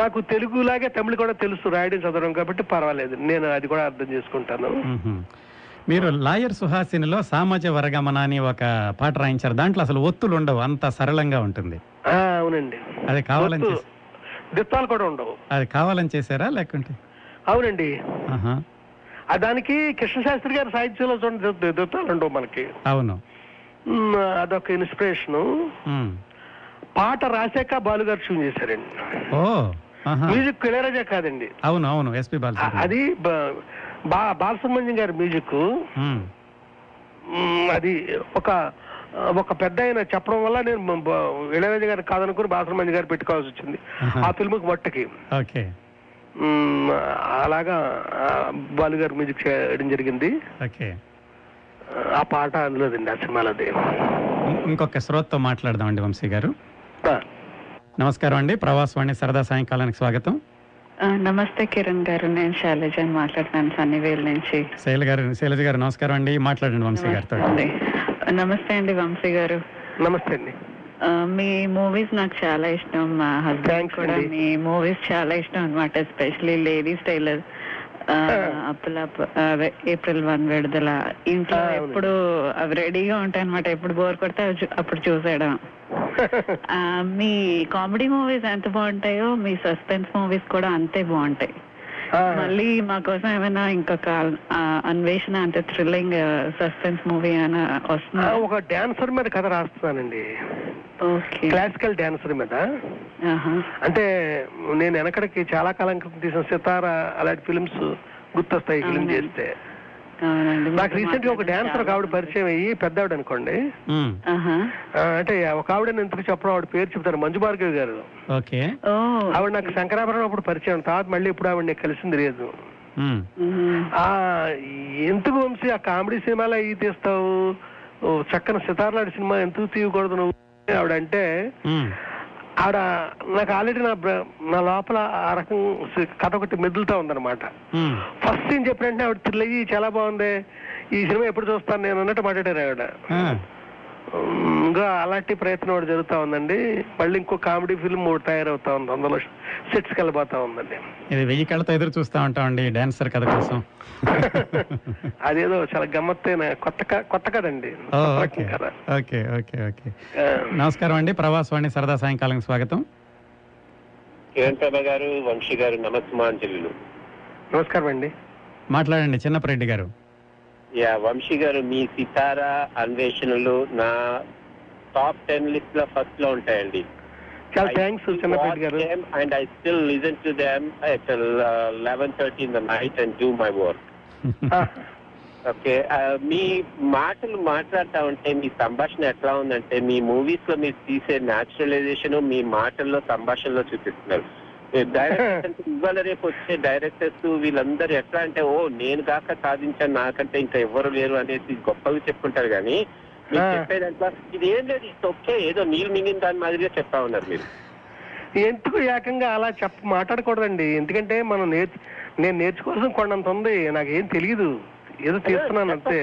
Speaker 3: నాకు తెలుగులాగే తమిళ కూడా తెలుసు రాయడం చదవడం కాబట్టి పర్వాలేదు నేను అది కూడా అర్థం చేసుకుంటాను
Speaker 1: మ్హూ. మీరు లాయర్ సుహాసినిలో సామాజ వర్గమన అని ఒక పాట రాయించారు దాంట్లో అసలు ఒత్తులు ఉండవు అంత సరళంగా ఉంటుంది
Speaker 3: ఆ, అవునండి
Speaker 1: అది కావాలని
Speaker 3: ఒత్తు,
Speaker 1: చేసి-
Speaker 3: దిత్తాలు కూడా ఉండవు
Speaker 1: అది కావాలని చేశారా లేకుంటే
Speaker 3: అవునండి
Speaker 1: ఆహా,
Speaker 3: ఆ దానికి కృష్ణ శాస్త్రి గారి సాహిత్యంలో చూడండి దిత్త- దిత్తాలు ఉండవు మనకి
Speaker 1: అవును
Speaker 3: మ్, అదొక ఇన్స్పిరేషన్
Speaker 1: మ్.
Speaker 3: పాట రాశాక బాలుగారు ట్యూన్ చేశారండి
Speaker 1: ఓ ఆహా.
Speaker 3: మ్యూజిక్ ఇళయరాజా కాదండి
Speaker 1: అవును అవును ఎస్పి
Speaker 3: అ-
Speaker 1: బాలసుబ్రహ్మణ్యం
Speaker 3: అది బ- బా బాలసుబ్రహ్మణ్యం గారి మ్యూజిక్
Speaker 1: మ్.
Speaker 3: మ్, అది ఒక ఒక పెద్ద ఆయన చెప్పడం వల్ల నేను మ- బ- ఇళయరాజా గారు కాదనుకుని బాలసుబ్రహ్మణ్యం గారు పెట్టుకోవాల్సి వచ్చింది ఆ ఫిల్మ్కి మట్టుకి
Speaker 1: ఓకే
Speaker 3: మ్, అలాగా ఆ, బాలుగారు మ్యూజిక్ చేయడం జరిగింది
Speaker 1: ఓకే
Speaker 3: ఆ పాట అందులోదండి ఆ సినిమాలోది
Speaker 1: ఇం- ఇంకొక శ్రోతతో మాట్లాడదామండి వంశీ గారు
Speaker 3: ఆ.
Speaker 1: నమస్కారం అండి ప్రవాసవాణి సరదా సాయంకాలానికి స్వాగతం
Speaker 16: ఆ, నమస్తే కిరణ్ గారు నేను శైలజని మాట్లాడుతున్నాను సన్నివేల్ నుంచి
Speaker 1: శైల గారు శైలజ గారు నమస్కారం అండి మాట్లాడండి వంశీ గారితో
Speaker 16: నమస్తే అండి వంశీ గారు
Speaker 3: నమస్తే అండి
Speaker 16: ఆ, మీ మూవీస్ నాకు చాలా ఇష్టం మా హస్బెండ్ కూడా మీ మూవీస్ చాలా ఇష్టం అనమాట ఎస్పెషలీ లేడీస్ టైలర్ అప్పుల ఏప్రిల్ వన్ విడుదల ఇంట్లో ఎప్పుడు అవి రెడీగా ఉంటాయి అనమాట ఎప్పుడు బోర్ కొడితే అవి చూ- అప్పుడు చూసేయడం ఆ, మీ కామెడీ మూవీస్ ఎంత బాగుంటాయో మీ సస్పెన్స్ మూవీస్ కూడా అంతే బాగుంటాయి మళ్ళీ మా కోసం ఏమైనా ఇంకొక ఆ, అన్వేషణ అంటే థ్రిల్లింగ్ సస్పెన్స్ మూవీ అని
Speaker 3: ఆ,
Speaker 16: వస్తుంది
Speaker 3: ఒక డాన్సర్ మీద కథ రాస్తున్నానండి క్లాసికల్ డాన్సర్ మీద అంటే నేను వెనకడికి చాలా కాలం క్రితం తీసిన సితార అలాంటి ఫిల్మ్స్ గుర్తొస్తాయి ఫిలిం చేస్తే నాకు రీసెంట్ గా ఒక డాన్సర్ ఒక ఆవిడ పరిచయం అయ్యి పెద్ద ఆవిడ అనుకోండి ఆ, అంటే ఒక ఆవిడ నేను ఎందుకు చెప్పడం ఆవిడ పేరు చెప్తారు మంజు భార్గవి గారు
Speaker 1: ఓకే
Speaker 3: ఆవిడ నాకు శంకరాభరణం అప్పుడు పరిచయం తర్వాత మళ్ళీ ఇప్పుడు ఆవిడ నాకు కలిసింది లేదు
Speaker 1: మ్.
Speaker 3: ఆ ఎందుకు వంశీ ఆ కామెడీ సినిమాలు అవి తీస్తావు ఓ చక్కని సితార్లాడి సినిమా ఎందుకు తీయకూడదు నువ్వు ఆవిడ అంటే
Speaker 1: మ్.
Speaker 3: ఆవిడ నాకు ఆల్రెడీ నా బ్ర- నా లోపల ఆ రకం సి- కథ ఒకటి మెదులుతా ఉందన్నమాట
Speaker 1: మ్.
Speaker 3: ఫస్ట్ సీన్ చెప్పినంటే ఆవిడ థ్రిల్ అయ్యి చాలా బాగుంది ఈ సినిమా ఎప్పుడు చూస్తాను నేను అన్నట్టు మాట్లాడారు ఆవిడ
Speaker 1: ఆ.
Speaker 3: ఉమ్, ఇంకా అలాంటి ప్రయత్నం ఒకటి జరుగుతా ఉందండి మళ్ళీ ఇంకో కామెడీ ఫిల్మ్ ఒకటి తయారవుతా ఉంది అందులో సెట్స్ కలిపోతా ఉందండి
Speaker 1: ఇది వెయ్యి కళ్ళతో ఎదురు చూస్తా ఉంటామండి డాన్సర్ కథ కోసం
Speaker 3: అదేదో చాలా గమ్మత్తైన కొత్త క- కొత్త కదండి
Speaker 1: ఓ,
Speaker 3: కొత్త
Speaker 1: ఓకే
Speaker 3: రకం కథ
Speaker 1: ఓకే ఓకే ఓకే
Speaker 6: ఆ,
Speaker 1: నమస్కారం అండి ప్రవాసవాణి సరదా సాయంకాలం స్వాగతం
Speaker 6: కిరణ్ ప్రభ గారు వంశీ గారు నమస్మాంజలు
Speaker 3: నమస్కారం అండి
Speaker 1: మాట్లాడండి చిన్నపరెడ్డి గారు
Speaker 6: యా వంశీ గారు మీ సితారా అన్వేషణలు నా టాప్ టెన్ లిస్ట్ లో ఫస్ట్ లో ఉంటాయండి
Speaker 3: చాలా థ్యాంక్స్ చిన్నపేట గారు
Speaker 6: and I still listen to them at eleven thirty in the night and do my work okay మీ మాటలు మాట్లాడతా ఉంటే మీ సంభాషణ ఎట్లా ఉందంటే మీ మూవీస్ లో మీరు తీసే న్యాచురలైజేషన్ మీ మాటల్లో సంభాషణలో చూపిస్తున్నారు డైరెక్టర్స్ అంటే ఇవాళ రేపు వచ్చే డైరెక్టర్స్ వీళ్ళందరూ ఎట్లా అంటే ఓ నేను కాక సాధించాను నాకంటే ఇంకా ఎవ్వరు లేరు అనేసి గొప్పవి చెప్పుకుంటారు కానీ మీరు
Speaker 3: Ah.
Speaker 6: చెప్పేదంతా ఇది ఏం లేదు ఇట్స్ ఓకే ఏదో నీళ్ళు మింగిన దాని మాదిరిగా చెప్తా ఉన్నారు మీరు
Speaker 3: ఎందుకు ఏకంగా అలా చెప్ప మాట్లాడకూడదండి ఎందుకంటే మనం నేర్చు నేను నేర్చుకోవాల్సిన కొండంత ఉంది నాకేం తెలియదు ఏదో తీస్తున్నాను అంతే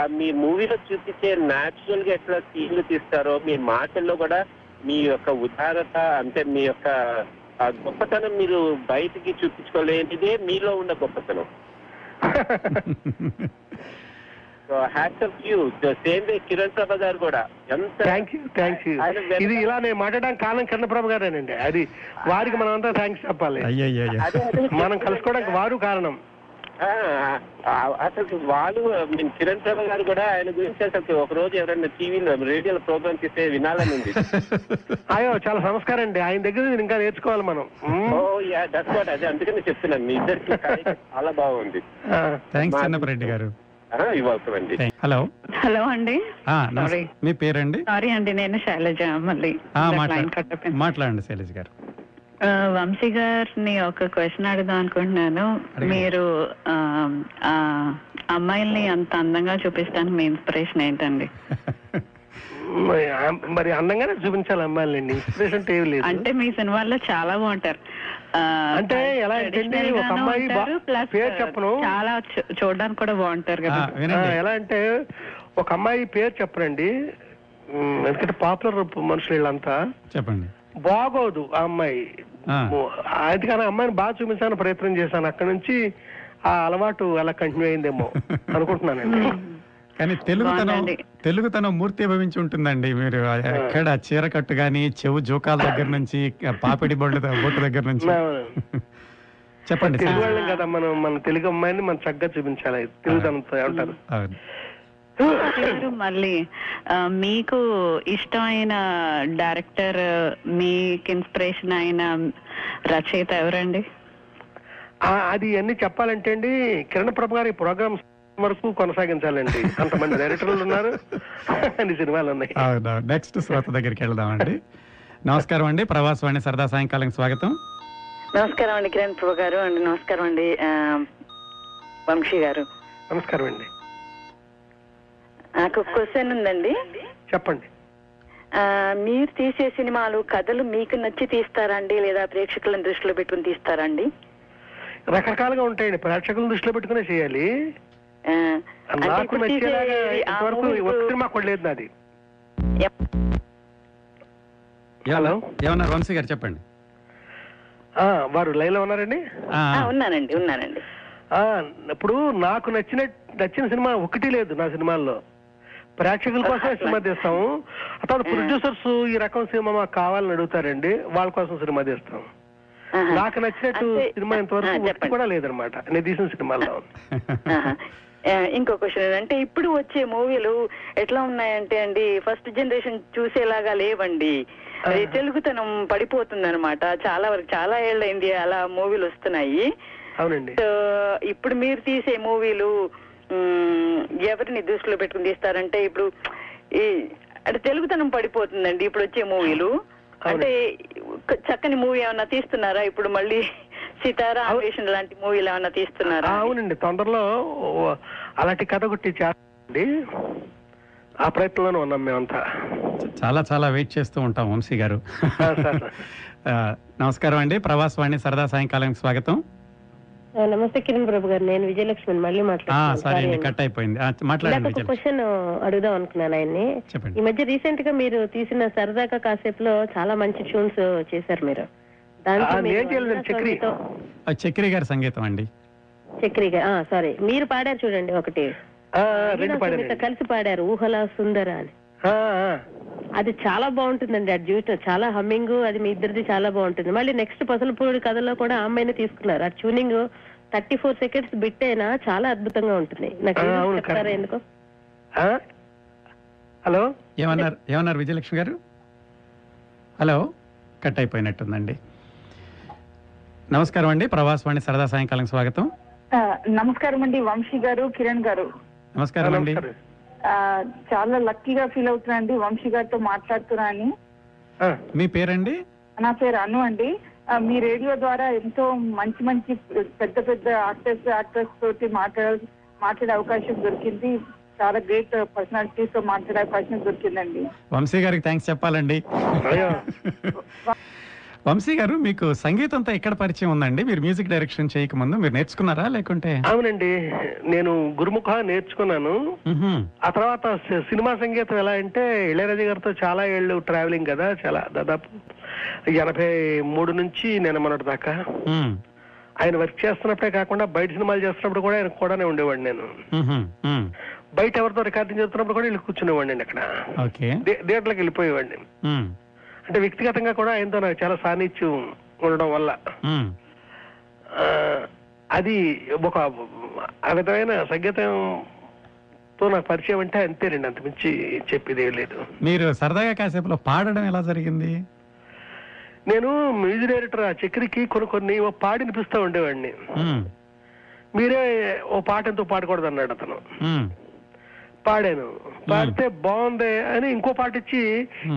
Speaker 6: ఆ మీ మూవీలో చూపించే న్యాచురల్ గా ఎట్లా సీన్లు తీస్తారో మీ మాటల్లో కూడా మీ యొక్క ఉదారత అంటే మీ యొక్క ఆ గొప్పతనం మీరు బయటికి చూపించుకోలేనిదే మీలో ఉన్న గొప్పతనం so hats off you same way Kiran Prabha గారు కూడా ఎంత
Speaker 3: థ్యాంక్ యూ థ్యాంక్ యూ ఇది ఇలా నేను మాట్లాడడానికి కారణం కన్నప్రభ గారేనండి అది వారికి మనం అంతా థ్యాంక్స్ చెప్పాలి
Speaker 1: అయ్యో
Speaker 3: మనం కలుసుకోవడానికి వారు కారణం
Speaker 6: ఆ, ఆ, అసలు వాళ్ళు నేను కిరణ్ ప్రభ గారు కూడా ఆయన గురించి అసలు ఒక రోజు ఎవరైనా టీవీలో రేడియోలో ప్రోగ్రామ్స్ ఇస్తే వినాలని ఉంది
Speaker 3: అయ్యో చాలా సంస్కారం అండి ఆయన దగ్గర నుంచి ఇంకా నేర్చుకోవాలి మనం
Speaker 6: ఓ యా దట్స్ వాట్ అదే అందుకని చెప్తున్నాను మీ ఇద్దరికి కలయిక చాలా బాగుంది
Speaker 1: థ్యాంక్స్ చిన్నపరెడ్డి గారు
Speaker 6: ఇవ్వాలి అండి
Speaker 1: హలో
Speaker 16: హలో అండి
Speaker 1: ఆ, నమస్తే. మీ పేరండి
Speaker 16: సారీ అండి నేను శైలజ మళ్ళీ
Speaker 1: ఆ,
Speaker 16: లైన్
Speaker 1: మాట్లాడ-
Speaker 16: కట్ అయిపోయింది.
Speaker 1: మాట్లాడండి శైలజ్ గారు
Speaker 16: ఆ, వంశీ గారిని ఒక క్వశ్చన్ అడుగుదాం అనుకుంటున్నాను మీరు ఆ, ఆ, అమ్మాయిల్ని అంత అందంగా చూపిస్తానికి మీ ఇన్స్పిరేషన్ ఏంటండి
Speaker 3: మరి ఆ- మరి అందంగానే చూపించాలి అమ్మాయిలండి ఇన్స్పిరేషన్ అంటే ఏమి లేదు
Speaker 16: అంటే మీ సినిమాల్లో చాలా బాగుంటారు
Speaker 3: అంటే ఎలా అంటే అండి, ఒక అమ్మాయి బా- పేరు చెప్పను.
Speaker 16: చాలా చూ- చూడడానికి కూడా బాగుంటారు కదా
Speaker 3: ఆ, ఎలా అంటే ఒక అమ్మాయి పేరు చెప్పనండి ఉమ్, ఎందుకంటే పాపులర్ మనుషులు వీళ్ళంతా
Speaker 1: చెప్పండి
Speaker 3: బాగోదు ఆ అమ్మాయి
Speaker 1: ఆ,
Speaker 3: అందుకని ఆ అమ్మాయిని బాగా చూపించాలని ప్రయత్నం చేశాను అక్కడి నుంచి ఆ అలవాటు అలా కంటిన్యూ అయిందేమో అనుకుంటున్నానండి
Speaker 1: కానీ తెలుగుతనం తెలుగుతనం మూర్తి భవించి ఉంటుందండి మీరు ఎక్కడ చీర కట్టు గాని చెవు జోకాల దగ్గర నుంచి పాపిడి బొడ్డు బొట్టు దగ్గర నుంచి చెప్పండి
Speaker 3: తెలుగు
Speaker 1: శైలజ.
Speaker 3: వాళ్ళం కదా మనం మన తెలుగు అమ్మాయిని మనం చక్కగా చూపించాలి తెలుగుదనంతో అంటారు
Speaker 1: అవును.
Speaker 16: గారు మళ్ళీ ఆ, మీకు ఇష్టమైన డైరెక్టర్ మీకు ఇన్స్పిరేషన్ అయిన రచయిత ఎవరండి
Speaker 3: ఆ, అది అన్ని చెప్పాలంటే అండి కిరణ్ ప్రభు గారి ప్రోగ్రామ్స్ వరకు కొనసాగించాలండి అంతమంది డైరెక్టర్లు ఉన్నారు అన్ని సినిమాలు ఉన్నాయి
Speaker 1: అవునవును. నెక్స్ట్ శ్రోత దగ్గరికి వెళ్దామండి నమస్కారం అండి ప్రవాసవాణి సరదా సాయంకాలం స్వాగతం
Speaker 17: నమస్కారం అండి కిరణ్ ప్రభు గారు అండ్ నమస్కారం అండి ఆ, వంశీ గారు
Speaker 3: నమస్కారం అండి
Speaker 17: నాకు క్వశ్చన్ ఉందండి
Speaker 3: చెప్పండి
Speaker 17: ఆ, మీరు తీసే సినిమాలు కథలు మీకు నచ్చి తీస్తారండి లేదా ప్రేక్షకులను దృష్టిలో పెట్టుకుని తీస్తారండి
Speaker 3: రకరకాలుగా ఉంటాయండి ప్రేక్షకులను దృష్టిలో పెట్టుకునే చేయాలి
Speaker 17: ఆ, అంటే
Speaker 3: నాకు
Speaker 17: ఇప్పుడు
Speaker 3: నచ్చేలాగా
Speaker 17: తీసే ఆ
Speaker 3: ఇంతవరకు
Speaker 17: movie
Speaker 3: ఒక
Speaker 17: ఇప్పుడు-
Speaker 3: సినిమా కూడా లేదు నాది
Speaker 1: హలో ఏమన్నారు వంశీ గారు చెప్పండి
Speaker 3: ఆ, వారు లైన్లో ఉన్నారండి
Speaker 1: ఆ,
Speaker 17: ఆ, ఉన్నానండి ఉన్నానండి
Speaker 3: ఆ, ఇప్పుడు నాకు నచ్చిన నచ్చిన సినిమా ఒకటి లేదు నా సినిమాల్లో ప్రేక్షకుల కోసం సినిమా తీస్తాము ఆ తర్వాత ప్రొడ్యూసర్స్ ఈ రకం సినిమా మాకు కావాలని అడుగుతారండి వాళ్ళ కోసం సినిమా తీస్తాం నాకు నచ్చినట్టు సినిమా ఇంతవరకు ఒకటి కూడా లేదనమాట నేను తీసిన సినిమాల్లో
Speaker 17: ఆ, ఇంకో క్వశ్చన్ అంటే ఇప్పుడు వచ్చే మూవీలు ఎట్లా ఉన్నాయంటే అండి ఫస్ట్ జనరేషన్ చూసేలాగా లేవండి అది తెలుగుతనం పడిపోతుంది అనమాట చాలా వరకు చాలా ఏళ్ళైంది అలా మూవీలు వస్తున్నాయి
Speaker 3: అవునండి
Speaker 17: సో, ఇప్పుడు మీరు తీసే మూవీలు మ్, ఎవరిని దృష్టిలో పెట్టుకుని తీస్తారంటే ఇప్పుడు ఈ అంటే తెలుగుతనం పడిపోతుందండి ఇప్పుడు వచ్చే మూవీలు అంటే ఒక చక్కని మూవీ ఏమైనా తీస్తున్నారా ఇప్పుడు మళ్ళీ సితారా అన్వేషణ లాంటి మూవీలు ఏమైనా తీస్తున్నారా
Speaker 3: అవునండి తొందరలో ఓ- అలాంటి కథ ఒకటి చేస్తాండి ఆ ప్రయత్నంలోనే ఉన్నాం మేమంతా
Speaker 1: చాలా చాలా వెయిట్ చేస్తూ ఉంటాం వంశీ గారు
Speaker 3: ఆ, సార్
Speaker 1: ఆ, నమస్కారం అండి ప్రవాసవాణి సరదా సాయంకాలానికి స్వాగతం
Speaker 11: ఆ, నమస్తే కిరణ్ ప్రభు గారు నేను విజయలక్ష్మి మళ్ళీ
Speaker 1: ఆ,
Speaker 11: మాట్లాడుతున్నాను
Speaker 1: సరే
Speaker 11: Sorry
Speaker 1: అండి
Speaker 11: అండి.
Speaker 1: కట్ అయిపోయింది ఆ,
Speaker 11: ఇందాక
Speaker 1: మాట్లాడండి
Speaker 11: ఒక
Speaker 1: విజయ్.
Speaker 11: క్వశ్చన్ అడుగుదాం అనుకున్నాను ఆయన్ని
Speaker 1: చెప్పండి.
Speaker 11: ఈ మధ్య రీసెంట్ గా మీరు తీసిన సరదాగా కాసేపులో చాలా మంచి ట్యూన్స్ చేశారు మీరు దాంట్లో
Speaker 3: ఆ,
Speaker 11: మీరు
Speaker 3: నేను చేయలేదండి,
Speaker 11: అనితా
Speaker 3: చక్రి.
Speaker 11: స్వామితో-
Speaker 1: ఆ, చక్రి గారి సంగీతం అండి
Speaker 11: చక్రిగా సారీ మీరు పాడారు చూడండి ఒకటి
Speaker 3: రెండు
Speaker 11: మీనా
Speaker 3: పాడానండి.
Speaker 11: సునీత కలిసి పాడారు ఊహలా సుందర అని
Speaker 3: ఆ, ఆ.
Speaker 11: అది చాలా బాగుంటుందండి అది చూసిన చాలా హమ్మింగ్ అది మీ ఇద్దరిది చాలా బాగుంటుంది మళ్ళీ నెక్స్ట్ పసలపూడి కథలో కూడా ఆ అమ్మాయిని తీసుకున్నారు ఆ tuning thirty four seconds bit అయినా చాలా అద్భుతంగా ఉంటుంది నాకు
Speaker 1: ఆ,
Speaker 11: reasons
Speaker 1: అవును,
Speaker 11: చెప్తారా
Speaker 1: correct.
Speaker 11: ఎందుకు
Speaker 3: హలో
Speaker 1: ఏమన్నారు ఏమన్నారు విజయలక్ష్మి గారు హలో కట్ అయిపోయినట్టుందండి నమస్కారం అండి ప్రవాసవాణి సరదా సాయంకాలం స్వాగతం
Speaker 18: ఆ, నమస్కారం అండి వంశీ గారు కిరణ్ గారు
Speaker 1: నమస్కారం అండి
Speaker 18: ఆ, చాలా లక్కీగా ఫీల్ అవుతున్నా అండి వంశీ గారితో మాట్లాడుతున్నా అని
Speaker 1: మీ పేరండి
Speaker 18: నా పేరు అను అండి ఆ, మీ రేడియో ద్వారా ఎంతో మంచి మంచి పెద్ద పెద్ద ఆర్టిస్ట్ యాక్టర్స్ తోటి మాట్లాడ మాట్లాడే అవకాశం దొరికింది చాలా గ్రేట్ పర్సనాలిటీస్ తో మాట్లాడే అవకాశం దొరికిందండి
Speaker 1: వంశీ గారికి థ్యాంక్స్ చెప్పాలండి వంశీ గారు మీకు సంగీతంతో ఎక్కడ పరిచయం ఉందండి మీరు మ్యూజిక్ డైరెక్షన్ చేయకముందు మీరు నేర్చుకున్నారా లేకుంటే
Speaker 3: అవునండి నేను గురుముఖ నేర్చుకున్నాను
Speaker 1: మ్హూ.
Speaker 3: ఆ తర్వాత సి- సినిమా సంగీతం ఎలా అంటే ఇళయరాజా గారితో చాలా ఏళ్ళు ట్రావెలింగ్ కదా చాలా దాదాపు ఎనభై మూడు నుంచి నేను మొన్నటి దాకా
Speaker 1: మ్.
Speaker 3: ఆయన వర్క్ చేస్తున్నప్పుడే కాకుండా బయట సినిమాలు చేస్తున్నప్పుడు కూడా ఆయన కూడానే ఉండేవాడిని నేను
Speaker 1: మ్హూ. మ్.
Speaker 3: బయట ఎవరితో రికార్డింగ్ చేస్తున్నప్పుడు కూడా వీళ్ళు కూర్చునేవాడిని అండి అక్కడ
Speaker 1: ఓకే
Speaker 3: థి- థియేటర్లకు వెళ్ళిపోయేవాడిని
Speaker 1: మ్.
Speaker 3: అంటే వ్యక్తిగతంగా కూడా ఆయనతో నాకు చాలా సాన్నిధ్యం ఉండడం వల్ల
Speaker 1: మ్.
Speaker 3: ఆ, అది ఒక ఆ విధమైన సంగీతంతో నాకు పరిచయం అంటే అంతేనండి అంత మించి చెప్పేది ఏం లేదు
Speaker 1: మీరు సరదాగా కాసేపులో పాడడం ఎలా జరిగింది
Speaker 3: నేను మ్యూజిక్ డైరెక్టర్ ఆ చక్రికి కొన్ని కొన్ని ఓ పాడి వినిపిస్తూ ఉండేవాడిని
Speaker 1: మ్మ్.
Speaker 3: మీరే ఓ పాట ఎంతో పాడకూడదు అన్నాడు అతను
Speaker 1: మ్మ్.
Speaker 3: పాడాను పాడితే బాగుంది అని ఇంకో పాట ఇచ్చి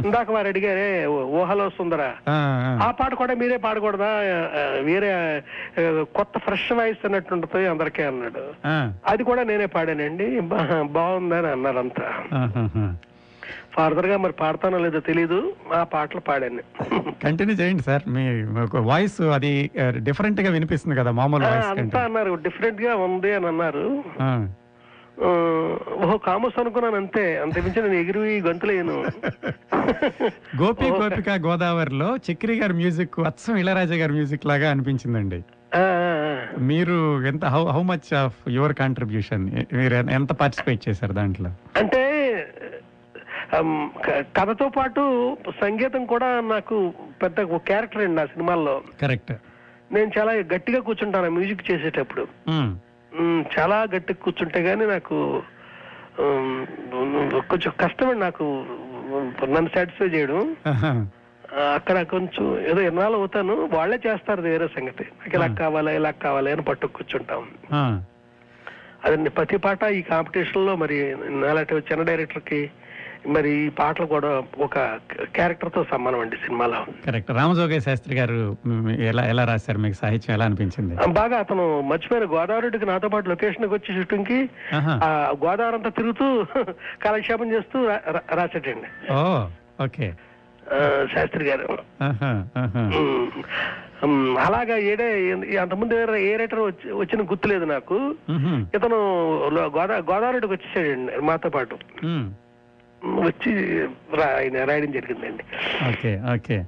Speaker 3: ఇందాక వారు అడిగారే ఓ- ఓహలో సుందరా
Speaker 1: ఆ, ఆ.
Speaker 3: ఆ పాట కూడా మీరే పాడకూడదా ఆ, వేరే ఆ, కొత్త ఫ్రెష్ వాయిస్ అన్నట్టు ఉంటుంది అందరికీ అన్నాడు
Speaker 1: ఆ,
Speaker 3: అది కూడా నేనే పాడానండి బా- బాగుందని అన్నారంతా
Speaker 1: ఆహాహా.
Speaker 3: ఫార్దర్ గా మరి పాడతానో లేదో తెలీదు ఆ పాటలు పాడాను
Speaker 1: కంటిన్యూ చేయండి సార్ మీ ఒక వాయిస్ అది ఆ, డిఫరెంట్ గా వినిపిస్తుంది కదా మామూలు
Speaker 3: ఆ,
Speaker 1: వాయిస్ కంటే
Speaker 3: అంతా అన్నారు డిఫరెంట్ గా ఉంది అని అన్నారు
Speaker 1: ఆ,
Speaker 3: ఆ, ఓహో కామోస్ అనుకున్నాను అంతే అంత మించి నేను ఎగిరి గొంతులేను
Speaker 1: గోపి
Speaker 3: ఓ.
Speaker 1: గోపిక గోదావరిలో చక్రి గారి మ్యూజిక్ అచ్చం ఇళరాజా గారి మ్యూజిక్ లాగా అనిపించిందండి
Speaker 3: ఆ,
Speaker 1: మీరు ఎంత how how much of your contribution మీరు ఎ- ఎంత పార్టిసిపేట్ చేశారు దాంట్లో
Speaker 3: అంటే అమ్, క- కథతో పాటు సంగీతం కూడా నాకు పెద్ద ఒక క్యారెక్టర్ అండి నా సినిమాల్లో
Speaker 1: కరెక్ట్
Speaker 3: నేను చాలా గట్టిగా కూర్చుంటాను మ్యూజిక్ చేసేటప్పుడు మ్, చాలా గట్టిగా కూర్చుంటే గానీ నాకు మ్, కొంచెం కష్టమండి నాకు నన్ను సాటిస్ఫై చేయడం ఆ, అక్కడ కొంచెం ఏదో ఇన్నాళ్ళు అవుతాను వాళ్ళే చేస్తారు అది వేరే సంగతి నాకు ఇలా కావాలా ఇలా కావాలా అని పట్టు కూర్చుంటాం అదండి ప్రతి పాట ఈ కాంపిటీషన్ లో మరి నాలాంటి చిన్న డైరెక్టర్ కి మరి ఈ పాటలు కూడా ఒక క్యారెక్టర్ తో సమానం అండి సినిమాలో
Speaker 1: కరెక్ట్ రామజోగయ్య శాస్త్రి గారు మ్, ఎలా ఎలా రాశారు మీకు సాహిత్యం ఎలా అనిపించింది
Speaker 3: ఆ, బాగా అతను మర్చిపోయిన గోదావరికి నాతో పాటు లొకేషన్ కి వచ్చి షూటింగ్ కి
Speaker 1: ఆహా.
Speaker 3: ఆ గోదావరి అంతా తిరుగుతూ కాలక్షేపం చేస్తూ రా- రా- రాసేటండి
Speaker 1: ఓ ఓకే
Speaker 3: ఆ, శాస్త్రి గారు
Speaker 1: ఆహా, ఆహా.
Speaker 3: ఉమ్, అలాగా ఏడే అంతకుముందు ఏ- ఏ రైటర్ వచ్చి- వచ్చిన గుర్తులేదు నాకు
Speaker 1: మ్హూ.
Speaker 3: ఇతను లో- గోదా గోదావరికి వచ్చేసాడండి మాతో పాటు
Speaker 1: మ్,
Speaker 3: ఉమ్, వచ్చి రా- ఆయన రాయడం జరిగిందండి
Speaker 1: ఓకే ఓకే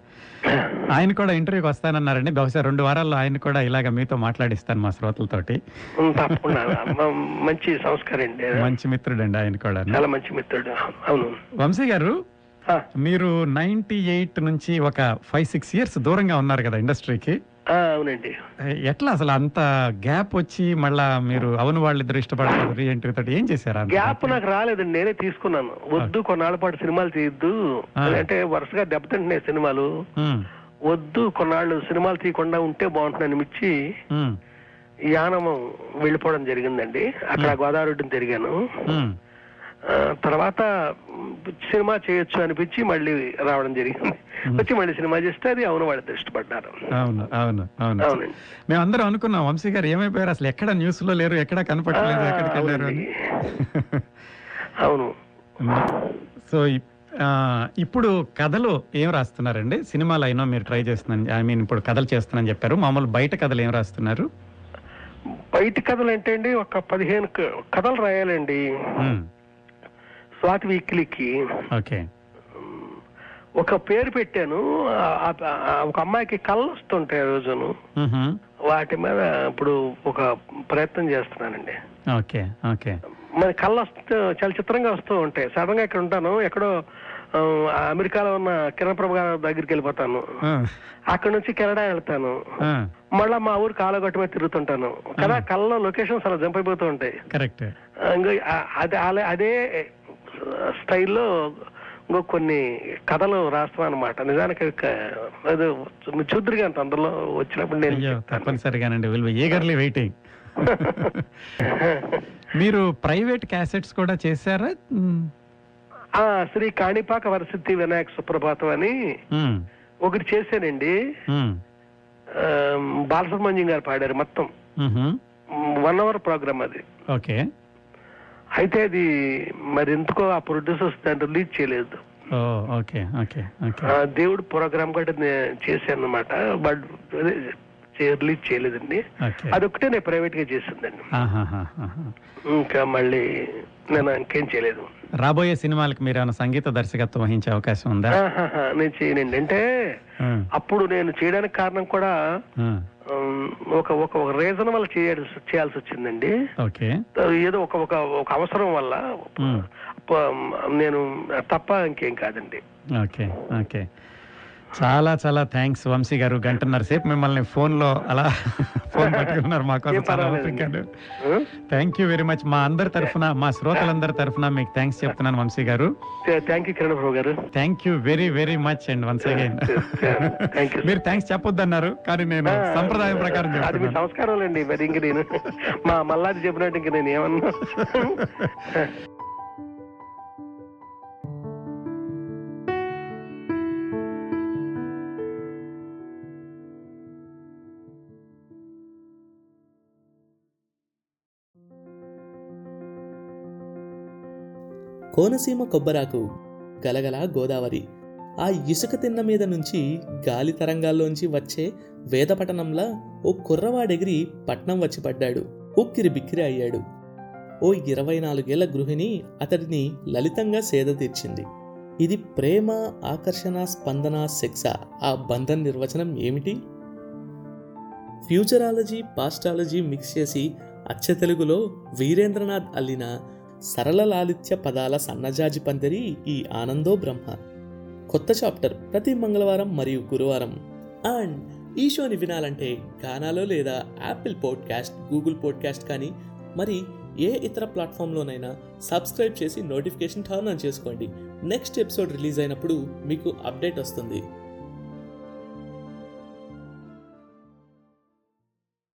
Speaker 1: ఆయన కూడా ఇంటర్వ్యూకి వస్తానన్నారండి బహుశా రెండు వారాల్లో ఆయన కూడా ఇలాగ మీతో మాట్లాడిస్తాను మా శ్రోతలతోటి
Speaker 3: ఉమ్, తప్పకుండా మ- మంచి సంస్కారం అండి
Speaker 1: మంచి మిత్రుడండి ఆయన కూడా
Speaker 3: చాలా మంచి మిత్రుడు అవును
Speaker 1: వంశీ గారు మీరు నైన్టీ ఎయిట్ నుంచి ఒక ఫైవ్ సిక్స్ ఇయర్స్ దూరంగా ఉన్నారు కదా ఇండస్ట్రీకి
Speaker 3: ఆ, అవునండి
Speaker 1: ఎట్లా అసలు అంత గ్యాప్ వచ్చి మళ్ళా మీరు అవును వాళ్ళిద్దరు ఇష్టపడతారు రీఎంట్రీ తోటి ఏం చేశారు అంత?
Speaker 3: గ్యాప్ నాకు రాలేదండి నేనే తీసుకున్నాను వద్దు కొన్నాళ్ళ పాటు సినిమాలు చేయొద్దు
Speaker 1: ఆ.
Speaker 3: అంటే వరుసగా దెబ్బతింటున్నాయి సినిమాలు
Speaker 1: ఉమ్,
Speaker 3: వద్దు కొన్నాళ్ళు సినిమాలు తీయకుండా ఉంటే బాగుంటుందని మిచ్చి
Speaker 1: ఉమ్,
Speaker 3: యానము వెళ్ళిపోవడం జరిగిందండి అక్కడ గోదావరిని తిరిగాను
Speaker 1: ఉమ్.
Speaker 3: ఆ, తర్వాత మ్, సినిమా చేయొచ్చు అనిపించి మళ్ళీ రావడం జరిగింది వచ్చి మళ్ళీ సినిమా చేస్తే అది అవును వాళ్ళతో ఇష్టపడ్డారు
Speaker 1: అవును అవును అవును
Speaker 3: అవునండి.
Speaker 1: మేమందరం అనుకున్నాం వంశీ గారు ఏమైపోయారు అసలు ఎక్కడ న్యూస్ లో లేరు ఎక్కడ కనపడలేదు
Speaker 3: ఆ,
Speaker 1: ఎక్కడికి వెళ్ళారు అని
Speaker 3: అవును
Speaker 1: సో ఇప్- ఆ, ఇప్పుడు కథలు ఏం రాస్తున్నారండి సినిమాలు అయినా మీరు ట్రై చేస్తున్నాను ఐ మీన్ ఇప్పుడు కథలు చేస్తున్నాను చెప్పారు మామూలు బయట కథలు ఏం రాస్తున్నారు
Speaker 3: బయటి కథలు అంటే అండి ఒక పదిహేను క- కథలు రాయాలండి
Speaker 1: ఉమ్,
Speaker 3: స్వాతి వీక్లీకి
Speaker 1: ఓకే
Speaker 3: ఒక పేరు పెట్టాను ఆ- ఆ- ఆ ఒక అమ్మాయికి కళ్ళు వస్తుంటాయి ఆ రోజును
Speaker 1: ఉహు,
Speaker 3: వాటి మీద ఇప్పుడు ఒక ప్రయత్నం చేస్తున్నానండి
Speaker 1: ఓకే ఓకే
Speaker 3: మరి కళ్ళు వస్తూ చాలా చిత్రంగా వస్తూ ఉంటాయి సడన్ గా ఇక్కడ ఉంటాను ఎక్కడో ఆ, అమెరికాలో ఉన్న కిరణ్ ప్రభు గారి దగ్గరికి వెళ్ళిపోతాను
Speaker 1: ఆ,
Speaker 3: అక్కడ నుంచి కెనడా వెళ్తాను
Speaker 1: ఆ,
Speaker 3: మళ్ళా మా ఊరు కాలగొట్ట మీద తిరుగుతుంటాను కదా కళ్ళలో లొకేషన్స్ అలా జంప్ అయిపోతూ ఉంటాయి
Speaker 1: కరెక్ట్
Speaker 3: ఆ, ఇంకో ఆ- అదే అలా- అదే స్టైల్లో ఇంకో కొన్ని కథలు రాస్తాం అనమాట నిజానికి ఒక- అది మీరు చూద్దరుగా అంత అందులో వచ్చినప్పుడు నేను
Speaker 1: అయ్యో తప్పనిసరిగానండి విల్ బి ఈగర్లీ వెయిటింగ్ మీరు ప్రైవేట్ క్యాసెట్స్ కూడా చేశారా ఉమ్,
Speaker 3: ఆ, శ్రీ కాణిపాక వరసిద్ధి వినాయక సుప్రభాతం అని
Speaker 1: ఉమ్,
Speaker 3: ఒకటి చేశానండి
Speaker 1: ఉమ్,
Speaker 3: ఆ, బాలసుబ్రహ్మణ్యం గారు పాడారు మొత్తం
Speaker 1: ఉహు,
Speaker 3: వన్ అవర్ ప్రోగ్రామ్ అది
Speaker 1: ఓకే
Speaker 3: అయితే అది మరి ఎందుకో ఆ ప్రొడ్యూసర్స్ దాన్ని రిలీజ్ చేయలేదు
Speaker 1: ఓ ఓకే ఓకే ఓకే
Speaker 3: ఆ దేవుడు ప్రోగ్రామ్ కూడా నేను చేశాను అనమాట బట్ అదే చే- రిలీజ్ చేయలేదండి
Speaker 1: ఓకే
Speaker 3: అదొక్కటే నేను ప్రైవేట్ గా చేసిందండి
Speaker 1: ఆహాహాహాహా.
Speaker 3: ఇంకా మళ్ళీ నేను ఇంకేం చేయలేదు
Speaker 1: రాబోయే సినిమాలకు మీరు ఏమైనా సంగీత దర్శకత్వం వహించే అవకాశం ఉందా
Speaker 3: ఆహాహా, నేను చేయనండి అంటే
Speaker 1: ఉమ్,
Speaker 3: అప్పుడు నేను చేయడానికి కారణం కూడా
Speaker 1: ఉమ్,
Speaker 3: ఉమ్, ఒక ఒక ఒక రీజన్ వల్ల చేయాల్సి చేయాల్సి వచ్చిందండి
Speaker 1: ఓకే
Speaker 3: ఏదో ఒక ఒక ఒక అవసరం వల్ల
Speaker 1: ఉమ్,
Speaker 3: ప- నేను తప్ప ఇంకేం కాదండి
Speaker 1: ఓకే ఓకే చాలా చాలా థ్యాంక్స్ వంశీ గారు గంటన్నర సేపు మిమ్మల్ని ఫోన్ లో అలా ఫోన్ పట్టుకున్నారు మా కోసం
Speaker 3: ఏం
Speaker 1: చాలా
Speaker 3: పర్వాలేదండి.
Speaker 1: ఓపికగా. థ్యాంక్ యూ వెరీ మచ్ మా అందరి తరఫున మా శ్రోతలందరి తరఫున మీకు థ్యాంక్స్ చెప్తున్నాను వంశీ గారు
Speaker 3: థ్యాంక్ యూ కిరణ్ ప్రభు గారు
Speaker 1: thank you very very much and once again మీరు థ్యాంక్స్ చెప్పొద్దన్నారు కానీ నేను సంప్రదాయం ప్రకారం
Speaker 3: అది మీ
Speaker 1: చెప్తున్నాను
Speaker 3: సంస్కారం అండి మరి ఇంక నేను మా మల్లాది చెప్పినట్టు ఇంక నేను ఏమన్నా
Speaker 2: కోనసీమ కొబ్బరాకు గలగల గోదావరి ఆ ఇసుక తిన్న మీద నుంచి గాలి తరంగాల్లోంచి వచ్చే వేదపట్టణంలా ఓ కుర్రవాడెగిరి పట్నం వచ్చి పడ్డాడు ఉక్కిరి బిక్కిరి అయ్యాడు ఓ ఇరవై నాలుగేళ్ల గృహిణి అతడిని లలితంగా సేద తీర్చింది ఇది ప్రేమ ఆకర్షణ స్పందన శిక్ష ఆ బంధం నిర్వచనం ఏమిటి ఫ్యూచరాలజీ పాస్టాలజీ మిక్స్ చేసి అచ్చ తెలుగులో వీరేంద్రనాథ్ అల్లిన సరళ లాలిత్య పదాల సన్నజాజి పందిరి ఈ ఆనందో బ్రహ్మ కొత్త చాప్టర్ ప్రతి మంగళవారం మరియు గురువారం అండ్ ఈ షోని వినాలంటే గానాలో లేదా యాపిల్ పాడ్కాస్ట్ గూగుల్ పాడ్కాస్ట్ కానీ మరి ఏ ఇతర ప్లాట్ఫామ్లోనైనా సబ్స్క్రైబ్ చేసి నోటిఫికేషన్ టర్న్ ఆన్ చేసుకోండి నెక్స్ట్ ఎపిసోడ్ రిలీజ్ అయినప్పుడు మీకు అప్డేట్ వస్తుంది